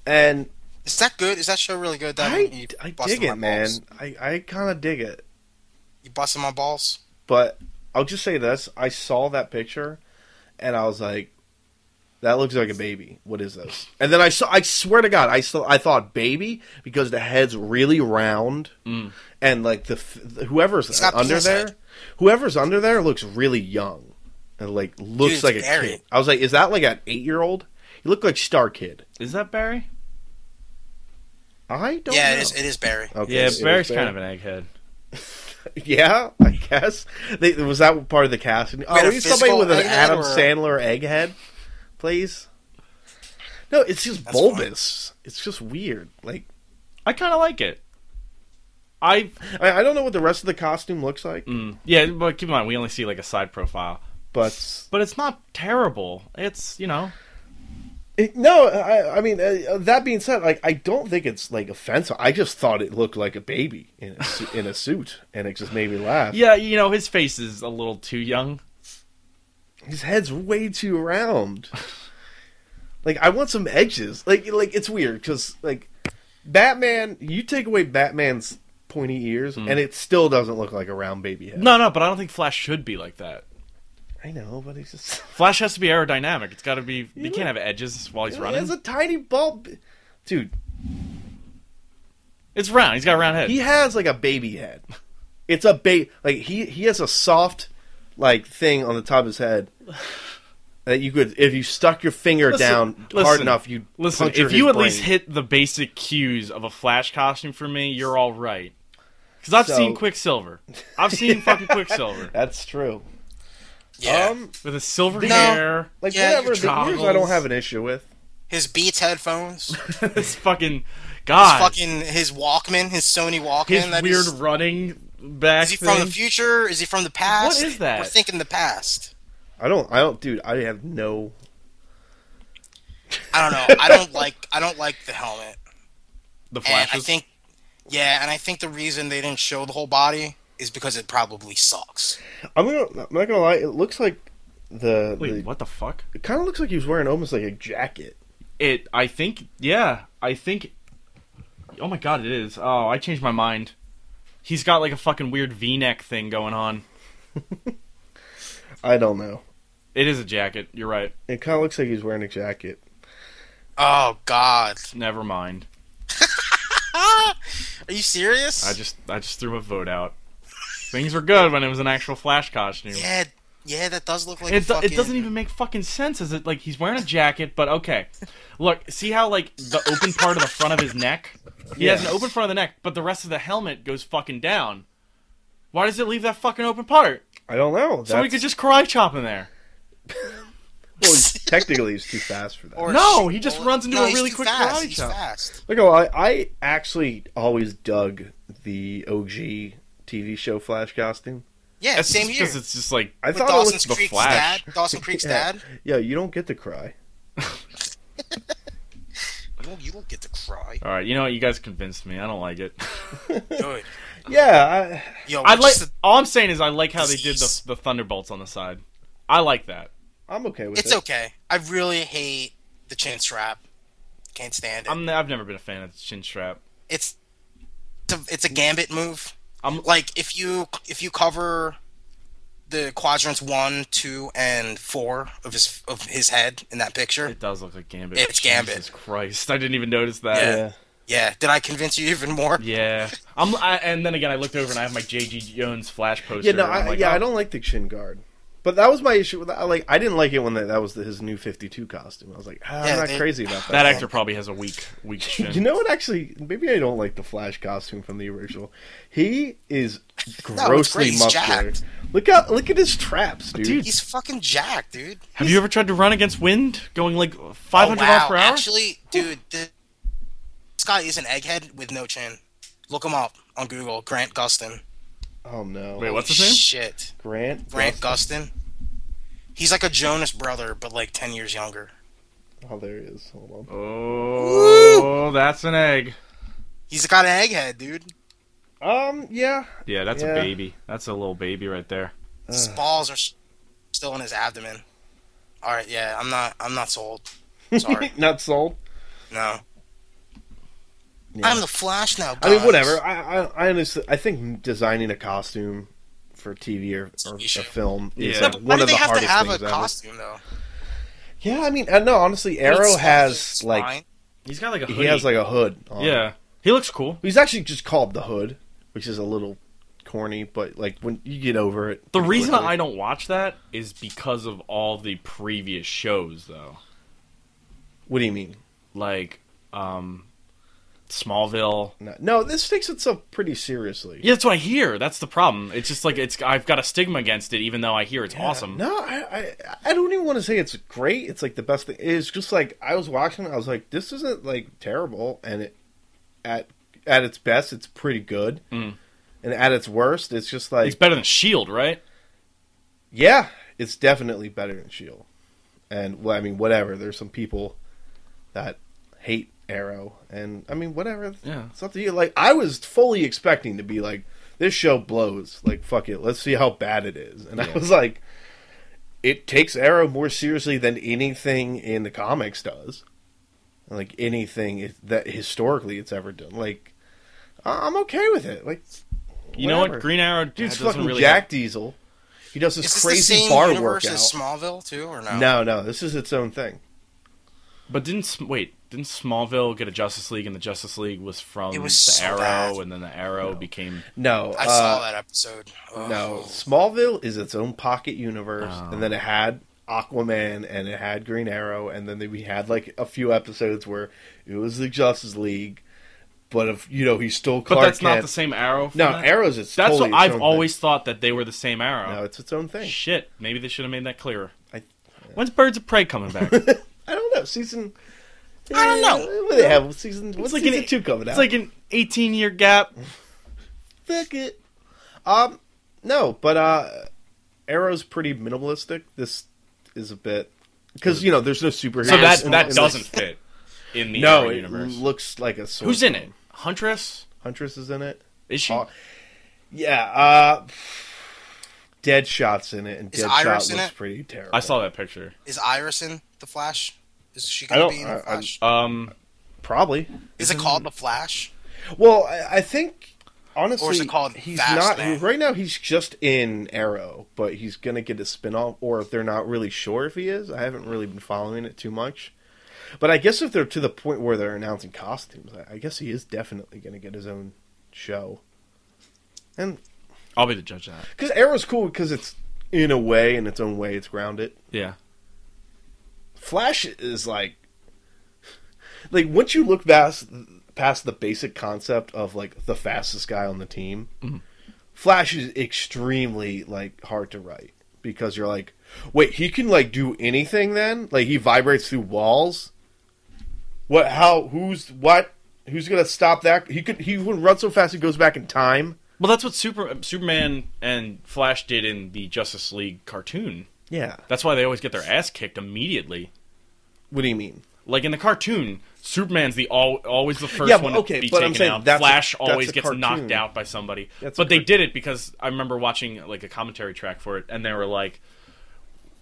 [SPEAKER 1] and
[SPEAKER 2] Is that good? Is that show really good? That
[SPEAKER 1] I,
[SPEAKER 2] you
[SPEAKER 1] I
[SPEAKER 2] busted
[SPEAKER 1] dig it,
[SPEAKER 2] my
[SPEAKER 1] man.
[SPEAKER 2] balls?
[SPEAKER 1] I I kind of dig it,
[SPEAKER 2] You busting my balls?
[SPEAKER 1] but I'll just say this: I saw that picture, and I was like, "That looks like a baby. What is this?" And then I saw. I swear to God, I saw. I thought baby because the head's really round,
[SPEAKER 3] Mm.
[SPEAKER 1] and like the f- the- whoever's
[SPEAKER 2] It's got
[SPEAKER 1] under
[SPEAKER 2] penis
[SPEAKER 1] there,
[SPEAKER 2] head.
[SPEAKER 1] whoever's under there looks really young, and like looks
[SPEAKER 2] it's
[SPEAKER 1] like a
[SPEAKER 2] Barry.
[SPEAKER 1] kid. I was like, "Is that like an eight year old?" He looked like Star Kid.
[SPEAKER 3] Is that Barry?
[SPEAKER 1] I don't.
[SPEAKER 2] yeah,
[SPEAKER 1] know.
[SPEAKER 2] it is, it is Barry.
[SPEAKER 1] Okay,
[SPEAKER 3] yeah,
[SPEAKER 1] it is
[SPEAKER 3] Barry's
[SPEAKER 1] Barry.
[SPEAKER 3] kind of an egghead.
[SPEAKER 1] Yeah, I guess. They, was that part of the casting?
[SPEAKER 2] Wait,
[SPEAKER 1] Oh,
[SPEAKER 2] a
[SPEAKER 1] we need somebody
[SPEAKER 2] physical
[SPEAKER 1] with an
[SPEAKER 2] egghead
[SPEAKER 1] Adam
[SPEAKER 2] or-
[SPEAKER 1] Sandler egghead, please. No, it's just
[SPEAKER 2] That's
[SPEAKER 1] bulbous. It's just weird. Like
[SPEAKER 3] I kind of like it. I
[SPEAKER 1] I, I don't know what the rest of the costume looks like,
[SPEAKER 3] mm, yeah, but keep in mind we only see like a side profile,
[SPEAKER 1] but
[SPEAKER 3] but it's not terrible. It's you know
[SPEAKER 1] it, no, I, I mean uh, uh, that being said, like I don't think it's like offensive. I just thought it looked like a baby in a, su- in a suit, and it just made me laugh.
[SPEAKER 3] yeah you know his face is a little too young.
[SPEAKER 1] His head's way too round. like I want some edges. Like like it's weird because like Batman, you take away Batman's pointy ears, and it still doesn't look like a round baby head.
[SPEAKER 3] Hmm. No, no, but I don't think Flash should be like that.
[SPEAKER 1] I know, but it's just
[SPEAKER 3] Flash has to be aerodynamic. It's got to be. He can't have edges while he's
[SPEAKER 1] he
[SPEAKER 3] running.
[SPEAKER 1] has a tiny bulb. Dude,
[SPEAKER 3] It's round. He's got a round head.
[SPEAKER 1] he has like a baby head. It's a ba like he he has a soft like thing on the top of his head. That you could, if you stuck your finger
[SPEAKER 3] Listen-
[SPEAKER 1] down hard
[SPEAKER 3] listen.
[SPEAKER 1] enough, you'd
[SPEAKER 3] Listen,
[SPEAKER 1] puncture
[SPEAKER 3] if you
[SPEAKER 1] his
[SPEAKER 3] at least
[SPEAKER 1] brain.
[SPEAKER 3] hit the basic cues of a Flash costume for me, you're all right. Because I've
[SPEAKER 1] So-
[SPEAKER 3] seen Quicksilver. I've seen fucking Quicksilver
[SPEAKER 1] that's true.
[SPEAKER 2] Yeah,
[SPEAKER 1] Um,
[SPEAKER 3] with his silver
[SPEAKER 2] No.
[SPEAKER 3] hair,
[SPEAKER 1] Like
[SPEAKER 2] Yeah,
[SPEAKER 1] whatever
[SPEAKER 2] your
[SPEAKER 1] the ears, I don't
[SPEAKER 3] goggles.
[SPEAKER 1] have an issue with.
[SPEAKER 2] his Beats headphones, his
[SPEAKER 3] his fucking god,
[SPEAKER 2] fucking his Walkman, his Sony
[SPEAKER 3] his
[SPEAKER 2] Walkman. that
[SPEAKER 3] weird
[SPEAKER 2] he's-
[SPEAKER 3] running back.
[SPEAKER 2] Is he
[SPEAKER 3] thing.
[SPEAKER 2] from the future? Is he from the past?
[SPEAKER 3] is that?
[SPEAKER 2] We're thinking the past.
[SPEAKER 1] I don't. I don't, dude. I have no.
[SPEAKER 2] I don't know. I don't like. I don't like the helmet.
[SPEAKER 3] The
[SPEAKER 2] And
[SPEAKER 3] Flash.
[SPEAKER 2] Eh, I think, yeah, and I think the reason they didn't show the whole body is because it probably sucks.
[SPEAKER 1] I'm gonna. I'm not gonna lie. It looks like the.
[SPEAKER 3] Wait,
[SPEAKER 1] the-
[SPEAKER 3] what the fuck?
[SPEAKER 1] It kind of looks like he was wearing almost like a jacket.
[SPEAKER 3] It. I think. Yeah. I think. Oh my god, it is. Oh, I changed my mind. He's got like a fucking weird V-neck thing going on.
[SPEAKER 1] I don't know.
[SPEAKER 3] It is a jacket. You're right.
[SPEAKER 1] It kind of looks like he's wearing a jacket.
[SPEAKER 2] Oh God,
[SPEAKER 3] Never mind.
[SPEAKER 2] are you serious?
[SPEAKER 3] I just I just threw a vote out. Things were good when it was an actual Flash costume.
[SPEAKER 2] yeah, yeah, that does look like
[SPEAKER 3] It,
[SPEAKER 2] a
[SPEAKER 3] do-
[SPEAKER 2] fucking,
[SPEAKER 3] it doesn't even make fucking sense. Is it like he's wearing a jacket? But okay, look, see how like the open part of the front of his neck. He has an
[SPEAKER 1] Yeah.
[SPEAKER 3] open front of the neck, but the rest of the helmet goes fucking down. Why does it leave that fucking open part?
[SPEAKER 1] I don't know. That's,
[SPEAKER 3] So we could just karate chop in there.
[SPEAKER 1] well, he's- technically, he's too fast for that.
[SPEAKER 2] or
[SPEAKER 3] No,
[SPEAKER 2] shoot
[SPEAKER 3] he just
[SPEAKER 2] bullet-
[SPEAKER 3] runs into
[SPEAKER 2] No,
[SPEAKER 3] a
[SPEAKER 2] he's
[SPEAKER 3] really
[SPEAKER 2] too
[SPEAKER 3] quick
[SPEAKER 2] fast.
[SPEAKER 3] karate
[SPEAKER 2] he's
[SPEAKER 3] chop.
[SPEAKER 2] fast.
[SPEAKER 1] Look, oh, I, I actually always dug the OG TV show Flash costume.
[SPEAKER 2] Yeah,
[SPEAKER 3] That's
[SPEAKER 2] same
[SPEAKER 3] just
[SPEAKER 2] here.
[SPEAKER 3] it's just like
[SPEAKER 1] I
[SPEAKER 2] With
[SPEAKER 1] thought it
[SPEAKER 2] Dawson's
[SPEAKER 1] was
[SPEAKER 3] the
[SPEAKER 2] Creek's
[SPEAKER 3] Flash.
[SPEAKER 2] dad, Dawson Creek's
[SPEAKER 1] Yeah.
[SPEAKER 2] dad.
[SPEAKER 1] Yeah, you don't get to cry.
[SPEAKER 2] No, you don't get to cry.
[SPEAKER 3] all right. You know what? You guys convinced me. I don't like it.
[SPEAKER 2] Good.
[SPEAKER 1] Yeah, I,
[SPEAKER 2] Yo,
[SPEAKER 3] I
[SPEAKER 2] which
[SPEAKER 3] like.
[SPEAKER 2] is the-
[SPEAKER 3] All I'm saying is I like how they did the
[SPEAKER 2] disease.
[SPEAKER 3] the thunderbolts on the side. I like that.
[SPEAKER 1] I'm okay with
[SPEAKER 2] it's
[SPEAKER 1] it.
[SPEAKER 2] okay. I really hate the chin strap. Can't stand it.
[SPEAKER 3] I'm I've never been a fan of the chin strap.
[SPEAKER 2] it's it's a, it's a gambit move.
[SPEAKER 3] I'm-
[SPEAKER 2] like if you if you cover the quadrants one, two, and four of his of his head in that picture.
[SPEAKER 3] It does look like Gambit.
[SPEAKER 2] It's Gambit.
[SPEAKER 3] Jesus Christ! I didn't even notice that.
[SPEAKER 2] Yeah.
[SPEAKER 1] Yeah.
[SPEAKER 2] Yeah, did I convince you even more?
[SPEAKER 3] Yeah, I'm. I, and then again, I looked over and I have my JG Jones flash poster.
[SPEAKER 1] Yeah, no,
[SPEAKER 3] and I'm
[SPEAKER 1] I,
[SPEAKER 3] like,
[SPEAKER 1] yeah,
[SPEAKER 3] oh.
[SPEAKER 1] I don't like the shin guard. But that was my issue with that. Like, I didn't like it when that, that was the, his new Fifty Two costume. I was like, ah,
[SPEAKER 2] Yeah,
[SPEAKER 1] I'm not
[SPEAKER 2] they-
[SPEAKER 1] crazy about that.
[SPEAKER 3] That actor probably has a weak, weak shin.
[SPEAKER 1] You know what? Actually, maybe I don't like the Flash costume from the original. He is
[SPEAKER 2] No, it's great.
[SPEAKER 1] grossly
[SPEAKER 2] He's
[SPEAKER 1] muscular.
[SPEAKER 2] jacked.
[SPEAKER 1] Look out! Look at his traps, dude.
[SPEAKER 3] Dude,
[SPEAKER 2] He's fucking jacked, dude.
[SPEAKER 3] have you ever tried to run against wind, going like 500
[SPEAKER 2] oh,
[SPEAKER 3] miles
[SPEAKER 2] wow.
[SPEAKER 3] per hour?
[SPEAKER 2] Actually, dude, this guy is an egghead with no chin. Look him up on Google. Grant Gustin.
[SPEAKER 1] oh no!
[SPEAKER 3] Wait, what's his
[SPEAKER 2] Holy
[SPEAKER 3] name?
[SPEAKER 2] Shit.
[SPEAKER 1] Grant.
[SPEAKER 2] Grant
[SPEAKER 1] Gustin-
[SPEAKER 2] Gustin. He's like a Jonas brother, but like ten years younger.
[SPEAKER 1] Oh, there he is. Hold on.
[SPEAKER 3] Oh, that's an egg.
[SPEAKER 2] He's got an egghead, dude.
[SPEAKER 1] Um, yeah.
[SPEAKER 3] Yeah, that's
[SPEAKER 1] Yeah.
[SPEAKER 3] a baby. That's a little baby right there.
[SPEAKER 2] His
[SPEAKER 1] Mm.
[SPEAKER 2] balls are s- still in his abdomen. All right, yeah, I'm not. I'm not sold. Sorry,
[SPEAKER 1] Not sold.
[SPEAKER 2] no.
[SPEAKER 1] Yeah.
[SPEAKER 2] I'm the Flash now. Guys.
[SPEAKER 1] I mean, whatever. I, I, I honestly, I think designing a costume for TV or, or a
[SPEAKER 2] TV show.
[SPEAKER 1] film is
[SPEAKER 3] Yeah.
[SPEAKER 1] like,
[SPEAKER 2] Why
[SPEAKER 1] one
[SPEAKER 2] do
[SPEAKER 1] of
[SPEAKER 2] they
[SPEAKER 1] the
[SPEAKER 2] have
[SPEAKER 1] hardest
[SPEAKER 2] to have a
[SPEAKER 1] things
[SPEAKER 2] costume though?
[SPEAKER 1] ever. Yeah, I mean, uh, no, honestly, Arrow
[SPEAKER 2] It's-
[SPEAKER 1] has
[SPEAKER 2] it's
[SPEAKER 1] like
[SPEAKER 2] fine.
[SPEAKER 3] He's got like a hoodie.
[SPEAKER 1] he has like a hood. On.
[SPEAKER 3] yeah. He looks cool.
[SPEAKER 1] he's actually just called the Hood, which is a little corny, but like when you get over it.
[SPEAKER 3] The
[SPEAKER 1] pretty
[SPEAKER 3] reason
[SPEAKER 1] quickly.
[SPEAKER 3] I don't watch that is because of all the previous shows, though.
[SPEAKER 1] What do you mean?
[SPEAKER 3] Like, um, Smallville.
[SPEAKER 1] No, no, this takes itself pretty seriously.
[SPEAKER 3] Yeah, that's what I hear. That's the problem. It's just like it's. I've got a stigma against it, even though I hear it's awesome.
[SPEAKER 1] No, I, I I don't even want to say it's great. It's like the best thing. It's just like I was watching. it, I was like, this isn't like terrible, and it at at its best, it's pretty good.
[SPEAKER 3] Mm.
[SPEAKER 1] And at its worst, it's just like
[SPEAKER 3] It's better than Shield, E right?
[SPEAKER 1] yeah, it's definitely better than Shield. E And well, I mean, whatever. There's some people that hate Arrow, and I mean, whatever.
[SPEAKER 3] Yeah.
[SPEAKER 1] it's up to you. Like I was fully expecting to be like, this show blows. Like fuck it, let's see how bad it is. And I
[SPEAKER 3] Yeah.
[SPEAKER 1] was like, it takes Arrow more seriously than anything in the comics does. Like anything it- that historically it's ever done. Like I- I'm okay with it. Like
[SPEAKER 3] You know
[SPEAKER 1] Whatever.
[SPEAKER 3] what? Green Arrow
[SPEAKER 1] dude's
[SPEAKER 3] doesn't
[SPEAKER 1] fucking
[SPEAKER 3] really.
[SPEAKER 1] Jack Diesel. He does this,
[SPEAKER 2] Is this the
[SPEAKER 1] crazy
[SPEAKER 2] same
[SPEAKER 1] bar
[SPEAKER 2] universe
[SPEAKER 1] workout.
[SPEAKER 2] as Smallville too, or no?
[SPEAKER 1] No, no, this is its own thing.
[SPEAKER 3] But didn't Sm- wait? Didn't Smallville get a Justice League, and the Justice League was from
[SPEAKER 2] It
[SPEAKER 3] the
[SPEAKER 2] was so
[SPEAKER 3] Arrow,
[SPEAKER 2] bad.
[SPEAKER 3] and then the Arrow became
[SPEAKER 1] No,
[SPEAKER 2] I
[SPEAKER 1] uh,
[SPEAKER 2] saw that Oh. episode. Ugh.
[SPEAKER 1] No, Smallville is its own pocket universe,
[SPEAKER 3] Oh.
[SPEAKER 1] and then it had Aquaman, and it had Green Arrow, and then we had like a few episodes where it was the Justice League, but if you know he stole
[SPEAKER 3] But
[SPEAKER 1] Clark
[SPEAKER 3] that's not
[SPEAKER 1] Kent-
[SPEAKER 3] the same Arrow. from
[SPEAKER 1] No,
[SPEAKER 3] that?
[SPEAKER 1] Arrow's its.
[SPEAKER 3] That's
[SPEAKER 1] totally
[SPEAKER 3] what
[SPEAKER 1] its own
[SPEAKER 3] I've
[SPEAKER 1] thing.
[SPEAKER 3] always thought that they were the same Arrow.
[SPEAKER 1] No, it's its own thing.
[SPEAKER 3] Shit, maybe they should have made that clearer.
[SPEAKER 1] I-
[SPEAKER 3] When's Birds of Prey coming back?
[SPEAKER 1] I don't know season.
[SPEAKER 2] I don't know.
[SPEAKER 1] Eh, What do they have season? What's
[SPEAKER 3] like
[SPEAKER 1] season
[SPEAKER 3] an-
[SPEAKER 1] two coming out?
[SPEAKER 3] it's like an 18 year gap.
[SPEAKER 1] fuck it. Um, no, but uh, Arrow's pretty minimalistic. This is a bit because you know there's no superheroes.
[SPEAKER 3] So that
[SPEAKER 1] in- in
[SPEAKER 3] that
[SPEAKER 1] this.
[SPEAKER 3] doesn't fit in the
[SPEAKER 1] No,
[SPEAKER 3] Arrow
[SPEAKER 1] it
[SPEAKER 3] universe.
[SPEAKER 1] looks like a sword.
[SPEAKER 3] Who's in it? Huntress?
[SPEAKER 1] Huntress is in it.
[SPEAKER 3] Is she?
[SPEAKER 1] Oh, Yeah. Uh, Deadshot's in it, and
[SPEAKER 2] Is
[SPEAKER 1] Deadshot
[SPEAKER 2] Iris in
[SPEAKER 1] looks
[SPEAKER 2] it?
[SPEAKER 1] pretty terrible.
[SPEAKER 3] I saw that picture.
[SPEAKER 2] Is Iris in the Flash? Is she
[SPEAKER 1] I
[SPEAKER 2] gonna
[SPEAKER 1] don't-
[SPEAKER 2] be in
[SPEAKER 1] I-
[SPEAKER 2] the
[SPEAKER 1] I'm-
[SPEAKER 2] Flash?
[SPEAKER 3] Um,
[SPEAKER 1] probably.
[SPEAKER 2] is it called the Flash?
[SPEAKER 1] Well, I, I think honestly,
[SPEAKER 2] Or is it called
[SPEAKER 1] he's
[SPEAKER 2] Fast
[SPEAKER 1] not
[SPEAKER 2] Man?
[SPEAKER 1] right now. He's just in Arrow, but he's gonna get a spinoff, or if they're not really sure if he is. I haven't really been following it too much. But I guess if they're to the point where they're announcing costumes, I, I guess he is definitely gonna get his own show. And
[SPEAKER 3] I'll be the judge of that.
[SPEAKER 1] because Arrow's cool, because it's in a way, in its own way, it's grounded.
[SPEAKER 3] Yeah.
[SPEAKER 1] Flash is like like once you look past past the basic concept of like the fastest guy on the team, Flash is extremely like hard to write because you're like, wait, he can like do anything then? Like he vibrates through walls? What how who's what who's going to stop that? He could he would run so fast he goes back in time.
[SPEAKER 3] Well, that's what Super Superman and Flash did in the Justice League cartoon.
[SPEAKER 1] Yeah.
[SPEAKER 3] That's why they always get their ass kicked immediately.
[SPEAKER 1] What do you mean?
[SPEAKER 3] Like in the cartoon, Superman's the all, always the first
[SPEAKER 1] Yeah, but-
[SPEAKER 3] one
[SPEAKER 1] okay,
[SPEAKER 3] to be
[SPEAKER 1] but I'm
[SPEAKER 3] taken
[SPEAKER 1] saying
[SPEAKER 3] out.
[SPEAKER 1] that's a-
[SPEAKER 3] Flash
[SPEAKER 1] that's
[SPEAKER 3] always
[SPEAKER 1] a
[SPEAKER 3] gets
[SPEAKER 1] cartoon.
[SPEAKER 3] knocked out by somebody.
[SPEAKER 1] That's a
[SPEAKER 3] but they
[SPEAKER 1] cart-
[SPEAKER 3] did it because I remember watching like a commentary track for it, and they were like,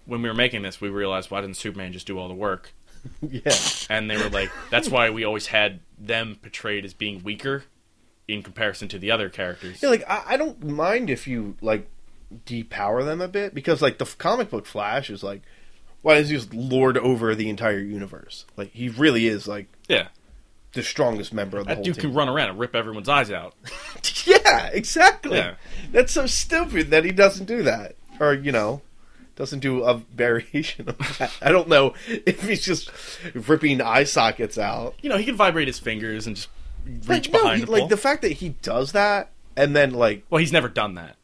[SPEAKER 3] when we were making this, we realized why didn't Superman just do all the work?
[SPEAKER 1] Yeah.
[SPEAKER 3] And they were like, that's why we always had them portrayed as being weaker in comparison to the other characters.
[SPEAKER 1] Yeah, like I, I don't mind if you like depower them a bit because like the f- comic book Flash is like, why is he just lord over the entire universe? Like he really is like
[SPEAKER 3] Yeah,
[SPEAKER 1] the strongest member of the
[SPEAKER 3] that
[SPEAKER 1] whole
[SPEAKER 3] dude
[SPEAKER 1] team.
[SPEAKER 3] can run around and rip everyone's eyes out.
[SPEAKER 1] yeah, exactly.
[SPEAKER 3] Yeah.
[SPEAKER 1] That's so stupid that he doesn't do that, or you know. Doesn't do a variation of that. I don't know if he's just ripping eye sockets out.
[SPEAKER 3] You know, he can vibrate his fingers and just reach
[SPEAKER 1] Like, no,
[SPEAKER 3] behind.
[SPEAKER 1] he-
[SPEAKER 3] the
[SPEAKER 1] like
[SPEAKER 3] pole.
[SPEAKER 1] the fact that he does that, and then like
[SPEAKER 3] well, he's never done that.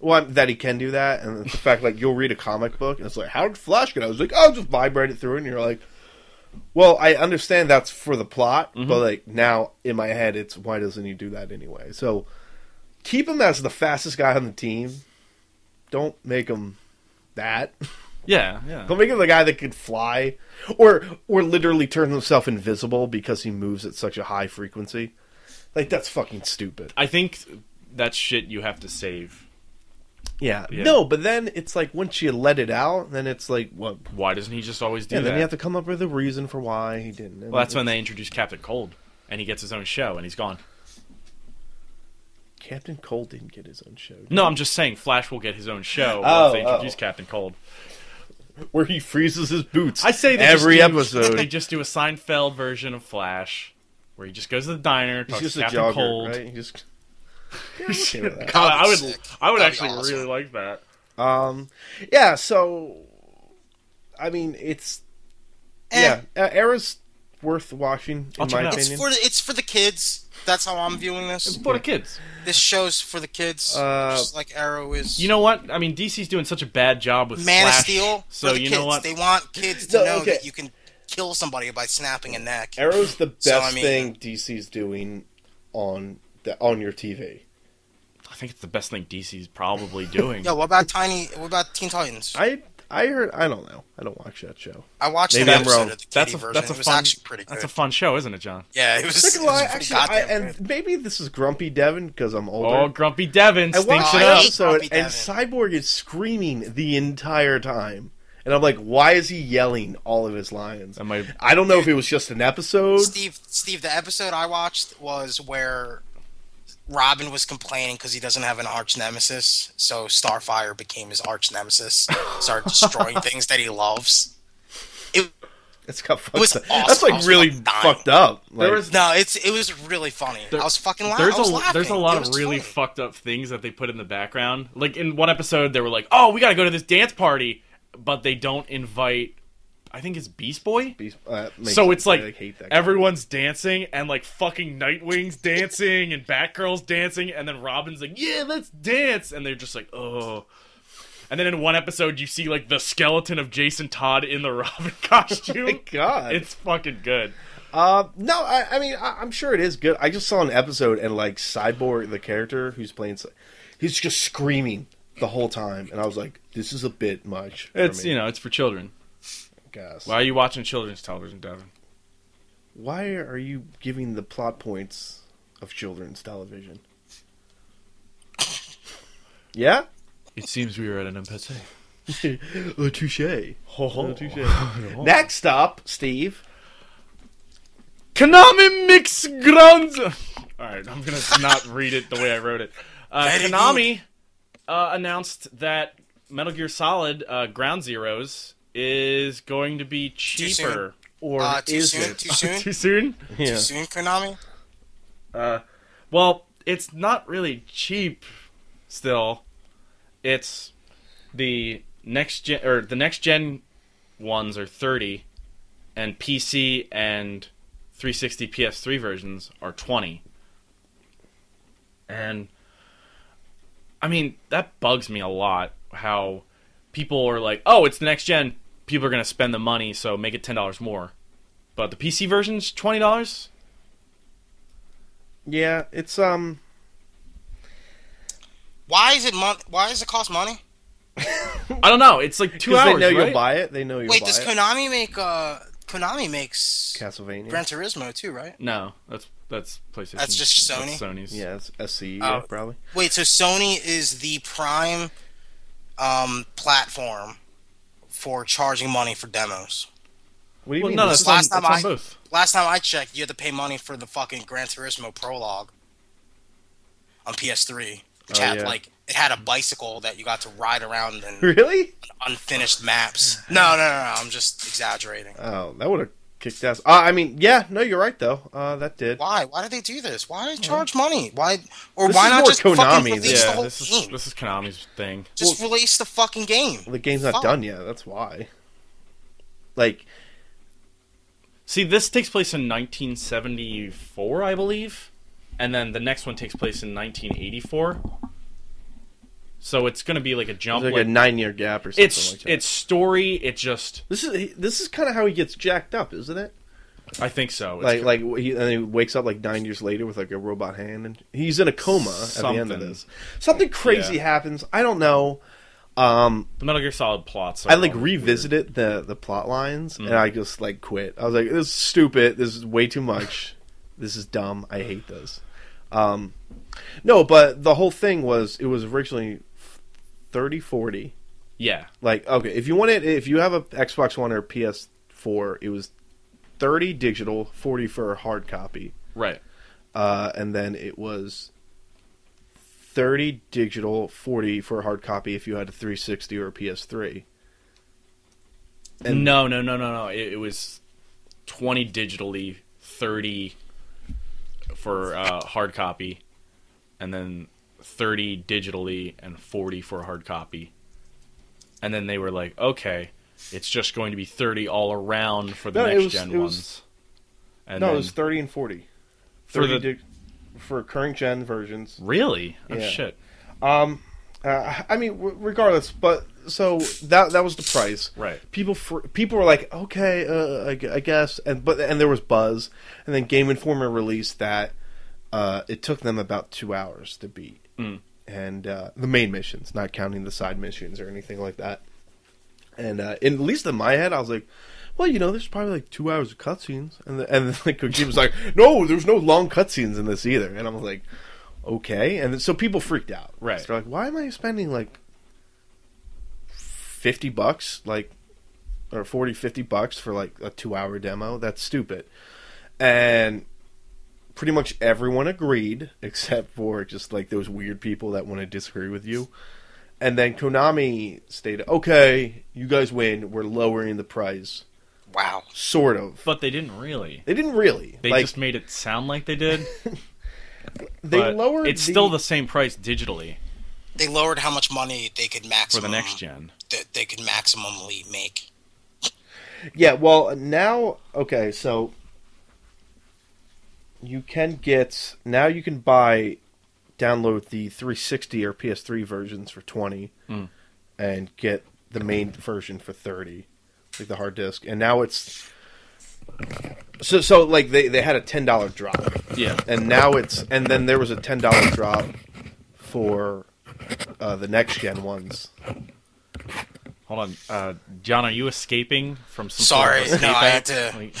[SPEAKER 1] Well, that he can do that, and the fact like you'll read a comic book and it's like, how did Flash get? out?" I was like, I'll just vibrate it through, and you're like, well, I understand that's for the plot, but like now in my head, it's why doesn't he do that anyway? So keep him as the fastest guy on the team. Don't make him that.
[SPEAKER 3] Yeah, yeah.
[SPEAKER 1] Don't make him the guy that could fly, or or literally turn himself invisible because he moves at such a high frequency. Like that's fucking stupid.
[SPEAKER 3] I think that's shit you have to save.
[SPEAKER 1] Yeah.
[SPEAKER 3] Yeah.
[SPEAKER 1] No, but then it's like once you let it out, then it's like what?
[SPEAKER 3] Why doesn't he just always do
[SPEAKER 1] And
[SPEAKER 3] that?
[SPEAKER 1] then you have to come up with a reason for why he didn't. And
[SPEAKER 3] well, that's when they introduced Captain Cold, and he gets his own show, and he's gone.
[SPEAKER 1] Captain Cold didn't get his own show.
[SPEAKER 3] No, I'm just saying Flash will get his own show
[SPEAKER 1] Oh,
[SPEAKER 3] once they introduce
[SPEAKER 1] oh.
[SPEAKER 3] Captain Cold.
[SPEAKER 1] where he freezes his boots.
[SPEAKER 3] I say they
[SPEAKER 1] every
[SPEAKER 3] just do,
[SPEAKER 1] episode.
[SPEAKER 3] They just do a Seinfeld version of Flash, where he just goes to the diner,
[SPEAKER 1] He's
[SPEAKER 3] talks
[SPEAKER 1] just
[SPEAKER 3] to
[SPEAKER 1] a
[SPEAKER 3] Captain
[SPEAKER 1] jogger,
[SPEAKER 3] Cold.
[SPEAKER 1] right? He just. Yeah, I'm okay with that.
[SPEAKER 3] God, I would,
[SPEAKER 2] Sick.
[SPEAKER 3] I would
[SPEAKER 2] That'd be
[SPEAKER 3] actually
[SPEAKER 2] awesome.
[SPEAKER 3] really like that.
[SPEAKER 1] Um, yeah. So, I mean, it's yeah. Uh, Era's worth watching in
[SPEAKER 3] I'll check
[SPEAKER 1] my
[SPEAKER 3] it out.
[SPEAKER 2] Eh. It's
[SPEAKER 1] opinion.
[SPEAKER 2] for the, it's for the kids. That's how I'm viewing this.
[SPEAKER 3] For the kids,
[SPEAKER 2] This show's for the kids,
[SPEAKER 1] Uh,
[SPEAKER 2] just like Arrow is.
[SPEAKER 3] you know what? I mean, DC's doing such a bad job with
[SPEAKER 2] Man
[SPEAKER 3] Flash,
[SPEAKER 2] of Steel.
[SPEAKER 3] So
[SPEAKER 2] for the
[SPEAKER 3] you
[SPEAKER 2] kids.
[SPEAKER 3] know what?
[SPEAKER 2] They want kids to
[SPEAKER 1] No,
[SPEAKER 2] know
[SPEAKER 1] okay.
[SPEAKER 2] that you can kill somebody by snapping a neck.
[SPEAKER 1] Arrow's the best
[SPEAKER 2] So, I mean-
[SPEAKER 1] thing DC's doing on the on your TV.
[SPEAKER 3] I think it's the best thing DC's probably doing.
[SPEAKER 2] Yo, what about Tiny? What about Teen Titans? I,
[SPEAKER 1] I I heard I don't know. I don't watch that show.
[SPEAKER 2] watched
[SPEAKER 1] Maybe
[SPEAKER 2] an
[SPEAKER 1] I'm
[SPEAKER 2] episode
[SPEAKER 1] wrong.
[SPEAKER 2] of the
[SPEAKER 3] that's
[SPEAKER 2] kitty
[SPEAKER 3] a
[SPEAKER 2] version.
[SPEAKER 3] that's a
[SPEAKER 2] it was
[SPEAKER 3] fun
[SPEAKER 2] actually pretty good.
[SPEAKER 3] that's a fun show, isn't it, John?
[SPEAKER 2] yeah, it was.
[SPEAKER 1] Not
[SPEAKER 2] It
[SPEAKER 1] gonna
[SPEAKER 2] was
[SPEAKER 1] lie,
[SPEAKER 2] pretty
[SPEAKER 1] actually, I,
[SPEAKER 2] goddamn good.
[SPEAKER 1] and maybe this is Grumpy Devin because I'm
[SPEAKER 3] Oh,
[SPEAKER 1] older.
[SPEAKER 3] Grumpy Devin
[SPEAKER 1] I
[SPEAKER 3] stinks
[SPEAKER 1] watched
[SPEAKER 3] it
[SPEAKER 1] an
[SPEAKER 2] I
[SPEAKER 3] up.
[SPEAKER 2] hate
[SPEAKER 1] episode
[SPEAKER 2] Grumpy
[SPEAKER 1] and
[SPEAKER 2] Devin.
[SPEAKER 1] Cyborg is screaming the entire time, and I'm like, why is he yelling all of his lines?
[SPEAKER 3] That might-
[SPEAKER 1] I don't know if it was just an episode.
[SPEAKER 2] Steve, Steve, the episode I watched was where Robin was complaining because he doesn't have an arch nemesis, so Starfire became his arch nemesis, started destroying things that he loves. It
[SPEAKER 1] It's got fucked
[SPEAKER 2] was
[SPEAKER 1] up.
[SPEAKER 2] awesome.
[SPEAKER 1] That's
[SPEAKER 2] I
[SPEAKER 1] like
[SPEAKER 2] was
[SPEAKER 1] really
[SPEAKER 2] fucking dying.
[SPEAKER 1] fucked up.
[SPEAKER 3] There
[SPEAKER 1] Like,
[SPEAKER 3] was-
[SPEAKER 2] no, it's it was really funny. I was fucking la-
[SPEAKER 3] There's
[SPEAKER 2] I was
[SPEAKER 3] a
[SPEAKER 2] laughing.
[SPEAKER 3] there's a
[SPEAKER 2] It
[SPEAKER 3] lot
[SPEAKER 2] was
[SPEAKER 3] of really
[SPEAKER 2] funny.
[SPEAKER 3] fucked up things that they put in the background. Like in one episode, they were like, "Oh, we got to go to this dance party," but they don't invite. I think it's Beast Boy.
[SPEAKER 1] uh, makes
[SPEAKER 3] so
[SPEAKER 1] me-
[SPEAKER 3] it's like,
[SPEAKER 1] I hate that. guy.
[SPEAKER 3] everyone's dancing and like fucking Nightwing's dancing and Batgirl's dancing and then Robin's like, "Yeah, let's dance," and they're just like, "Oh." And then in one episode, you see like the skeleton of Jason Todd in the Robin costume.
[SPEAKER 1] Oh my God.
[SPEAKER 3] it's fucking good.
[SPEAKER 1] Uh, no, I, I mean, I, I'm sure it is good. I just saw an episode and like Cyborg, the character who's playing, Cy- he's just screaming the whole time, and I was like, this is a bit much. For
[SPEAKER 3] It's
[SPEAKER 1] me,
[SPEAKER 3] you know, it's for children.
[SPEAKER 1] guys.
[SPEAKER 3] Why are you watching children's television, Devin?
[SPEAKER 1] Why are you giving the plot points of children's television? Yeah,
[SPEAKER 3] It seems we are at an impasse.
[SPEAKER 1] oh, touche.
[SPEAKER 3] Oh,
[SPEAKER 1] Next up, Steve.
[SPEAKER 3] Konami Mix Grounds. All right, I'm gonna not read it the way I wrote it. Uh,
[SPEAKER 2] Very
[SPEAKER 3] Konami uh, announced that Metal Gear Solid uh, Ground Zeroes is going to be cheaper.
[SPEAKER 1] Or
[SPEAKER 2] Uh, too
[SPEAKER 1] is
[SPEAKER 2] soon,
[SPEAKER 1] it?
[SPEAKER 2] too soon,
[SPEAKER 3] Too soon?
[SPEAKER 2] too
[SPEAKER 1] Yeah.
[SPEAKER 2] soon, Konami.
[SPEAKER 3] Well, it's not really cheap. Still, it's the next gen or the next gen ones are thirty, and PC and 360 PS3 versions are twenty. And I mean, that bugs me a lot how people are like, "Oh, it's the next gen. People are going to spend the money, so make it $10 more." But the PC version's $20?
[SPEAKER 1] Yeah, it's um.
[SPEAKER 2] Why is it mon- Why does it cost money?
[SPEAKER 3] I don't know. It's like 2
[SPEAKER 1] Because
[SPEAKER 3] hours,
[SPEAKER 1] they know
[SPEAKER 3] right?
[SPEAKER 1] you'll buy it. They know you'll
[SPEAKER 2] Wait,
[SPEAKER 1] buy
[SPEAKER 2] does
[SPEAKER 1] it.
[SPEAKER 2] Konami make uh Konami makes
[SPEAKER 1] Castlevania.
[SPEAKER 2] Gran Turismo too, right?
[SPEAKER 3] No, that's that's PlayStation.
[SPEAKER 2] That's just Sony?
[SPEAKER 3] Sony's.
[SPEAKER 1] yeah, it's SC.
[SPEAKER 2] Oh.
[SPEAKER 1] yeah, E, probably.
[SPEAKER 2] Wait, so Sony is the prime um, platform for charging money for demos.
[SPEAKER 1] What do you
[SPEAKER 3] Well,
[SPEAKER 1] mean?
[SPEAKER 3] no,
[SPEAKER 1] This
[SPEAKER 3] that's
[SPEAKER 1] is
[SPEAKER 2] last time
[SPEAKER 3] on, that's on
[SPEAKER 2] I-
[SPEAKER 3] both.
[SPEAKER 2] Last time I checked, you had to pay money for the fucking Gran Turismo prologue on PS3, which
[SPEAKER 1] Oh,
[SPEAKER 2] had
[SPEAKER 1] yeah.
[SPEAKER 2] like it had a bicycle that you got to ride around in
[SPEAKER 1] Really?
[SPEAKER 2] unfinished maps. No, no, no, no I'm just exaggerating.
[SPEAKER 1] Oh, that would have kicked ass. Uh, I mean, yeah, no, you're right though. Uh, that did.
[SPEAKER 2] Why? Why did they do this? Why charge money? Why or
[SPEAKER 1] This
[SPEAKER 2] why
[SPEAKER 1] is
[SPEAKER 2] not
[SPEAKER 1] more
[SPEAKER 2] just fucking
[SPEAKER 1] Konami
[SPEAKER 2] release
[SPEAKER 1] than-
[SPEAKER 2] the
[SPEAKER 3] Yeah,
[SPEAKER 2] whole
[SPEAKER 3] this is
[SPEAKER 2] game?
[SPEAKER 3] this is Konami's thing.
[SPEAKER 2] just release the fucking game.
[SPEAKER 1] The game's not
[SPEAKER 2] Fuck.
[SPEAKER 1] done yet. That's why. Like,
[SPEAKER 3] See, this takes place in 1974, I believe, and then the next one takes place in 1984. So it's gonna be like a jump.
[SPEAKER 1] there's like,
[SPEAKER 3] like-
[SPEAKER 1] a nine-year gap or something
[SPEAKER 3] it's
[SPEAKER 1] like that.
[SPEAKER 3] it's story. It just
[SPEAKER 1] this is this is kind of how he gets jacked up, isn't it?
[SPEAKER 3] I think so. It's
[SPEAKER 1] Like like he, and he wakes up like nine years later with like a robot hand, and he's in a coma at the end of
[SPEAKER 3] Something.
[SPEAKER 1] this. Something crazy
[SPEAKER 3] Yeah.
[SPEAKER 1] happens. I don't know. Um,
[SPEAKER 3] the Metal Gear Solid plots.
[SPEAKER 1] I
[SPEAKER 3] are
[SPEAKER 1] like
[SPEAKER 3] all
[SPEAKER 1] revisited the the plot lines
[SPEAKER 3] Mm.
[SPEAKER 1] and I just like quit. I was like, this is stupid. This is way too much. this is dumb. I hate this. Um, no, but the whole thing was it was originally 30 40.
[SPEAKER 3] Yeah,
[SPEAKER 1] Like okay, if you want it, if you have a Xbox One or PS4, it was 30 digital, 40 for a hard copy,
[SPEAKER 3] right.
[SPEAKER 1] uh, and then it was 30 digital, 40 for a hard copy if you had a 360 or a PS3. And-
[SPEAKER 3] no, no, no, no, no. It, it was twenty digitally, thirty for uh, hard copy, and then thirty digitally and forty for hard copy. And then they were like, okay, it's just going to be thirty all around for
[SPEAKER 1] No,
[SPEAKER 3] the
[SPEAKER 1] it
[SPEAKER 3] next
[SPEAKER 1] was-
[SPEAKER 3] gen
[SPEAKER 1] it was-
[SPEAKER 3] ones. And
[SPEAKER 1] no,
[SPEAKER 3] then,
[SPEAKER 1] it was 30 and 40.
[SPEAKER 3] For
[SPEAKER 1] 30
[SPEAKER 3] the-
[SPEAKER 1] dig- for current gen versions.
[SPEAKER 3] really? Oh
[SPEAKER 1] Yeah.
[SPEAKER 3] shit.
[SPEAKER 1] Um, uh, I mean, w- regardless, but so that that was the price.
[SPEAKER 3] Right.
[SPEAKER 1] People fr- people were like, okay, uh, I, gu- I guess, and but and there was buzz, and then Game Informer released that uh, it took them about two hours to beat,
[SPEAKER 3] Mm.
[SPEAKER 1] and uh, the main missions, not counting the side missions or anything like that. And uh, in, at least in my head, I was like. Well, you know, there's probably like two hours of cutscenes, and the, and like Kojima's like, no, there's no long cutscenes in this either, and I was like, okay, and then, so people freaked out,
[SPEAKER 3] Right.
[SPEAKER 1] So they're like, why am I spending like fifty bucks, like or 40, 50 bucks for like a two-hour demo? That's stupid. And pretty much everyone agreed, except for just like those weird people that want to disagree with you. And then Konami stated, okay, you guys win. We're lowering the price.
[SPEAKER 2] Wow.
[SPEAKER 1] Sort of.
[SPEAKER 3] But they didn't really.
[SPEAKER 1] They didn't really.
[SPEAKER 3] They
[SPEAKER 1] like,
[SPEAKER 3] just made it sound like they did.
[SPEAKER 1] they
[SPEAKER 3] but
[SPEAKER 1] lowered
[SPEAKER 3] It's still the same price digitally
[SPEAKER 2] They lowered how much money they could
[SPEAKER 3] for
[SPEAKER 2] maximum
[SPEAKER 3] the next gen.
[SPEAKER 2] That they could maximally make.
[SPEAKER 1] Yeah, well, now okay, so you can get now you can buy download the 360 or PS3 versions for 20
[SPEAKER 3] Mm.
[SPEAKER 1] and get the main version for 30 like the hard disk and now it's so so like they they had a $10 drop
[SPEAKER 3] Yeah.
[SPEAKER 1] and now it's and then there was a ten dollar drop for uh, the next gen ones.
[SPEAKER 3] Hold on, uh, John. Are you escaping from some?
[SPEAKER 2] Sorry,
[SPEAKER 3] sort of
[SPEAKER 2] no,
[SPEAKER 3] escape
[SPEAKER 2] I had
[SPEAKER 3] act?
[SPEAKER 2] to-
[SPEAKER 3] Like,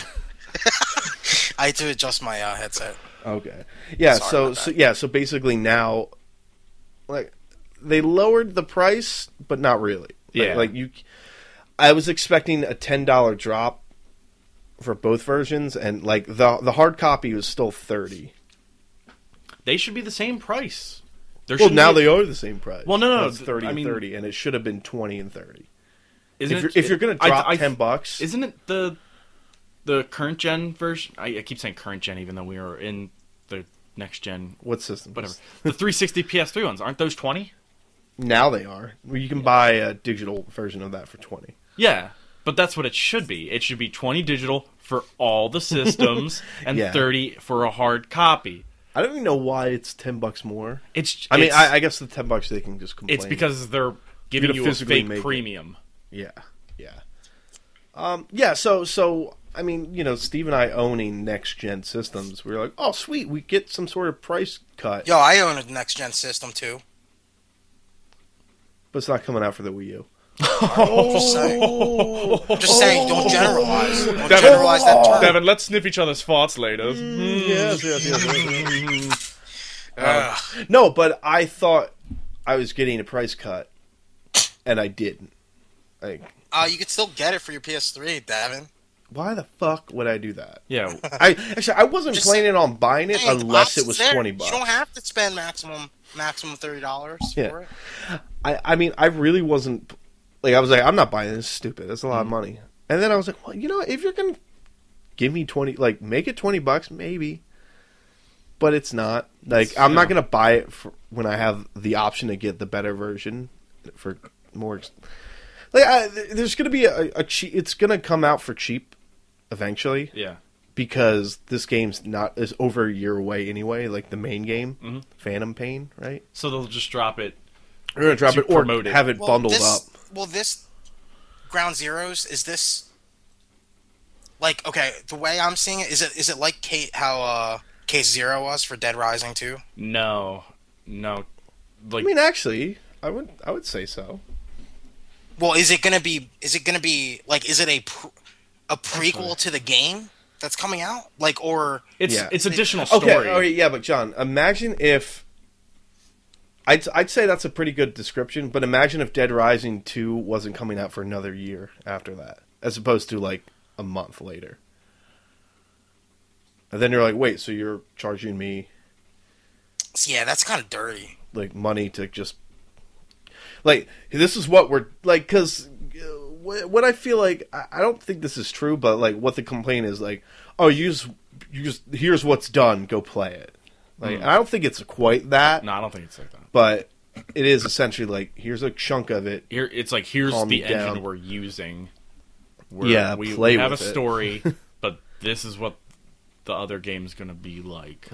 [SPEAKER 2] I had to adjust my uh, headset.
[SPEAKER 1] Okay. Yeah.
[SPEAKER 2] Sorry
[SPEAKER 1] so
[SPEAKER 2] about
[SPEAKER 1] so
[SPEAKER 2] that.
[SPEAKER 1] yeah. So basically now, like, they lowered the price, but not really. Like-
[SPEAKER 3] Yeah.
[SPEAKER 1] Like, you, I was expecting a ten dollar drop for both versions, and like the the hard copy was still thirty.
[SPEAKER 3] they should be the same price. There
[SPEAKER 1] Well,
[SPEAKER 3] should
[SPEAKER 1] now
[SPEAKER 3] be,
[SPEAKER 1] they are the same price.
[SPEAKER 3] Well, no, no,
[SPEAKER 1] Now it's
[SPEAKER 3] th-
[SPEAKER 1] thirty
[SPEAKER 3] I
[SPEAKER 1] and
[SPEAKER 3] mean-
[SPEAKER 1] thirty, and it should have been twenty and thirty.
[SPEAKER 3] Isn't
[SPEAKER 1] If you're,
[SPEAKER 3] it-
[SPEAKER 1] if you're gonna
[SPEAKER 3] I-
[SPEAKER 1] drop
[SPEAKER 3] I-
[SPEAKER 1] ten bucks,
[SPEAKER 3] isn't it the the current gen version? I, I keep saying current gen, even though we are in the next gen.
[SPEAKER 1] what system?
[SPEAKER 3] Whatever. The 360 PS3 ones aren't those 20?
[SPEAKER 1] Now they are. Well, You can buy a digital version of that for twenty.
[SPEAKER 3] Yeah, but that's what it should be. It should be 20 digital for all the systems and
[SPEAKER 1] Yeah.
[SPEAKER 3] 30 for a hard copy.
[SPEAKER 1] I don't even know why it's ten bucks more.
[SPEAKER 3] It's.
[SPEAKER 1] I mean,
[SPEAKER 3] it's-
[SPEAKER 1] I, I guess the ten bucks they can just complain.
[SPEAKER 3] It's because they're giving
[SPEAKER 1] gotta
[SPEAKER 3] you, a
[SPEAKER 1] physically
[SPEAKER 3] fake
[SPEAKER 1] make it.
[SPEAKER 3] premium.
[SPEAKER 1] yeah, yeah, um, yeah. So so I mean, you know, Steve and I owning next gen systems, we were like, oh sweet, we get some sort of price cut,
[SPEAKER 2] Yo, I own a next gen system too.
[SPEAKER 1] but it's not coming out for the Wii U. Oh.
[SPEAKER 2] Just saying.
[SPEAKER 3] Oh.
[SPEAKER 2] Just saying. Don't generalize. Don't generalize that term.
[SPEAKER 3] Devin, let's sniff each other's farts later.
[SPEAKER 1] Yes, yes, yes.
[SPEAKER 2] Ugh.
[SPEAKER 1] Um, no, but I thought I was getting a price cut, and I didn't. Like,
[SPEAKER 2] Uh, you could still get it for your PS3, Davin.
[SPEAKER 1] why the fuck would I do that?
[SPEAKER 3] Yeah,
[SPEAKER 1] I actually I wasn't
[SPEAKER 2] Just-
[SPEAKER 1] planning on buying it
[SPEAKER 2] Hey, the
[SPEAKER 1] unless it
[SPEAKER 2] option's
[SPEAKER 1] was
[SPEAKER 2] there.
[SPEAKER 1] twenty bucks.
[SPEAKER 2] You don't have to spend maximum maximum thirty dollars
[SPEAKER 1] Yeah.
[SPEAKER 2] for it.
[SPEAKER 1] I I mean I really wasn't like I was like I'm not buying this. It's stupid. That's a
[SPEAKER 2] Mm-hmm.
[SPEAKER 1] lot of money. And then I was like, well, you know, if you're gonna give me twenty, like make it twenty bucks, maybe. But it's not like I'm not gonna buy it for when I have the option to get the better version for more. ex- Like I, there's gonna be a, a cheap. It's gonna come out for cheap eventually.
[SPEAKER 3] yeah.
[SPEAKER 1] because this game's not is over a year away anyway. Like the main game, Phantom Pain, right?
[SPEAKER 3] So they'll just drop it.
[SPEAKER 1] We're gonna drop
[SPEAKER 3] To
[SPEAKER 1] it or
[SPEAKER 3] promote it.
[SPEAKER 1] have it bundled
[SPEAKER 2] this,
[SPEAKER 1] up.
[SPEAKER 2] Well, this Ground Zeroes is this like okay? The way I'm seeing it is it is it like Kate how uh, Case Zero was for Dead Rising two?
[SPEAKER 3] No, no. Like
[SPEAKER 1] I mean, actually, I would I would say so.
[SPEAKER 2] Well, is it gonna be is it gonna be like is it a pr- a prequel to the game? that's coming out? Like, or
[SPEAKER 3] It's
[SPEAKER 1] Yeah.
[SPEAKER 3] it's additional story.
[SPEAKER 1] Okay, all right, yeah, but John, imagine if I'd I'd say that's a pretty good description, but imagine if Dead Rising 2 wasn't coming out for another year after that, as opposed to like a month later. And then you're like, "Wait, so you're charging me
[SPEAKER 2] yeah, that's kind of dirty.
[SPEAKER 1] like money to just like this is what we're like because what I feel like I I don't think this is true, but like what the complaint is like, oh, you just you just here's what's done, go play it.
[SPEAKER 3] Hmm.
[SPEAKER 1] Like I don't think it's quite that,
[SPEAKER 3] No, I don't think it's like that.
[SPEAKER 1] but it is essentially like here's a chunk of it.
[SPEAKER 3] Here, it's like here's
[SPEAKER 1] Calm
[SPEAKER 3] the
[SPEAKER 1] me
[SPEAKER 3] engine
[SPEAKER 1] down.
[SPEAKER 3] we're using. We're,
[SPEAKER 1] Yeah,
[SPEAKER 3] we,
[SPEAKER 1] play
[SPEAKER 3] we have
[SPEAKER 1] with
[SPEAKER 3] a
[SPEAKER 1] it.
[SPEAKER 3] story, but this is what the other game's gonna be like.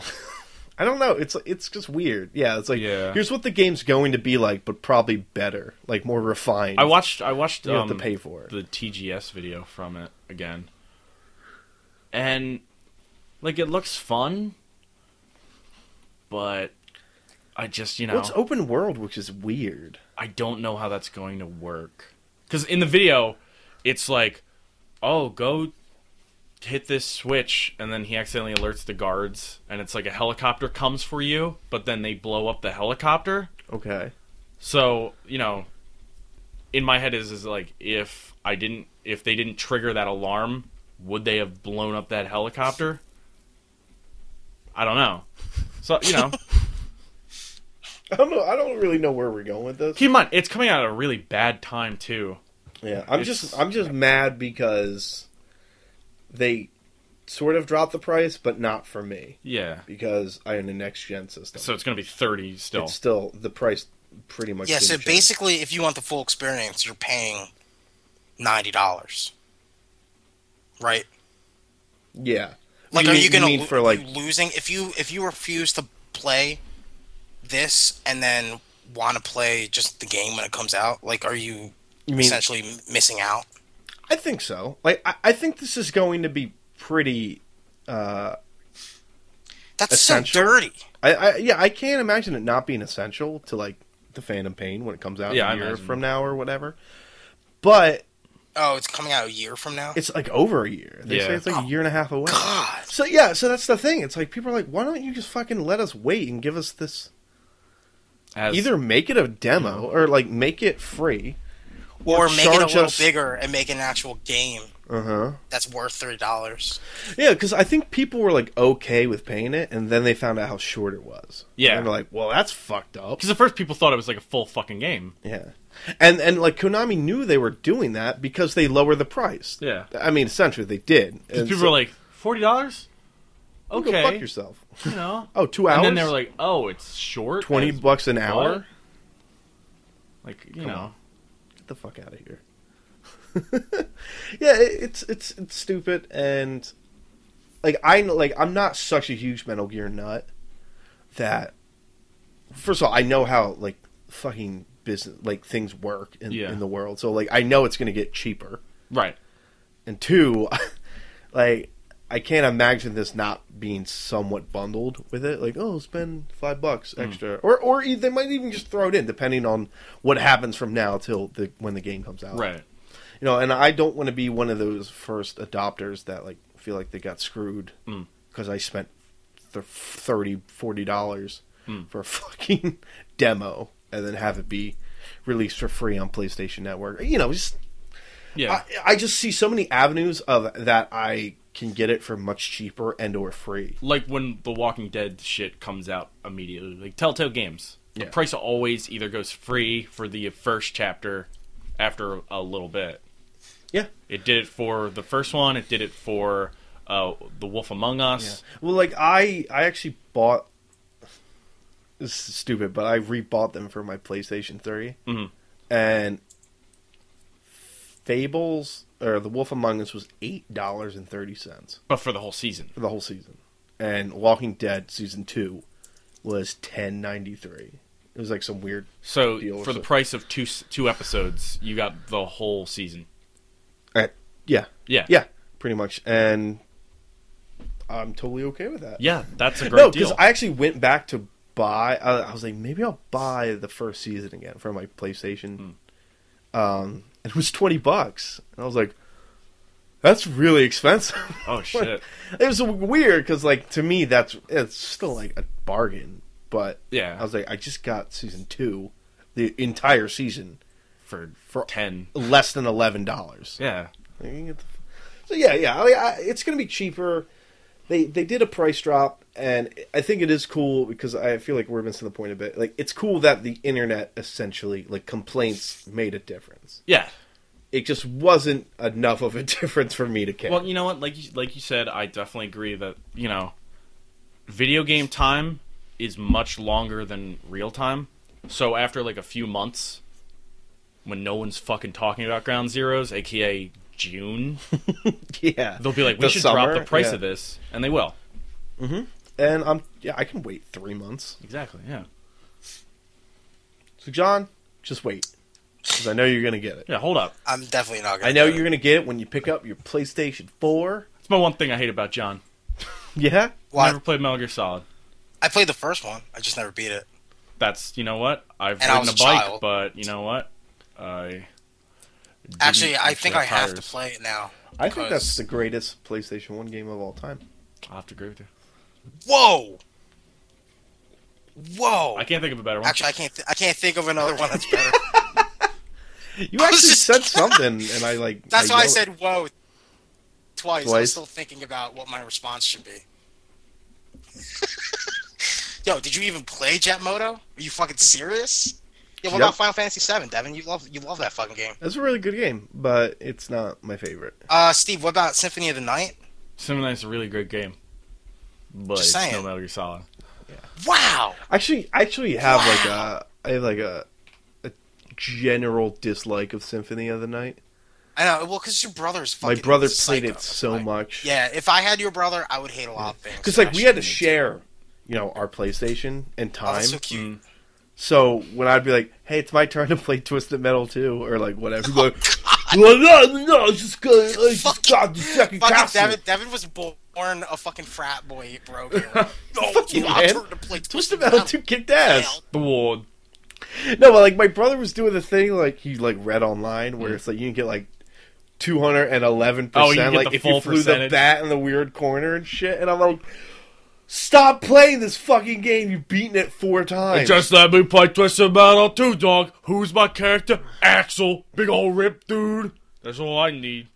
[SPEAKER 1] I don't know. It's it's just weird. Yeah, it's like
[SPEAKER 3] Yeah.
[SPEAKER 1] here's what the game's going to be like, but probably better, like more refined.
[SPEAKER 3] I watched. I watched.
[SPEAKER 1] You have
[SPEAKER 3] um,
[SPEAKER 1] to pay for it.
[SPEAKER 3] The TGS video from it again, and like it looks fun, but I just you know
[SPEAKER 1] Well, it's open world, which is weird.
[SPEAKER 3] I don't know how that's going to work. Because in the video, it's like, oh, go hit this switch, and then he accidentally alerts the guards, and it's like a helicopter comes for you, but then they blow up the helicopter.
[SPEAKER 1] Okay.
[SPEAKER 3] So you know, in my head is is like if I didn't if they didn't trigger that alarm, would they have blown up that helicopter? I don't know. So you know,
[SPEAKER 1] I don't know. I don't really know where we're going with this.
[SPEAKER 3] keep in mind it's coming out at a really bad time too.
[SPEAKER 1] Yeah, I'm
[SPEAKER 3] It's-
[SPEAKER 1] just I'm just mad because they sort of dropped the price, but not for me
[SPEAKER 3] Yeah.
[SPEAKER 1] because I own a next gen system.
[SPEAKER 3] So it's gonna be thirty still.
[SPEAKER 1] it's still the price pretty much.
[SPEAKER 2] yeah, so
[SPEAKER 1] didn't change.
[SPEAKER 2] basically, if you want the full experience, you're paying ninety dollars, right?
[SPEAKER 1] yeah.
[SPEAKER 2] Like,
[SPEAKER 1] You
[SPEAKER 2] are
[SPEAKER 1] mean-
[SPEAKER 2] you gonna
[SPEAKER 1] mean
[SPEAKER 2] lo-
[SPEAKER 1] for like?
[SPEAKER 2] you losing if you if you refuse to play this and then want to play just the game when it comes out? Like, are you
[SPEAKER 1] You mean?
[SPEAKER 2] essentially m- missing out?
[SPEAKER 1] I think so. Like I, I think this is going to be pretty. Uh,
[SPEAKER 2] That's
[SPEAKER 1] Essential.
[SPEAKER 2] so dirty.
[SPEAKER 1] I, I yeah, I can't imagine it not being essential to like the Phantom Pain when it comes out
[SPEAKER 3] Yeah, I
[SPEAKER 1] a year
[SPEAKER 3] imagine.
[SPEAKER 1] from now or whatever. But
[SPEAKER 2] Oh, it's coming out a year from now.
[SPEAKER 1] it's like over a year. They
[SPEAKER 3] Yeah.
[SPEAKER 1] say it's like a year and a half away.
[SPEAKER 2] God.
[SPEAKER 1] So yeah, so that's the thing. It's like people are like, why don't you just fucking let us wait and give us this?
[SPEAKER 3] As-
[SPEAKER 1] Either make it a demo or like make it free.
[SPEAKER 2] or make it a
[SPEAKER 1] charge
[SPEAKER 2] little
[SPEAKER 1] us-
[SPEAKER 2] bigger and make an actual game
[SPEAKER 1] Uh huh.
[SPEAKER 2] that's worth thirty dollars.
[SPEAKER 1] Yeah, because I think people were like okay with paying it, and then they found out how short it was.
[SPEAKER 3] Yeah.
[SPEAKER 1] and they're like, well, that's fucked up.
[SPEAKER 3] Because at first people thought it was like a full fucking game.
[SPEAKER 1] Yeah, and and like Konami knew they were doing that because they lower the price.
[SPEAKER 3] Yeah.
[SPEAKER 1] I mean essentially they did. And
[SPEAKER 3] People
[SPEAKER 1] so-
[SPEAKER 3] were like, forty dollars?
[SPEAKER 1] "You
[SPEAKER 3] Okay.
[SPEAKER 1] go fuck yourself.
[SPEAKER 3] You know.
[SPEAKER 1] Oh, two hours.
[SPEAKER 3] And then they were like, oh, it's short.
[SPEAKER 1] twenty
[SPEAKER 3] as
[SPEAKER 1] bucks an hour.
[SPEAKER 3] what?" Like you know.
[SPEAKER 1] on. get the fuck out of here. yeah, it, it's it's it's stupid and like I kn- like I'm not such a huge Metal Gear nut that first of all I know how like fucking business like things work in
[SPEAKER 3] Yeah.
[SPEAKER 1] in the world. So like I know it's going to get cheaper.
[SPEAKER 3] Right.
[SPEAKER 1] And two, like I can't imagine this not being somewhat bundled with it. Like, oh, spend five bucks extra, or or e- they might even just throw it in, depending on what happens from now till the when the game comes out.
[SPEAKER 3] Right.
[SPEAKER 1] You know, and I don't want to be one of those first adopters that like feel like they got screwed because I spent th- 30 dollars for a fucking demo and then have it be released for free on PlayStation Network. You know, just
[SPEAKER 3] Yeah.
[SPEAKER 1] I, I just see so many avenues of that I can get it for much cheaper and or free.
[SPEAKER 3] like when the Walking Dead shit comes out immediately, like Telltale Games, the
[SPEAKER 1] Yeah.
[SPEAKER 3] price always either goes free for the first chapter after a little bit.
[SPEAKER 1] Yeah.
[SPEAKER 3] It did it for the first one. It did it for uh, The Wolf Among Us.
[SPEAKER 1] Well, like I I actually bought. This is stupid, but I rebought them for my PlayStation 3,
[SPEAKER 3] Mhm.
[SPEAKER 1] and Fables or The Wolf Among Us was eight dollars and thirty cents
[SPEAKER 3] But for the whole season,
[SPEAKER 1] for the whole season, and Walking Dead season two was ten ninety three. It was like some weird.
[SPEAKER 3] so
[SPEAKER 1] Deal with
[SPEAKER 3] for the
[SPEAKER 1] it.
[SPEAKER 3] price of two s- two episodes, you got the whole season.
[SPEAKER 1] Uh, yeah,
[SPEAKER 3] Yeah,
[SPEAKER 1] yeah, pretty much, and I'm totally okay with that.
[SPEAKER 3] yeah. That's a great
[SPEAKER 1] no, because
[SPEAKER 3] deal.
[SPEAKER 1] I actually went back to buy. I, I was like, maybe I'll buy the first season again for
[SPEAKER 3] Hmm.
[SPEAKER 1] my PlayStation. Um, and it was twenty bucks, and I was like, That's really expensive.
[SPEAKER 3] Oh shit.
[SPEAKER 1] it was weird because, like, to me, that's it's still like a bargain. But
[SPEAKER 3] Yeah.
[SPEAKER 1] I was like, I just got season two, the entire season,
[SPEAKER 3] for
[SPEAKER 1] for-
[SPEAKER 3] for ten.
[SPEAKER 1] less than eleven dollars.
[SPEAKER 3] Yeah.
[SPEAKER 1] Like, you can get the- So yeah, yeah, I, I, it's going to be cheaper. They they did a price drop, and I think it is cool because I feel like we're missing the point a bit. Like it's cool that the internet essentially like complaints made a difference.
[SPEAKER 3] Yeah.
[SPEAKER 1] It just wasn't enough of a difference for me to care.
[SPEAKER 3] Well, you know what? Like you, like you said, I definitely agree that you know, video game time is much longer than real time. So after like a few months, when no one's fucking talking about Ground Zeroes, aka June,
[SPEAKER 1] yeah,
[SPEAKER 3] they'll be like, "We
[SPEAKER 1] The
[SPEAKER 3] should
[SPEAKER 1] summer,
[SPEAKER 3] drop the price
[SPEAKER 1] yeah.
[SPEAKER 3] of this," and they will.
[SPEAKER 1] and I'm yeah, I can wait three months.
[SPEAKER 3] Exactly. Yeah.
[SPEAKER 1] So John, just wait because I know you're going to get it.
[SPEAKER 3] Yeah. Hold up.
[SPEAKER 2] I'm definitely not gonna.
[SPEAKER 1] I know
[SPEAKER 2] do it.
[SPEAKER 1] you're going to get it when you pick up your PlayStation Four.
[SPEAKER 3] That's my one thing I hate about John.
[SPEAKER 1] Yeah,
[SPEAKER 2] Well,
[SPEAKER 3] Never played Metal Gear Solid.
[SPEAKER 2] I, I played the first one. I just never beat it.
[SPEAKER 3] That's you know what I've
[SPEAKER 2] And I
[SPEAKER 3] ridden
[SPEAKER 2] was a
[SPEAKER 3] a bike,
[SPEAKER 2] child.
[SPEAKER 3] but you know what I didn't
[SPEAKER 2] Actually, I think I have to
[SPEAKER 3] tires.
[SPEAKER 2] play it now.
[SPEAKER 1] I think that's
[SPEAKER 2] because-
[SPEAKER 1] the greatest PlayStation One game of all time.
[SPEAKER 3] I have to agree with you.
[SPEAKER 2] Whoa. Whoa.
[SPEAKER 3] I can't think of a better one.
[SPEAKER 2] Actually, I can't. Th- I can't think of another one that's better.
[SPEAKER 1] You actually said something, and I like.
[SPEAKER 2] That's why I
[SPEAKER 1] yelled-
[SPEAKER 2] said whoa twice. I
[SPEAKER 1] Twice.
[SPEAKER 2] was still thinking about what my response should be. Yo, did you even play Jet Moto? Are you fucking serious? Yeah, what
[SPEAKER 1] Yep.
[SPEAKER 2] about Final Fantasy VII, Devin? You love you love that fucking game.
[SPEAKER 1] That's a really good game, but it's not my favorite.
[SPEAKER 2] Uh, Steve, what about Symphony of the Night?
[SPEAKER 3] Symphony is a really great game, but
[SPEAKER 2] Just
[SPEAKER 3] it's
[SPEAKER 2] saying.
[SPEAKER 3] no Metal Gear Solid.
[SPEAKER 2] Wow.
[SPEAKER 1] Actually, I actually have like a, I have like a, a general dislike of Symphony of the Night.
[SPEAKER 2] I know. Well, because your brother's
[SPEAKER 1] My
[SPEAKER 2] fucking.
[SPEAKER 1] brother played
[SPEAKER 2] psycho.
[SPEAKER 1] it so
[SPEAKER 2] Like,
[SPEAKER 1] much.
[SPEAKER 2] Yeah, if I had your brother, I would hate a lot of things.
[SPEAKER 1] because like
[SPEAKER 2] I
[SPEAKER 1] we had to
[SPEAKER 2] shouldn't.
[SPEAKER 1] share, you know, our PlayStation and
[SPEAKER 2] Oh,
[SPEAKER 1] time. Mm.
[SPEAKER 2] that's so cute.
[SPEAKER 1] So when I'd be like, "Hey, it's my turn to play Twisted Metal 2 or like whatever,
[SPEAKER 2] Oh,
[SPEAKER 1] he'd be like, "Well, no, no, I just got, I just got the second
[SPEAKER 2] Fucking
[SPEAKER 1] castle.
[SPEAKER 2] Devin, Devin was born a fucking frat boy, bro. No,
[SPEAKER 1] Fuck you,
[SPEAKER 2] I
[SPEAKER 1] Oh, man.
[SPEAKER 2] turned to play
[SPEAKER 1] Twisted Metal 2 kicked ass.
[SPEAKER 3] The war.
[SPEAKER 1] No, but like my brother was doing the thing like he like read online where it's like you can get like two hundred and eleven
[SPEAKER 3] Oh, you can
[SPEAKER 1] percent
[SPEAKER 3] get
[SPEAKER 1] like
[SPEAKER 3] the
[SPEAKER 1] if you
[SPEAKER 3] full
[SPEAKER 1] flew the
[SPEAKER 3] percentage.
[SPEAKER 1] bat in the weird corner and shit, and I'm like, stop playing this fucking game. You've beaten it four times.
[SPEAKER 3] Just let me play Twisted Metal 2, dog. Who's my character? Axel, big old rip dude. That's all I need.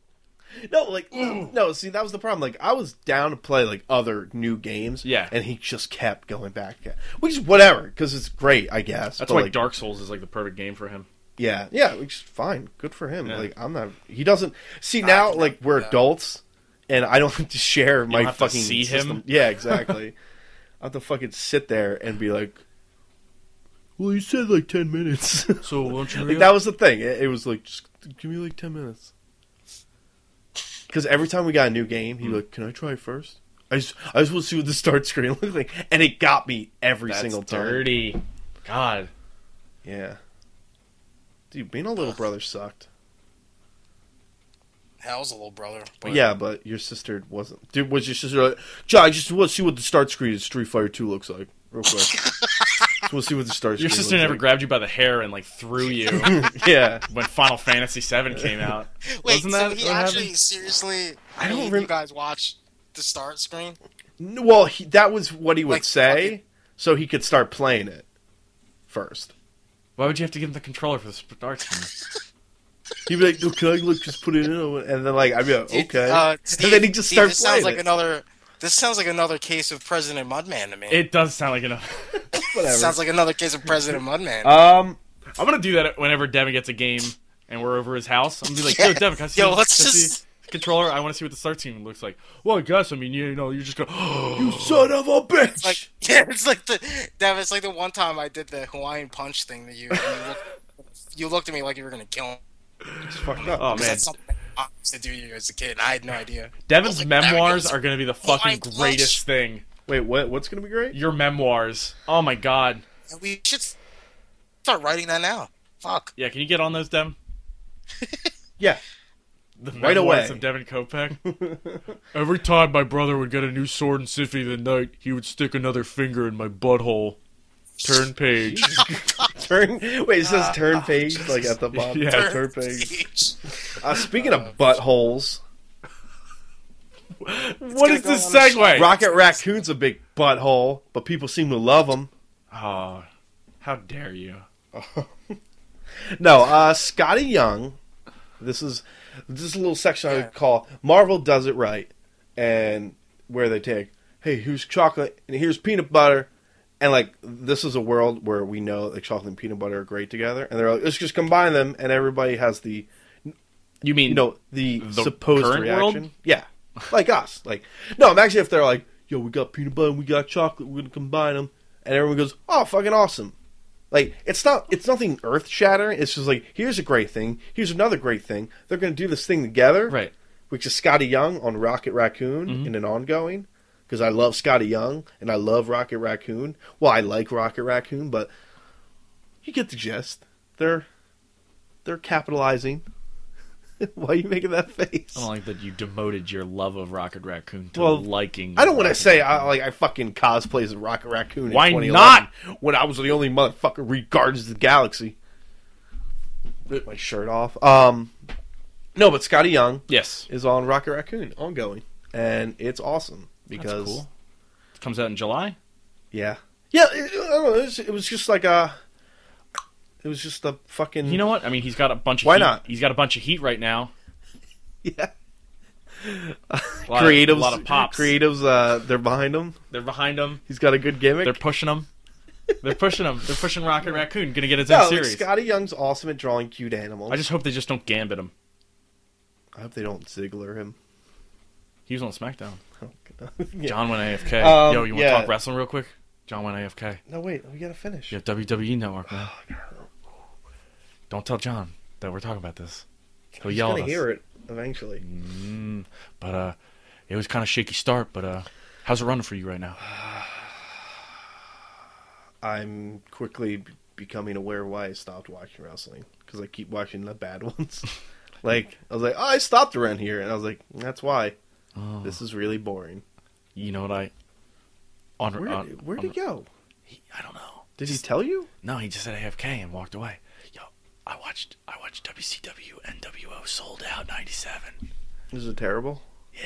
[SPEAKER 1] no, like no. See, that was the problem. Like I was down to play like other new games.
[SPEAKER 3] Yeah.
[SPEAKER 1] and he just kept going back, which is whatever because it's great, I guess.
[SPEAKER 3] That's
[SPEAKER 1] but,
[SPEAKER 3] why
[SPEAKER 1] like,
[SPEAKER 3] Dark Souls is like the perfect game for him.
[SPEAKER 1] Yeah, yeah, which is fine. Good for him.
[SPEAKER 3] Yeah.
[SPEAKER 1] Like I'm not. He doesn't see now.
[SPEAKER 2] can
[SPEAKER 1] like we're
[SPEAKER 2] that.
[SPEAKER 1] adults, and I don't have to share my
[SPEAKER 3] have to
[SPEAKER 1] fucking.
[SPEAKER 3] see him?
[SPEAKER 1] system. Yeah, exactly. I have to fucking sit there and be like, "Well, you said like ten minutes."
[SPEAKER 3] So won't you?
[SPEAKER 1] like that was the thing. It, it was like, just give me like ten minutes. Because every time we got a new game,
[SPEAKER 3] Hmm.
[SPEAKER 1] he'd be like, "Can I try it first? I just, I just want to see what the start screen looks like," and it got me every
[SPEAKER 3] That's
[SPEAKER 1] single time.
[SPEAKER 3] dirty. God.
[SPEAKER 1] Yeah, dude, being a little brother sucked.
[SPEAKER 2] Hell's a little brother.
[SPEAKER 1] But yeah, but your sister wasn't. Dude, was your sister like, John, I just want to see what the start screen of Street Fighter 2 looks like, real quick. just want to see what the start
[SPEAKER 3] Your
[SPEAKER 1] screen
[SPEAKER 3] sister never
[SPEAKER 1] looks
[SPEAKER 3] grabbed you by the hair and like threw you
[SPEAKER 1] like. Yeah.
[SPEAKER 3] when Final Fantasy VII came out.
[SPEAKER 2] Wait,
[SPEAKER 3] Wasn't
[SPEAKER 2] so
[SPEAKER 3] that
[SPEAKER 2] he
[SPEAKER 3] what
[SPEAKER 2] actually seriously?
[SPEAKER 1] I don't
[SPEAKER 2] made
[SPEAKER 1] rem-
[SPEAKER 2] You guys watch the start screen.
[SPEAKER 1] N- Well, he, that was what he would
[SPEAKER 2] Like,
[SPEAKER 1] say,
[SPEAKER 2] fucking-
[SPEAKER 1] so he could start playing it first.
[SPEAKER 3] Why would you have to give him the controller for the start screen?
[SPEAKER 1] He'd be like, no, can I look, just put it in? And then, like, I'd be like,
[SPEAKER 2] Dude,
[SPEAKER 1] okay.
[SPEAKER 2] Uh,
[SPEAKER 1] and
[SPEAKER 2] Steve-
[SPEAKER 1] then he'd just
[SPEAKER 2] Steve,
[SPEAKER 1] start
[SPEAKER 2] this
[SPEAKER 1] playing
[SPEAKER 2] sounds like
[SPEAKER 1] it.
[SPEAKER 2] another. This sounds like another case of President Mudman to me.
[SPEAKER 3] It does sound like enough.
[SPEAKER 1] Whatever.
[SPEAKER 2] sounds like another case of President Mudman.
[SPEAKER 1] um,
[SPEAKER 3] I'm gonna do that whenever Devin gets a game and we're over his house. I'm gonna be like,
[SPEAKER 2] Yeah.
[SPEAKER 3] Yo, Devin, can I see,
[SPEAKER 2] Yo,
[SPEAKER 3] can
[SPEAKER 2] let's
[SPEAKER 3] I see
[SPEAKER 2] just-
[SPEAKER 3] the controller? I want to see what the start team looks like. Well, I guess. I mean, you know, you're just gonna.
[SPEAKER 1] you son of a bitch!
[SPEAKER 2] like yeah, it's like the Dev, it's like the one time I did the Hawaiian punch thing to you. And you, looked, you looked at me like you were gonna kill him.
[SPEAKER 1] It's fucked up.
[SPEAKER 3] oh
[SPEAKER 2] Because
[SPEAKER 3] man,
[SPEAKER 2] that's something I used to do to you as a kid, and I had no idea.
[SPEAKER 3] Devin's
[SPEAKER 2] like,
[SPEAKER 3] memoirs
[SPEAKER 2] Americans-
[SPEAKER 3] are gonna be the
[SPEAKER 2] Why
[SPEAKER 3] fucking
[SPEAKER 2] Oh, blush?
[SPEAKER 3] greatest thing.
[SPEAKER 1] Wait, what? what's going to be great?
[SPEAKER 3] Your memoirs. Oh my god.
[SPEAKER 2] And we should start writing that now. Fuck.
[SPEAKER 3] Yeah, can you get on those, Devin?
[SPEAKER 1] Yeah.
[SPEAKER 3] The
[SPEAKER 1] Right
[SPEAKER 3] memoirs
[SPEAKER 1] away.
[SPEAKER 3] of Devin Kopeck. Every time my brother would get a new sword in Symphony of the Night, he would stick another finger in my butthole. Turn page.
[SPEAKER 1] Turn. Wait, it says turn page, like, at the bottom.
[SPEAKER 3] Yeah.
[SPEAKER 1] Turn page. Uh, speaking of buttholes,
[SPEAKER 3] what is
[SPEAKER 2] gonna
[SPEAKER 3] this
[SPEAKER 2] go on a
[SPEAKER 3] segue?
[SPEAKER 1] Rocket Raccoon's a big butthole, but people seem to love him.
[SPEAKER 3] Oh, how dare you?
[SPEAKER 1] No, uh, Scotty Young. This is this is a little section I would call Marvel does it right, and where they take, hey, here's chocolate and here's peanut butter, and like this is a world where we know that chocolate and peanut butter are great together, and they're like, let's just combine them, and everybody has the
[SPEAKER 3] You mean
[SPEAKER 1] you know the,
[SPEAKER 3] The
[SPEAKER 1] supposed
[SPEAKER 3] current world?
[SPEAKER 1] reaction. Yeah, like us. Like no, imagine if they're like, yo, we got peanut butter and we got chocolate, we're gonna combine them, and everyone goes, oh, fucking awesome. Like it's not it's nothing earth shattering. It's just like here's a great thing, here's another great thing. They're gonna do this thing together,
[SPEAKER 3] right?
[SPEAKER 1] Which is Scotty Young on Rocket Raccoon in an ongoing. Because I love Scotty Young and I love Rocket Raccoon. Well, I like Rocket Raccoon, but you get the gist. They're they're capitalizing. Why are you making that face?
[SPEAKER 3] I don't like that you demoted your love of Rocket Raccoon to
[SPEAKER 1] Well,
[SPEAKER 3] liking.
[SPEAKER 1] I don't want to
[SPEAKER 3] Rocket
[SPEAKER 1] say I like I fucking cosplays as Rocket Raccoon. in
[SPEAKER 3] Why
[SPEAKER 1] 2011 When I was the only motherfucker read Guardians of the Galaxy. Rip my shirt off. Um, no, but Scotty Young
[SPEAKER 3] Yes,
[SPEAKER 1] is on Rocket Raccoon ongoing, and it's awesome because
[SPEAKER 3] That's cool. It comes out in July.
[SPEAKER 1] yeah, yeah. It, I don't know, it, was, it was just like a, it was just a fucking
[SPEAKER 3] You know what? I mean, he's got a bunch. Of
[SPEAKER 1] Why
[SPEAKER 3] heat.
[SPEAKER 1] not?
[SPEAKER 3] He's got a bunch of heat right now.
[SPEAKER 1] yeah.
[SPEAKER 3] A lot of-
[SPEAKER 1] creatives,
[SPEAKER 3] a lot of pops.
[SPEAKER 1] creatives. Uh, they're behind him.
[SPEAKER 3] They're behind him.
[SPEAKER 1] He's got a good gimmick.
[SPEAKER 3] They're pushing him. They're pushing him. They're pushing Rocket Raccoon. Gonna get his
[SPEAKER 1] no,
[SPEAKER 3] own
[SPEAKER 1] like,
[SPEAKER 3] series.
[SPEAKER 1] Scotty Young's awesome at drawing cute animals.
[SPEAKER 3] I just hope they just don't gambit him.
[SPEAKER 1] I hope they don't Ziggler him. Oh,
[SPEAKER 3] He was on SmackDown.
[SPEAKER 1] Yeah.
[SPEAKER 3] John went AFK.
[SPEAKER 1] Um,
[SPEAKER 3] Yo, you want to
[SPEAKER 1] yeah.
[SPEAKER 3] talk wrestling real quick? John went AFK.
[SPEAKER 1] No, wait, we gotta finish.
[SPEAKER 3] You have WWE E Network. Man.
[SPEAKER 1] Oh,
[SPEAKER 3] Don't tell John that we're talking about this. He'll
[SPEAKER 1] He's
[SPEAKER 3] yell
[SPEAKER 1] gonna
[SPEAKER 3] at us.
[SPEAKER 1] hear it eventually.
[SPEAKER 3] But uh, it was kind of shaky start. But uh, how's it running for you right now?
[SPEAKER 1] I'm quickly b- becoming aware why I stopped watching wrestling because I keep watching the bad ones. like I was like, oh, I stopped around here, and I was like, that's why.
[SPEAKER 3] Oh.
[SPEAKER 1] This is really boring.
[SPEAKER 3] You know what I? On
[SPEAKER 1] Where
[SPEAKER 3] on-
[SPEAKER 1] did, where
[SPEAKER 3] on-
[SPEAKER 1] did he go?
[SPEAKER 3] he- I don't know.
[SPEAKER 1] Did he
[SPEAKER 3] Just-
[SPEAKER 1] tell you?
[SPEAKER 3] No, he just said AFK and walked away. Yo, I watched I watched WCW NWO sold out '97.
[SPEAKER 1] Is it terrible? Yeah.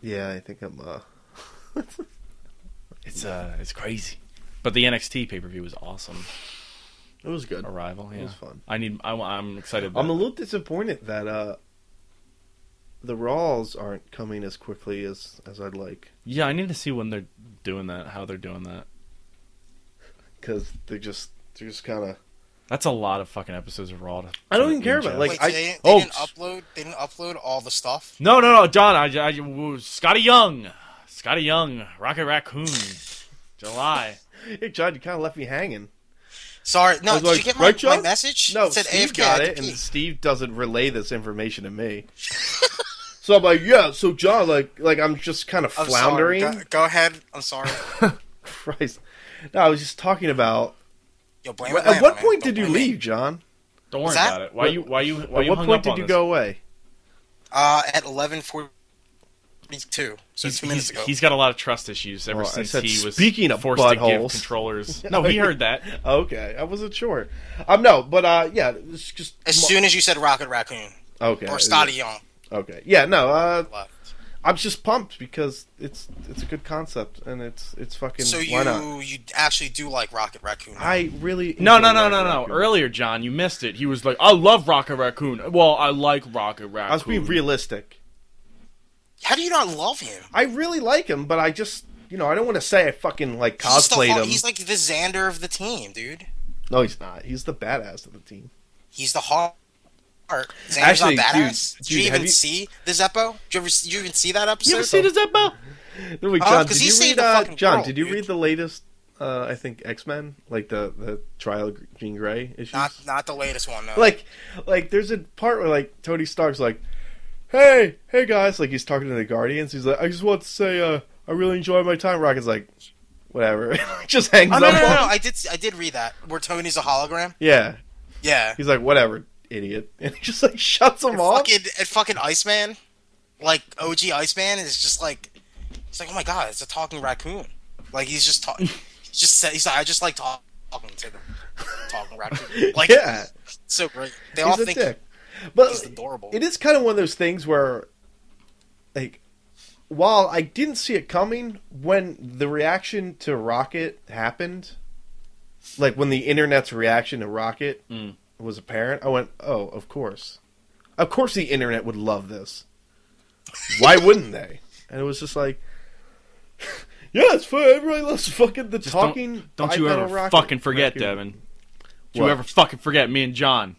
[SPEAKER 1] Yeah, I think I'm. uh
[SPEAKER 3] It's uh, it's crazy. But the NXT pay per view was awesome.
[SPEAKER 1] It was good.
[SPEAKER 3] Arrival, yeah,
[SPEAKER 1] was fun.
[SPEAKER 3] I need. I, am excited.
[SPEAKER 1] I'm a
[SPEAKER 3] that-
[SPEAKER 1] little disappointed that uh the Raws aren't coming as quickly as as I'd like
[SPEAKER 3] yeah, I need to see when they're doing that. How they're doing that.
[SPEAKER 1] because they're just they're just kind of
[SPEAKER 3] That's a lot of fucking episodes of Raw. To,
[SPEAKER 1] I don't
[SPEAKER 3] to
[SPEAKER 1] even care about it,
[SPEAKER 3] ingest.
[SPEAKER 1] like,
[SPEAKER 2] Wait,
[SPEAKER 1] I-
[SPEAKER 2] they, didn't- they
[SPEAKER 1] oh,
[SPEAKER 2] didn't upload. They didn't upload all the stuff.
[SPEAKER 3] No, no, no, John. I, I, woo, Scotty Young, Scotty Young, Rocket Raccoon, July.
[SPEAKER 1] Hey, John, you kind of left me hanging.
[SPEAKER 2] Sorry,
[SPEAKER 1] I
[SPEAKER 2] no.
[SPEAKER 1] was
[SPEAKER 2] Did
[SPEAKER 1] like,
[SPEAKER 2] you get my,
[SPEAKER 1] right,
[SPEAKER 2] my
[SPEAKER 1] John?
[SPEAKER 2] message?
[SPEAKER 1] No,
[SPEAKER 2] it said
[SPEAKER 1] Steve
[SPEAKER 2] AFK.
[SPEAKER 1] got
[SPEAKER 2] I
[SPEAKER 1] it, and
[SPEAKER 2] compete.
[SPEAKER 1] Steve doesn't relay this information to me. so I'm like, yeah. So John, like, like I'm just kind of
[SPEAKER 2] I'm
[SPEAKER 1] floundering.
[SPEAKER 2] Sorry. Go, go ahead. I'm sorry.
[SPEAKER 1] Christ. No, I was just talking about.
[SPEAKER 2] Yo, blame
[SPEAKER 1] At
[SPEAKER 2] Atlanta,
[SPEAKER 1] what
[SPEAKER 2] man.
[SPEAKER 1] point
[SPEAKER 2] Don't
[SPEAKER 1] did you
[SPEAKER 2] blame me.
[SPEAKER 1] leave, John?
[SPEAKER 3] Don't worry
[SPEAKER 2] What's that?
[SPEAKER 3] about it. Why you? Why you? Why
[SPEAKER 1] At
[SPEAKER 3] you
[SPEAKER 1] what
[SPEAKER 3] hung
[SPEAKER 1] point
[SPEAKER 3] up
[SPEAKER 1] did
[SPEAKER 3] on
[SPEAKER 1] you
[SPEAKER 3] this?
[SPEAKER 1] go away?
[SPEAKER 2] Uh, at 11:42. So
[SPEAKER 3] He's,
[SPEAKER 2] two minutes
[SPEAKER 3] he's,
[SPEAKER 2] ago.
[SPEAKER 3] he's got a lot of trust issues ever
[SPEAKER 1] Well, I
[SPEAKER 3] since
[SPEAKER 1] said,
[SPEAKER 3] he was
[SPEAKER 1] speaking of
[SPEAKER 3] forced to
[SPEAKER 1] buttholes.
[SPEAKER 3] give controllers. No, he heard that.
[SPEAKER 1] Okay, I wasn't sure. Um, no, but uh, yeah, it's just
[SPEAKER 2] as soon as you said Rocket Raccoon
[SPEAKER 1] okay.
[SPEAKER 2] or Scotty Young,
[SPEAKER 1] Okay, yeah, no, uh,
[SPEAKER 2] left.
[SPEAKER 1] I'm just pumped because it's it's a good concept and it's it's fucking.
[SPEAKER 2] So
[SPEAKER 1] why not?
[SPEAKER 2] you you actually do like Rocket Raccoon?
[SPEAKER 1] I really
[SPEAKER 3] No,
[SPEAKER 1] enjoy
[SPEAKER 3] no, no,
[SPEAKER 1] Rocket
[SPEAKER 3] no, no.
[SPEAKER 1] Raccoon.
[SPEAKER 3] Earlier, John, you missed it. He was like, "I love Rocket Raccoon." Well, I like Rocket Raccoon.
[SPEAKER 1] I was being realistic.
[SPEAKER 2] How do you not love him?
[SPEAKER 1] I really like him, but I just you know I don't want to say I fucking like
[SPEAKER 2] He's just the
[SPEAKER 1] cosplayed
[SPEAKER 2] har-
[SPEAKER 1] him.
[SPEAKER 2] He's like the Xander of the team, dude.
[SPEAKER 1] no, he's not. He's the badass of the team.
[SPEAKER 2] He's the heart. Xander's
[SPEAKER 1] Actually, dude,
[SPEAKER 2] not badass. Did
[SPEAKER 1] dude,
[SPEAKER 2] you
[SPEAKER 1] have
[SPEAKER 2] even
[SPEAKER 1] you-
[SPEAKER 2] see the Zeppo? Did you ever did you even see that episode?
[SPEAKER 3] You ever see the Zeppo?
[SPEAKER 1] No, wait,
[SPEAKER 2] Oh,
[SPEAKER 1] John,
[SPEAKER 2] 'cause
[SPEAKER 1] did
[SPEAKER 2] he
[SPEAKER 1] you
[SPEAKER 2] saved
[SPEAKER 1] read?
[SPEAKER 2] the
[SPEAKER 1] Uh,
[SPEAKER 2] fucking
[SPEAKER 1] John,
[SPEAKER 2] world,
[SPEAKER 1] did you
[SPEAKER 2] dude.
[SPEAKER 1] read the latest? Uh, I think X Men, like the the Trial of Jean Grey issues.
[SPEAKER 2] Not not the latest one. No.
[SPEAKER 1] like, like there's a part where like Tony Stark's like, "Hey, hey guys!" Like he's talking to the Guardians. He's like, "I just want to say, uh, I really enjoy my time." Rocket's like, "Whatever," just hangs
[SPEAKER 2] oh,
[SPEAKER 1] up.
[SPEAKER 2] no, no, no,
[SPEAKER 1] on
[SPEAKER 2] no,
[SPEAKER 1] him.
[SPEAKER 2] I did I did read that where Tony's a hologram.
[SPEAKER 1] Yeah,
[SPEAKER 2] Yeah.
[SPEAKER 1] he's like, "Whatever, idiot," and he just like shuts him
[SPEAKER 2] And
[SPEAKER 1] off.
[SPEAKER 2] fucking and fucking Iceman, like OG Iceman is just like, it's like oh my god, it's a talking raccoon. Like he's just talking. he's just said he's like I just like talk- talking to the talking raccoon. Like
[SPEAKER 1] yeah,
[SPEAKER 2] so great. They all
[SPEAKER 1] he's a
[SPEAKER 2] think
[SPEAKER 1] dick. But
[SPEAKER 2] he's adorable.
[SPEAKER 1] it is kind of one of those things where like while I didn't see it coming, when the reaction to Rocket happened, like when the internet's reaction to Rocket
[SPEAKER 3] Mm.
[SPEAKER 1] was apparent, I went, "Oh, of course, of course, the internet would love this. Why wouldn't they?" And it was just like, "Yeah, it's fun. Everybody loves fucking the
[SPEAKER 3] Just don't-
[SPEAKER 1] talking."
[SPEAKER 3] Don't you
[SPEAKER 1] bipedal
[SPEAKER 3] ever
[SPEAKER 1] rocket
[SPEAKER 3] fucking forget,
[SPEAKER 1] raccoon.
[SPEAKER 3] Devin. Do you
[SPEAKER 1] What?
[SPEAKER 3] ever fucking forget me and John?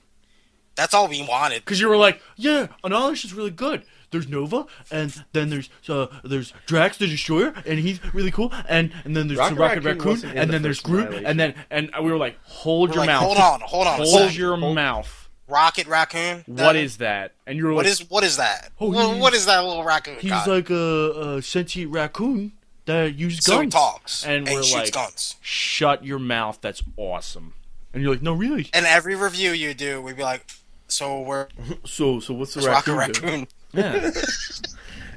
[SPEAKER 2] That's all we wanted.
[SPEAKER 3] Because you were like, yeah, Annihilation is really good. There's Nova, and then there's uh, there's Drax the Destroyer, and he's really cool. And and then there's
[SPEAKER 1] Rocket
[SPEAKER 3] Rocket, Rocket
[SPEAKER 1] Raccoon
[SPEAKER 3] Raccoon,
[SPEAKER 1] wasn't in
[SPEAKER 3] and
[SPEAKER 1] the
[SPEAKER 3] then there's
[SPEAKER 1] first
[SPEAKER 3] Groot,
[SPEAKER 1] Annihilation.
[SPEAKER 3] and then and we were like, hold
[SPEAKER 2] We're
[SPEAKER 3] your
[SPEAKER 2] like,
[SPEAKER 3] mouth,
[SPEAKER 2] hold on, hold on, a
[SPEAKER 3] hold
[SPEAKER 2] sec.
[SPEAKER 3] your mouth.
[SPEAKER 2] Rocket Raccoon.
[SPEAKER 3] What is that? And you were
[SPEAKER 2] What
[SPEAKER 3] like,
[SPEAKER 2] is what is that?
[SPEAKER 3] Oh,
[SPEAKER 2] Wha-
[SPEAKER 3] he's-
[SPEAKER 2] what is that little raccoon?
[SPEAKER 3] he's
[SPEAKER 2] got?
[SPEAKER 3] like a, a sentient raccoon that uses
[SPEAKER 2] so he
[SPEAKER 3] guns.
[SPEAKER 2] talks and,
[SPEAKER 3] and we're
[SPEAKER 2] he shoots
[SPEAKER 3] like,
[SPEAKER 2] guns.
[SPEAKER 3] shut your mouth. That's awesome. And you're like, no, really.
[SPEAKER 2] And every review you do, we'd be like, so we're
[SPEAKER 1] So, so what's the
[SPEAKER 2] Rocket
[SPEAKER 1] raccoon? do?
[SPEAKER 2] Raccoon.
[SPEAKER 3] Yeah.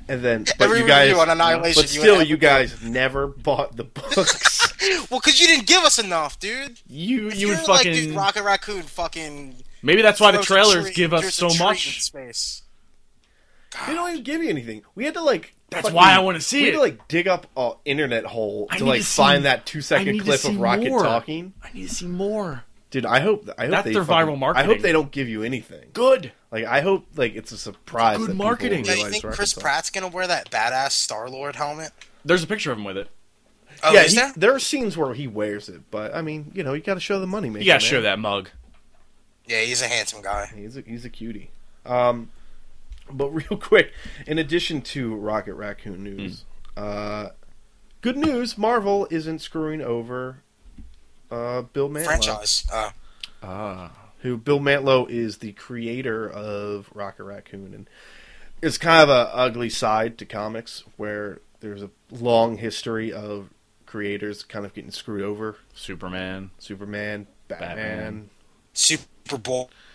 [SPEAKER 1] And then, but
[SPEAKER 2] Every
[SPEAKER 1] you guys,
[SPEAKER 2] review on Annihilation,
[SPEAKER 1] but
[SPEAKER 2] you
[SPEAKER 1] still,
[SPEAKER 2] would-
[SPEAKER 1] you guys never bought the books.
[SPEAKER 2] Well, because you didn't give us enough, dude.
[SPEAKER 3] you you
[SPEAKER 2] You're
[SPEAKER 3] would
[SPEAKER 2] like,
[SPEAKER 3] fucking.
[SPEAKER 2] dude, Rocket Raccoon fucking.
[SPEAKER 3] maybe that's why the
[SPEAKER 2] throws a
[SPEAKER 3] trailers
[SPEAKER 2] tree-
[SPEAKER 3] give us
[SPEAKER 2] throws
[SPEAKER 3] so
[SPEAKER 2] a tree
[SPEAKER 3] much.
[SPEAKER 2] in Space.
[SPEAKER 1] They don't even give you anything. We had to like.
[SPEAKER 3] That's why I wanna see
[SPEAKER 1] we
[SPEAKER 3] it.
[SPEAKER 1] had to like dig up a internet hole
[SPEAKER 3] I
[SPEAKER 1] to
[SPEAKER 3] need
[SPEAKER 1] like
[SPEAKER 3] to see-
[SPEAKER 1] find that two
[SPEAKER 3] I
[SPEAKER 1] second
[SPEAKER 3] need to
[SPEAKER 1] clip
[SPEAKER 3] see
[SPEAKER 1] of Rocket
[SPEAKER 3] more.
[SPEAKER 1] talking.
[SPEAKER 3] I need to see more.
[SPEAKER 1] Dude, I hope I hope
[SPEAKER 3] That's
[SPEAKER 1] they
[SPEAKER 3] their
[SPEAKER 1] fucking-
[SPEAKER 3] viral
[SPEAKER 1] I hope
[SPEAKER 3] marketing.
[SPEAKER 1] they don't give you anything.
[SPEAKER 3] Good.
[SPEAKER 1] Like I hope like it's a surprise.
[SPEAKER 3] It's good
[SPEAKER 1] that people
[SPEAKER 3] marketing.
[SPEAKER 2] Yeah,
[SPEAKER 1] realize
[SPEAKER 2] you think
[SPEAKER 1] Rocket
[SPEAKER 2] Chris
[SPEAKER 1] talks.
[SPEAKER 2] Pratt's gonna wear that badass Star Lord helmet?
[SPEAKER 3] There's a picture of him with it.
[SPEAKER 2] Oh,
[SPEAKER 1] yeah,
[SPEAKER 2] is
[SPEAKER 1] he-
[SPEAKER 2] there?
[SPEAKER 1] are scenes where he wears it, but I mean, you know, you got to show the money maker.
[SPEAKER 3] You gotta
[SPEAKER 1] man.
[SPEAKER 3] show that mug.
[SPEAKER 2] Yeah, he's a handsome guy.
[SPEAKER 1] He's a, he's a cutie. Um, but real quick, in addition to Rocket Raccoon news, uh, good news: Marvel isn't screwing over uh, Bill Mantlo,
[SPEAKER 2] Franchise. Uh,
[SPEAKER 3] Ah.
[SPEAKER 1] who Bill Mantlo is the creator of Rocket Raccoon, and it's kind of a ugly side to comics where there's a long history of creators kind of getting screwed over.
[SPEAKER 3] Superman.
[SPEAKER 1] Superman, Batman,
[SPEAKER 3] Batman.
[SPEAKER 2] Superboy.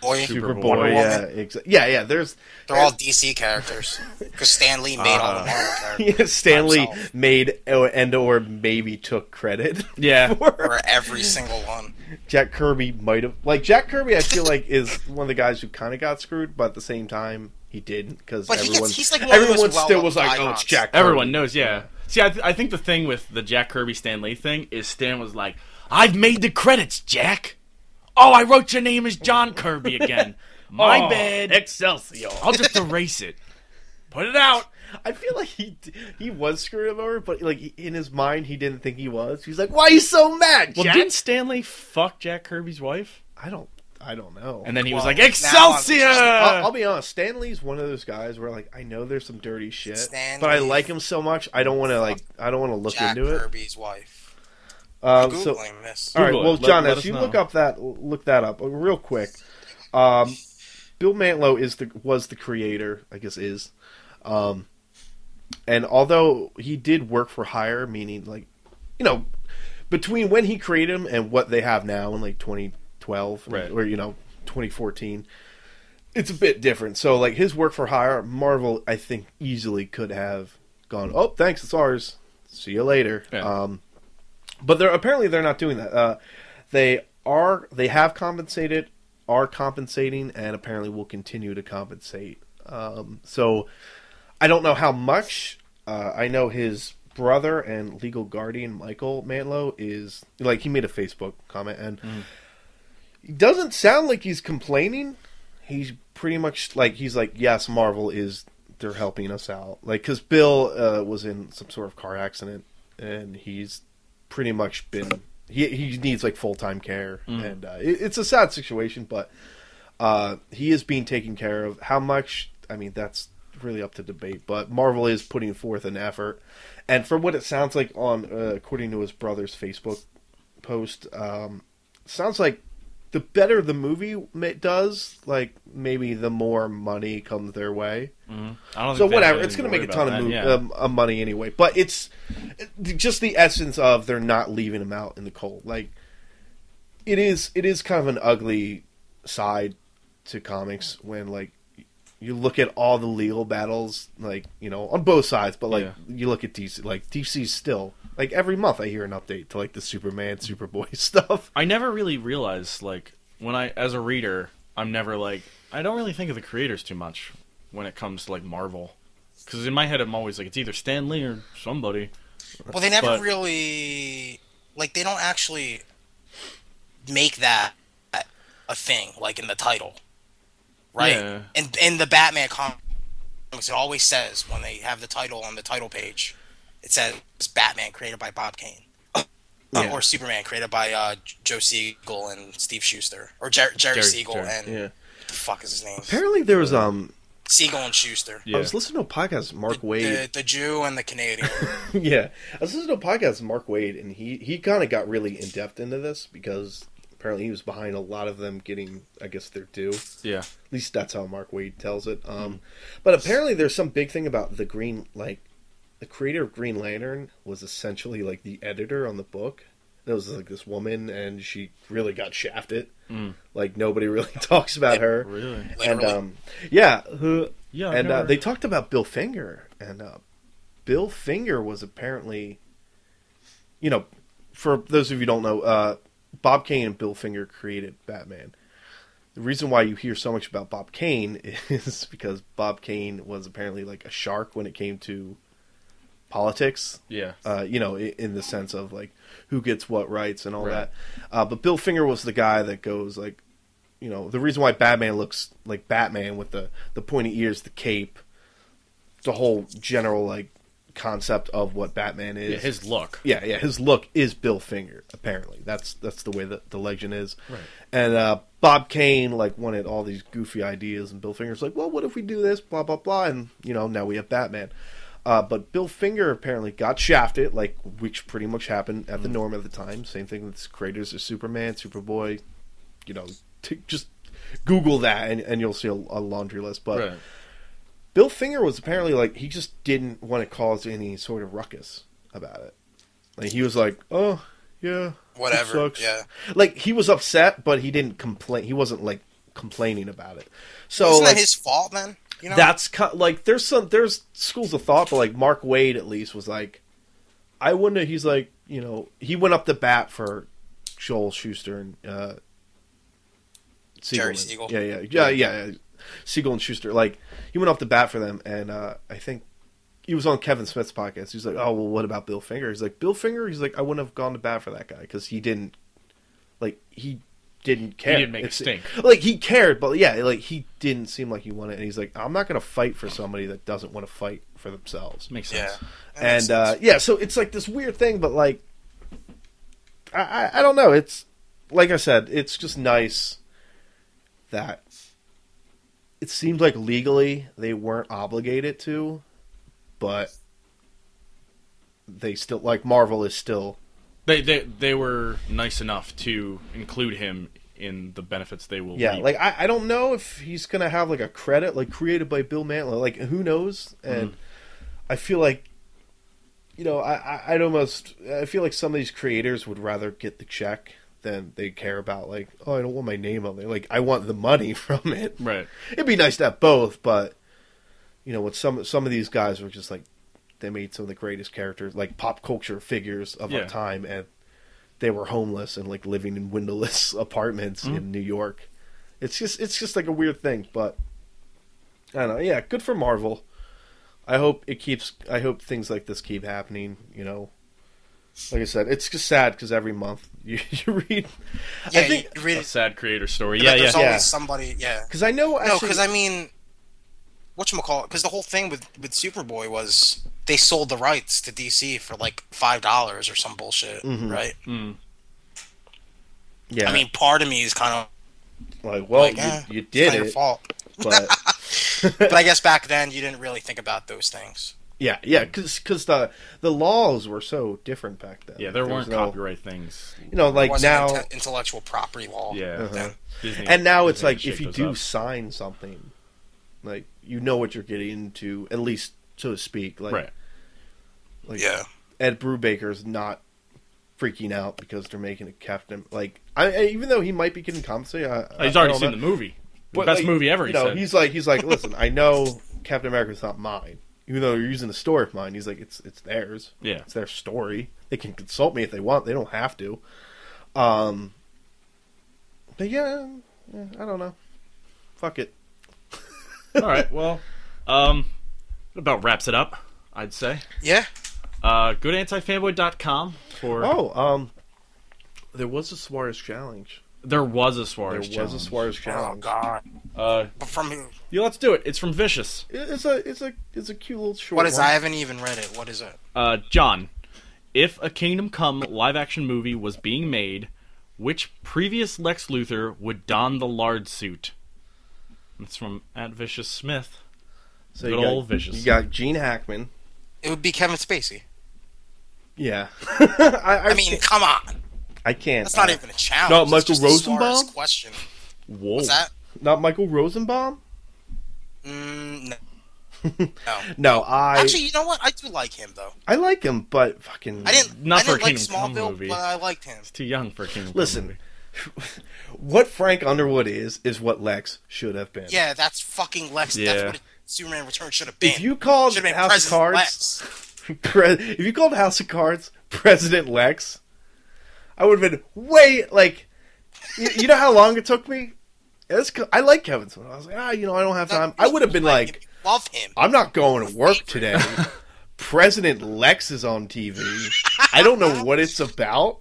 [SPEAKER 3] Superboy,
[SPEAKER 1] Superboy, yeah, exa- yeah, yeah. There's
[SPEAKER 2] They're all DC characters because Stan Lee made all the
[SPEAKER 1] Uh.
[SPEAKER 2] Marvel characters
[SPEAKER 1] yeah, Stanley
[SPEAKER 2] himself.
[SPEAKER 1] made or- and or maybe took credit.
[SPEAKER 3] Yeah.
[SPEAKER 1] for
[SPEAKER 2] for every single one.
[SPEAKER 1] Jack Kirby might have like Jack Kirby. I feel like is one of the guys who kind of got screwed, but at the same time he didn't because
[SPEAKER 2] But he
[SPEAKER 1] everyone
[SPEAKER 2] gets- he's like one of those
[SPEAKER 1] everyone still
[SPEAKER 2] well-loved
[SPEAKER 1] was like, oh, it's
[SPEAKER 2] icons.
[SPEAKER 1] Jack. Kirby.
[SPEAKER 3] Everyone knows, yeah. See, I, th- I think the thing with the Jack Kirby Stan Lee thing is Stan was like, I've made the credits, Jack. Oh, I wrote your name as John Kirby again. My bad. Excelsior. I'll just erase it. Put it out.
[SPEAKER 1] I feel like he d- he was screwed him over, but like in his mind he didn't think he was. He's like, why are you so mad,
[SPEAKER 3] Well,
[SPEAKER 1] Jack?
[SPEAKER 3] didn't Stanley fuck Jack Kirby's wife?
[SPEAKER 1] I don't, I don't know.
[SPEAKER 3] And then uh, he was
[SPEAKER 2] Well,
[SPEAKER 3] like,
[SPEAKER 2] now I'm
[SPEAKER 3] Excelsior!
[SPEAKER 1] I'll, I'll be honest. Stanley's one of those guys where, like, I know there's some dirty shit,
[SPEAKER 2] Stan
[SPEAKER 1] but I
[SPEAKER 2] Lee.
[SPEAKER 1] like him so much, I don't want to, like, I don't want to look
[SPEAKER 2] Jack
[SPEAKER 1] into it.
[SPEAKER 2] Kirby's wife.
[SPEAKER 1] Um,
[SPEAKER 2] Googling
[SPEAKER 1] so,
[SPEAKER 2] this.
[SPEAKER 1] all right.
[SPEAKER 3] Google it.
[SPEAKER 1] Well,
[SPEAKER 3] Let-
[SPEAKER 1] John,
[SPEAKER 3] let
[SPEAKER 1] as
[SPEAKER 3] us
[SPEAKER 1] you
[SPEAKER 3] know.
[SPEAKER 1] look up that, look that up uh, real quick. Um, Bill Mantlo is the was the creator, I guess is, um, and although he did work for hire, meaning like, you know, between when he created him and what they have now in like 2012
[SPEAKER 3] Right.
[SPEAKER 1] or you know 2014, it's a bit different. So like his work for hire, Marvel, I think easily could have gone. Oh, thanks, it's ours. See you later.
[SPEAKER 3] Yeah.
[SPEAKER 1] Um, but they're apparently they're not doing that. Uh, they are they have compensated, are compensating, and apparently will continue to compensate. Um, so I don't know how much. Uh, I know his brother and legal guardian Michael Mantlo is like he made a Facebook comment and he doesn't sound like he's complaining. He's pretty much like he's like yes, Marvel is they're helping us out. Like cuz Bill uh, was in some sort of car accident and he's pretty much been he he needs like full-time care and uh, it, it's a sad situation but uh, he is being taken care of. How much? I mean, that's really up to debate. But Marvel is putting forth an effort, and from what it sounds like on uh, according to his brother's Facebook post, um, sounds like the better the movie ma- does, like maybe the more money comes their way.
[SPEAKER 3] I don't
[SPEAKER 1] So
[SPEAKER 3] think they
[SPEAKER 1] whatever,
[SPEAKER 3] really
[SPEAKER 1] it's going to
[SPEAKER 3] worry
[SPEAKER 1] make a
[SPEAKER 3] about
[SPEAKER 1] ton of
[SPEAKER 3] that,
[SPEAKER 1] mo-
[SPEAKER 3] yeah.
[SPEAKER 1] um, uh, money anyway. But it's just the essence of they're not leaving him out in the cold. Like it is, it is kind of an ugly side to comics when like you look at all the legal battles, like you know, on both sides. But like
[SPEAKER 3] Yeah.
[SPEAKER 1] you look at DC, like DC's still like every month I hear an update to like the Superman, Superboy stuff.
[SPEAKER 3] I never really realized like when I as a reader, I'm never like I don't really think of the creators too much when it comes to like Marvel. Because in my head, I'm always like, it's either Stan Lee or somebody.
[SPEAKER 2] Well, they never
[SPEAKER 3] But-
[SPEAKER 2] really like they don't actually make that a thing like in the title, right?
[SPEAKER 3] Yeah.
[SPEAKER 2] And in the Batman comics, it always says when they have the title on the title page, it says Batman created by Bob Kane. Uh,
[SPEAKER 3] Yeah.
[SPEAKER 2] Or Superman, created by uh, J- Joe Siegel and Steve Schuster, or Jer- Jerry,
[SPEAKER 3] Jerry-
[SPEAKER 2] Siegel
[SPEAKER 3] Jerry,
[SPEAKER 2] and
[SPEAKER 1] Yeah.
[SPEAKER 2] the fuck is his name?
[SPEAKER 1] Apparently there was um
[SPEAKER 2] Siegel and Schuster,
[SPEAKER 3] Yeah.
[SPEAKER 1] I was listening to a podcast Mark Wade.
[SPEAKER 2] the, the Jew and the Canadian.
[SPEAKER 1] yeah. I was listening to a podcast Mark Wade and he he kind of got really in depth into this because apparently he was behind a lot of them getting I guess their due.
[SPEAKER 3] yeah.
[SPEAKER 1] At least that's how Mark Wade tells it. Um, But apparently, there's some big thing about the Green, like the creator of Green Lantern was essentially like the editor on the book. There was like this woman, and she really got shafted. Like nobody really talks about her.
[SPEAKER 3] Really?
[SPEAKER 1] And
[SPEAKER 2] Literally.
[SPEAKER 1] um, yeah, who?
[SPEAKER 3] Yeah, I've
[SPEAKER 1] and uh,
[SPEAKER 3] never-
[SPEAKER 1] they talked about Bill Finger, and uh, Bill Finger was apparently, you know, for those of you who don't know, uh, Bob Kane and Bill Finger created Batman. The reason why you hear so much about Bob Kane is because Bob Kane was apparently like a shark when it came to politics
[SPEAKER 3] Yeah.
[SPEAKER 1] uh, you know, i- in the sense of like who gets what rights and all
[SPEAKER 3] Right.
[SPEAKER 1] that. Uh, but Bill Finger was the guy that goes like, you know, the reason why Batman looks like Batman with the the pointy ears, the cape, the whole general like concept of what Batman is.
[SPEAKER 3] yeah. His look.
[SPEAKER 1] yeah, yeah, his look is Bill Finger. Apparently, that's that's the way that the legend is.
[SPEAKER 3] Right.
[SPEAKER 1] And uh, Bob Kane like wanted all these goofy ideas, and Bill Finger's like, well, what if we do this? Blah blah blah, and you know now we have Batman. Uh, but Bill Finger apparently got shafted, like which pretty much happened
[SPEAKER 3] Mm.
[SPEAKER 1] at the norm at the time. Same thing with the creators of Superman, Superboy. You know, t- just Google that, and, and you'll see a, a laundry list. But
[SPEAKER 3] Right.
[SPEAKER 1] Bill Finger was apparently like he just didn't want to cause any sort of ruckus about it. Like he was like, "Oh, yeah, it
[SPEAKER 2] Whatever,
[SPEAKER 1] sucks."
[SPEAKER 2] yeah.
[SPEAKER 1] Like he was upset, but he didn't complain. He wasn't like complaining about it. So
[SPEAKER 2] Isn't
[SPEAKER 1] like,
[SPEAKER 2] that his fault then? You know,
[SPEAKER 1] that's ki- like there's some there's schools of thought, but like Mark Wade at least was like, I wonder. He's like, you know, he went up the bat for Joel Schuster and uh,
[SPEAKER 2] Jerry
[SPEAKER 1] Siegelman.
[SPEAKER 2] Siegel.
[SPEAKER 1] Yeah, yeah, yeah, yeah, yeah. Siegel and Schuster. Like he went off the bat for them, and uh, I think he was on Kevin Smith's podcast. He's like, oh well, what about Bill Finger? He's like, Bill Finger. He's like, I wouldn't have gone to bat for that guy because he didn't, like, he didn't care.
[SPEAKER 3] didn't make a stink.
[SPEAKER 1] Like he cared, but yeah, like he didn't seem like he wanted. And he's like, I'm not gonna fight for somebody that doesn't want to fight for themselves.
[SPEAKER 3] Makes
[SPEAKER 2] yeah.
[SPEAKER 3] sense.
[SPEAKER 2] That makes
[SPEAKER 1] And uh,
[SPEAKER 2] sense.
[SPEAKER 1] yeah, so it's like this weird thing, but like, I, I I don't know. It's like I said, it's just nice that it seemed like legally they weren't obligated to, but they still like Marvel is still
[SPEAKER 3] They they they were nice enough to include him in the benefits they will.
[SPEAKER 1] Yeah,
[SPEAKER 3] reap.
[SPEAKER 1] like I, I don't know if he's gonna have like a credit like created by Bill Mantlo. Like who knows? And I feel like you know, I, I I'd almost I feel like some of these creators would rather get the check than they care about like, oh I don't want my name on there. Like I want the money from it.
[SPEAKER 3] right.
[SPEAKER 1] It'd be nice to have both, but you know, with some some of these guys were just like they made some of the greatest characters, like pop culture figures of
[SPEAKER 3] Yeah.
[SPEAKER 1] our time, and they were homeless and like living in windowless apartments in New York. It's just it's just like a weird thing, but I don't know. Yeah, good for Marvel. I hope it keeps. I hope things like this keep happening. You know, like I said, it's just sad because every month you, you read.
[SPEAKER 2] yeah,
[SPEAKER 1] I think
[SPEAKER 2] you read
[SPEAKER 3] A
[SPEAKER 2] it.
[SPEAKER 3] sad creator story. Yeah, yeah.
[SPEAKER 2] there's
[SPEAKER 1] yeah.
[SPEAKER 2] always somebody. Yeah,
[SPEAKER 1] because I know
[SPEAKER 2] no,
[SPEAKER 1] actually.
[SPEAKER 2] because I mean, what you call? Because the whole thing with with Superboy was they sold the rights to DC for like five dollars or some bullshit,
[SPEAKER 1] Mhm.
[SPEAKER 2] right?
[SPEAKER 3] Mm.
[SPEAKER 1] yeah,
[SPEAKER 2] I mean, part of me is kind of
[SPEAKER 1] like well,
[SPEAKER 2] like,
[SPEAKER 1] you,
[SPEAKER 2] eh,
[SPEAKER 1] you
[SPEAKER 2] it's
[SPEAKER 1] did
[SPEAKER 2] not your
[SPEAKER 1] it,
[SPEAKER 2] fault.
[SPEAKER 1] but.
[SPEAKER 2] but I guess back then you didn't really think about those things.
[SPEAKER 1] Yeah, yeah, because the the laws were so different back then.
[SPEAKER 3] Yeah, there,
[SPEAKER 1] was
[SPEAKER 3] weren't
[SPEAKER 1] no-
[SPEAKER 3] copyright things.
[SPEAKER 1] You know,
[SPEAKER 2] It
[SPEAKER 1] like
[SPEAKER 2] wasn't
[SPEAKER 1] now,
[SPEAKER 2] inte- intellectual property law.
[SPEAKER 3] Yeah.
[SPEAKER 1] Uh-huh.
[SPEAKER 3] Disney,
[SPEAKER 1] and now it's
[SPEAKER 3] Disney
[SPEAKER 1] like if
[SPEAKER 3] shaped
[SPEAKER 1] you
[SPEAKER 3] those
[SPEAKER 1] do
[SPEAKER 3] up.
[SPEAKER 1] sign something, like you know what you're getting into, at least so to speak. Like,
[SPEAKER 3] right.
[SPEAKER 1] like
[SPEAKER 2] yeah.
[SPEAKER 1] Ed Brubaker's not freaking out because they're making a Captain. Like, I, I- even though he might be getting compensated, I, I-
[SPEAKER 3] He's
[SPEAKER 1] I
[SPEAKER 3] already
[SPEAKER 1] don't
[SPEAKER 3] seen
[SPEAKER 1] know.
[SPEAKER 3] the movie. The
[SPEAKER 1] But,
[SPEAKER 3] best
[SPEAKER 1] like,
[SPEAKER 3] movie ever.
[SPEAKER 1] You
[SPEAKER 3] He
[SPEAKER 1] know,
[SPEAKER 3] said.
[SPEAKER 1] he's like, he's like, listen, I know Captain America's not mine, even though you're using the story of mine. He's like, it's it's theirs.
[SPEAKER 3] Yeah.
[SPEAKER 1] it's their story. They can consult me if they want. They don't have to. Um, but yeah, yeah, I don't know. Fuck it.
[SPEAKER 3] All right. Well, um, That about wraps it up, I'd say.
[SPEAKER 2] Yeah.
[SPEAKER 3] Uh, go to antifanboy.com for.
[SPEAKER 1] Oh, um, there was a Suarez challenge.
[SPEAKER 3] There was a Suarez
[SPEAKER 1] There was
[SPEAKER 3] challenge.
[SPEAKER 1] a Suarez
[SPEAKER 2] Oh
[SPEAKER 1] challenge.
[SPEAKER 2] God.
[SPEAKER 3] Uh,
[SPEAKER 2] But from who?
[SPEAKER 3] yeah, let's do it. It's from Vicious.
[SPEAKER 1] It- It's a it's a it's a cute little short.
[SPEAKER 2] What is?
[SPEAKER 1] one.
[SPEAKER 2] I haven't even read it. What is it?
[SPEAKER 3] Uh, John, if a Kingdom Come live action movie was being made, which previous Lex Luthor would don the lard suit? That's from at Vicious Smith.
[SPEAKER 1] So
[SPEAKER 3] Good
[SPEAKER 1] you got,
[SPEAKER 3] old vicious.
[SPEAKER 1] You got Gene Hackman.
[SPEAKER 2] It would be Kevin Spacey.
[SPEAKER 1] Yeah. I, I,
[SPEAKER 2] I mean, come on.
[SPEAKER 1] I can't.
[SPEAKER 2] That's not
[SPEAKER 1] uh,
[SPEAKER 2] even a challenge.
[SPEAKER 1] No,
[SPEAKER 2] It's
[SPEAKER 1] Michael
[SPEAKER 2] just as far as
[SPEAKER 1] Rosenbaum? Oh.
[SPEAKER 2] Question.
[SPEAKER 3] Whoa.
[SPEAKER 2] What's that?
[SPEAKER 1] Not Michael Rosenbaum.
[SPEAKER 2] Mm, no.
[SPEAKER 1] No, I
[SPEAKER 2] Actually, you know what? I do like him though.
[SPEAKER 1] I like him, but fucking
[SPEAKER 2] I didn't.
[SPEAKER 3] Not
[SPEAKER 2] I didn't
[SPEAKER 3] for
[SPEAKER 2] like
[SPEAKER 3] Kingdom Come
[SPEAKER 2] Smallville,
[SPEAKER 3] movie.
[SPEAKER 2] but I liked him.
[SPEAKER 3] Too young for a Kingdom Come
[SPEAKER 1] Listen,
[SPEAKER 3] movie.
[SPEAKER 1] what Frank Underwood is is what Lex should have been.
[SPEAKER 2] Yeah, that's fucking Lex.
[SPEAKER 3] Yeah.
[SPEAKER 2] That's what Superman Returns should have been.
[SPEAKER 1] If you called
[SPEAKER 2] should have been
[SPEAKER 1] House of
[SPEAKER 2] President
[SPEAKER 1] Cards,
[SPEAKER 2] Lex.
[SPEAKER 1] pre- if you called House of Cards President Lex, I would have been way like, you, you know how long it took me. It's co- I like Kevin Smith. I was like, ah, you know, I don't have time. I would have been
[SPEAKER 2] Like,
[SPEAKER 1] like,
[SPEAKER 2] love him.
[SPEAKER 1] I'm not going to work today. President Lex is on TV. I don't know what it's about,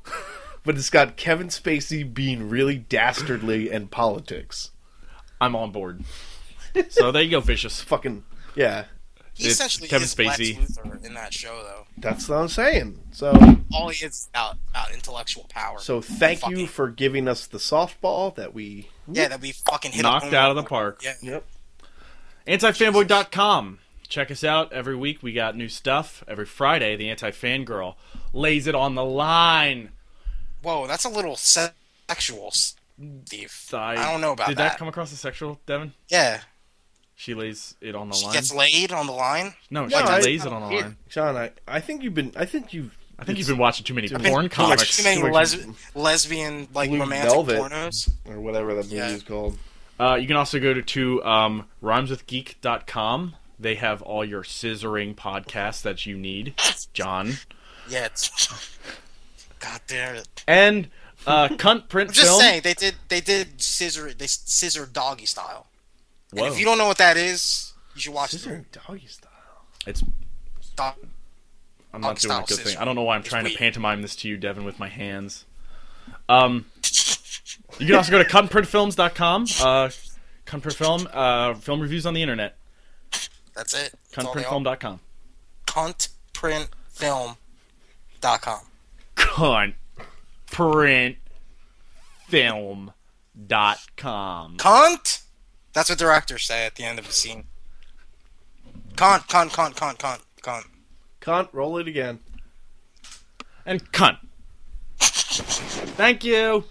[SPEAKER 1] but it's got Kevin Spacey being really dastardly and politics.
[SPEAKER 3] I'm on board. so there you go, Vicious.
[SPEAKER 1] Fucking yeah,
[SPEAKER 2] He
[SPEAKER 3] It's
[SPEAKER 2] essentially
[SPEAKER 3] Kevin
[SPEAKER 2] is
[SPEAKER 3] Spacey.
[SPEAKER 2] Lex Luthor in that show, though.
[SPEAKER 1] that's what I'm saying. So,
[SPEAKER 2] All he is is about, about intellectual power.
[SPEAKER 1] so thank you
[SPEAKER 2] Fucking-
[SPEAKER 1] for giving us the softball that we.
[SPEAKER 2] yeah, that we fucking hit a
[SPEAKER 3] Knocked
[SPEAKER 2] home
[SPEAKER 3] out of the
[SPEAKER 2] run.
[SPEAKER 3] park.
[SPEAKER 2] Yeah.
[SPEAKER 1] Yep.
[SPEAKER 3] Antifanboy.com. Check us out every week. We got new stuff. Every Friday, the anti fangirl lays it on the line.
[SPEAKER 2] Whoa, that's a little sexual, Steve.
[SPEAKER 3] I,
[SPEAKER 2] I don't know about
[SPEAKER 3] Did that.
[SPEAKER 2] that.
[SPEAKER 3] come across as sexual, Devin?
[SPEAKER 2] Yeah,
[SPEAKER 3] She lays it on the
[SPEAKER 2] she
[SPEAKER 3] line.
[SPEAKER 2] gets laid on the line.
[SPEAKER 3] no, she
[SPEAKER 1] No, I-
[SPEAKER 3] lays it on the line.
[SPEAKER 1] John, I, I think you've been. I think you've.
[SPEAKER 3] I think you've been watching too many
[SPEAKER 1] Too many-
[SPEAKER 3] porn
[SPEAKER 2] Too much-
[SPEAKER 3] comics.
[SPEAKER 2] Too many
[SPEAKER 1] Too much
[SPEAKER 2] les- lesbian like
[SPEAKER 1] Blue
[SPEAKER 2] romantic
[SPEAKER 1] Velvet.
[SPEAKER 2] pornos.
[SPEAKER 1] or whatever that movie
[SPEAKER 2] Yeah.
[SPEAKER 1] is called.
[SPEAKER 3] Uh, you can also go to, to um, rhymeswithgeek.com. They have all your scissoring podcasts that you need, John.
[SPEAKER 2] Yeah. It's... God damn it.
[SPEAKER 3] And uh, Cunt Print
[SPEAKER 2] I'm just
[SPEAKER 3] Film.
[SPEAKER 2] saying they did they did scissor they scissor doggy style.
[SPEAKER 3] Whoa.
[SPEAKER 2] And if you don't know what that is, you should watch
[SPEAKER 1] Scissor and doggy style.
[SPEAKER 3] It's,
[SPEAKER 2] the dog-
[SPEAKER 3] I'm not doing a
[SPEAKER 2] Hostile
[SPEAKER 3] good thing.
[SPEAKER 2] scissor.
[SPEAKER 3] I don't know why I'm
[SPEAKER 2] It's
[SPEAKER 3] trying to
[SPEAKER 2] weird.
[SPEAKER 3] pantomime this to you, Devin, with my hands. Um, you can also go to cuntprintfilms.com. Uh, Cuntprint Film, uh, film reviews on the internet.
[SPEAKER 2] That's it. That's all they are.
[SPEAKER 3] Cuntprintfilm.com.
[SPEAKER 2] Cuntprintfilm.com.
[SPEAKER 3] Cuntprintfilm.com.
[SPEAKER 2] Cunt. That's what directors say at the end of a scene. Cunt, cunt, cunt, cunt, cunt, cunt.
[SPEAKER 1] Can't roll it again.
[SPEAKER 3] and cunt. Thank you.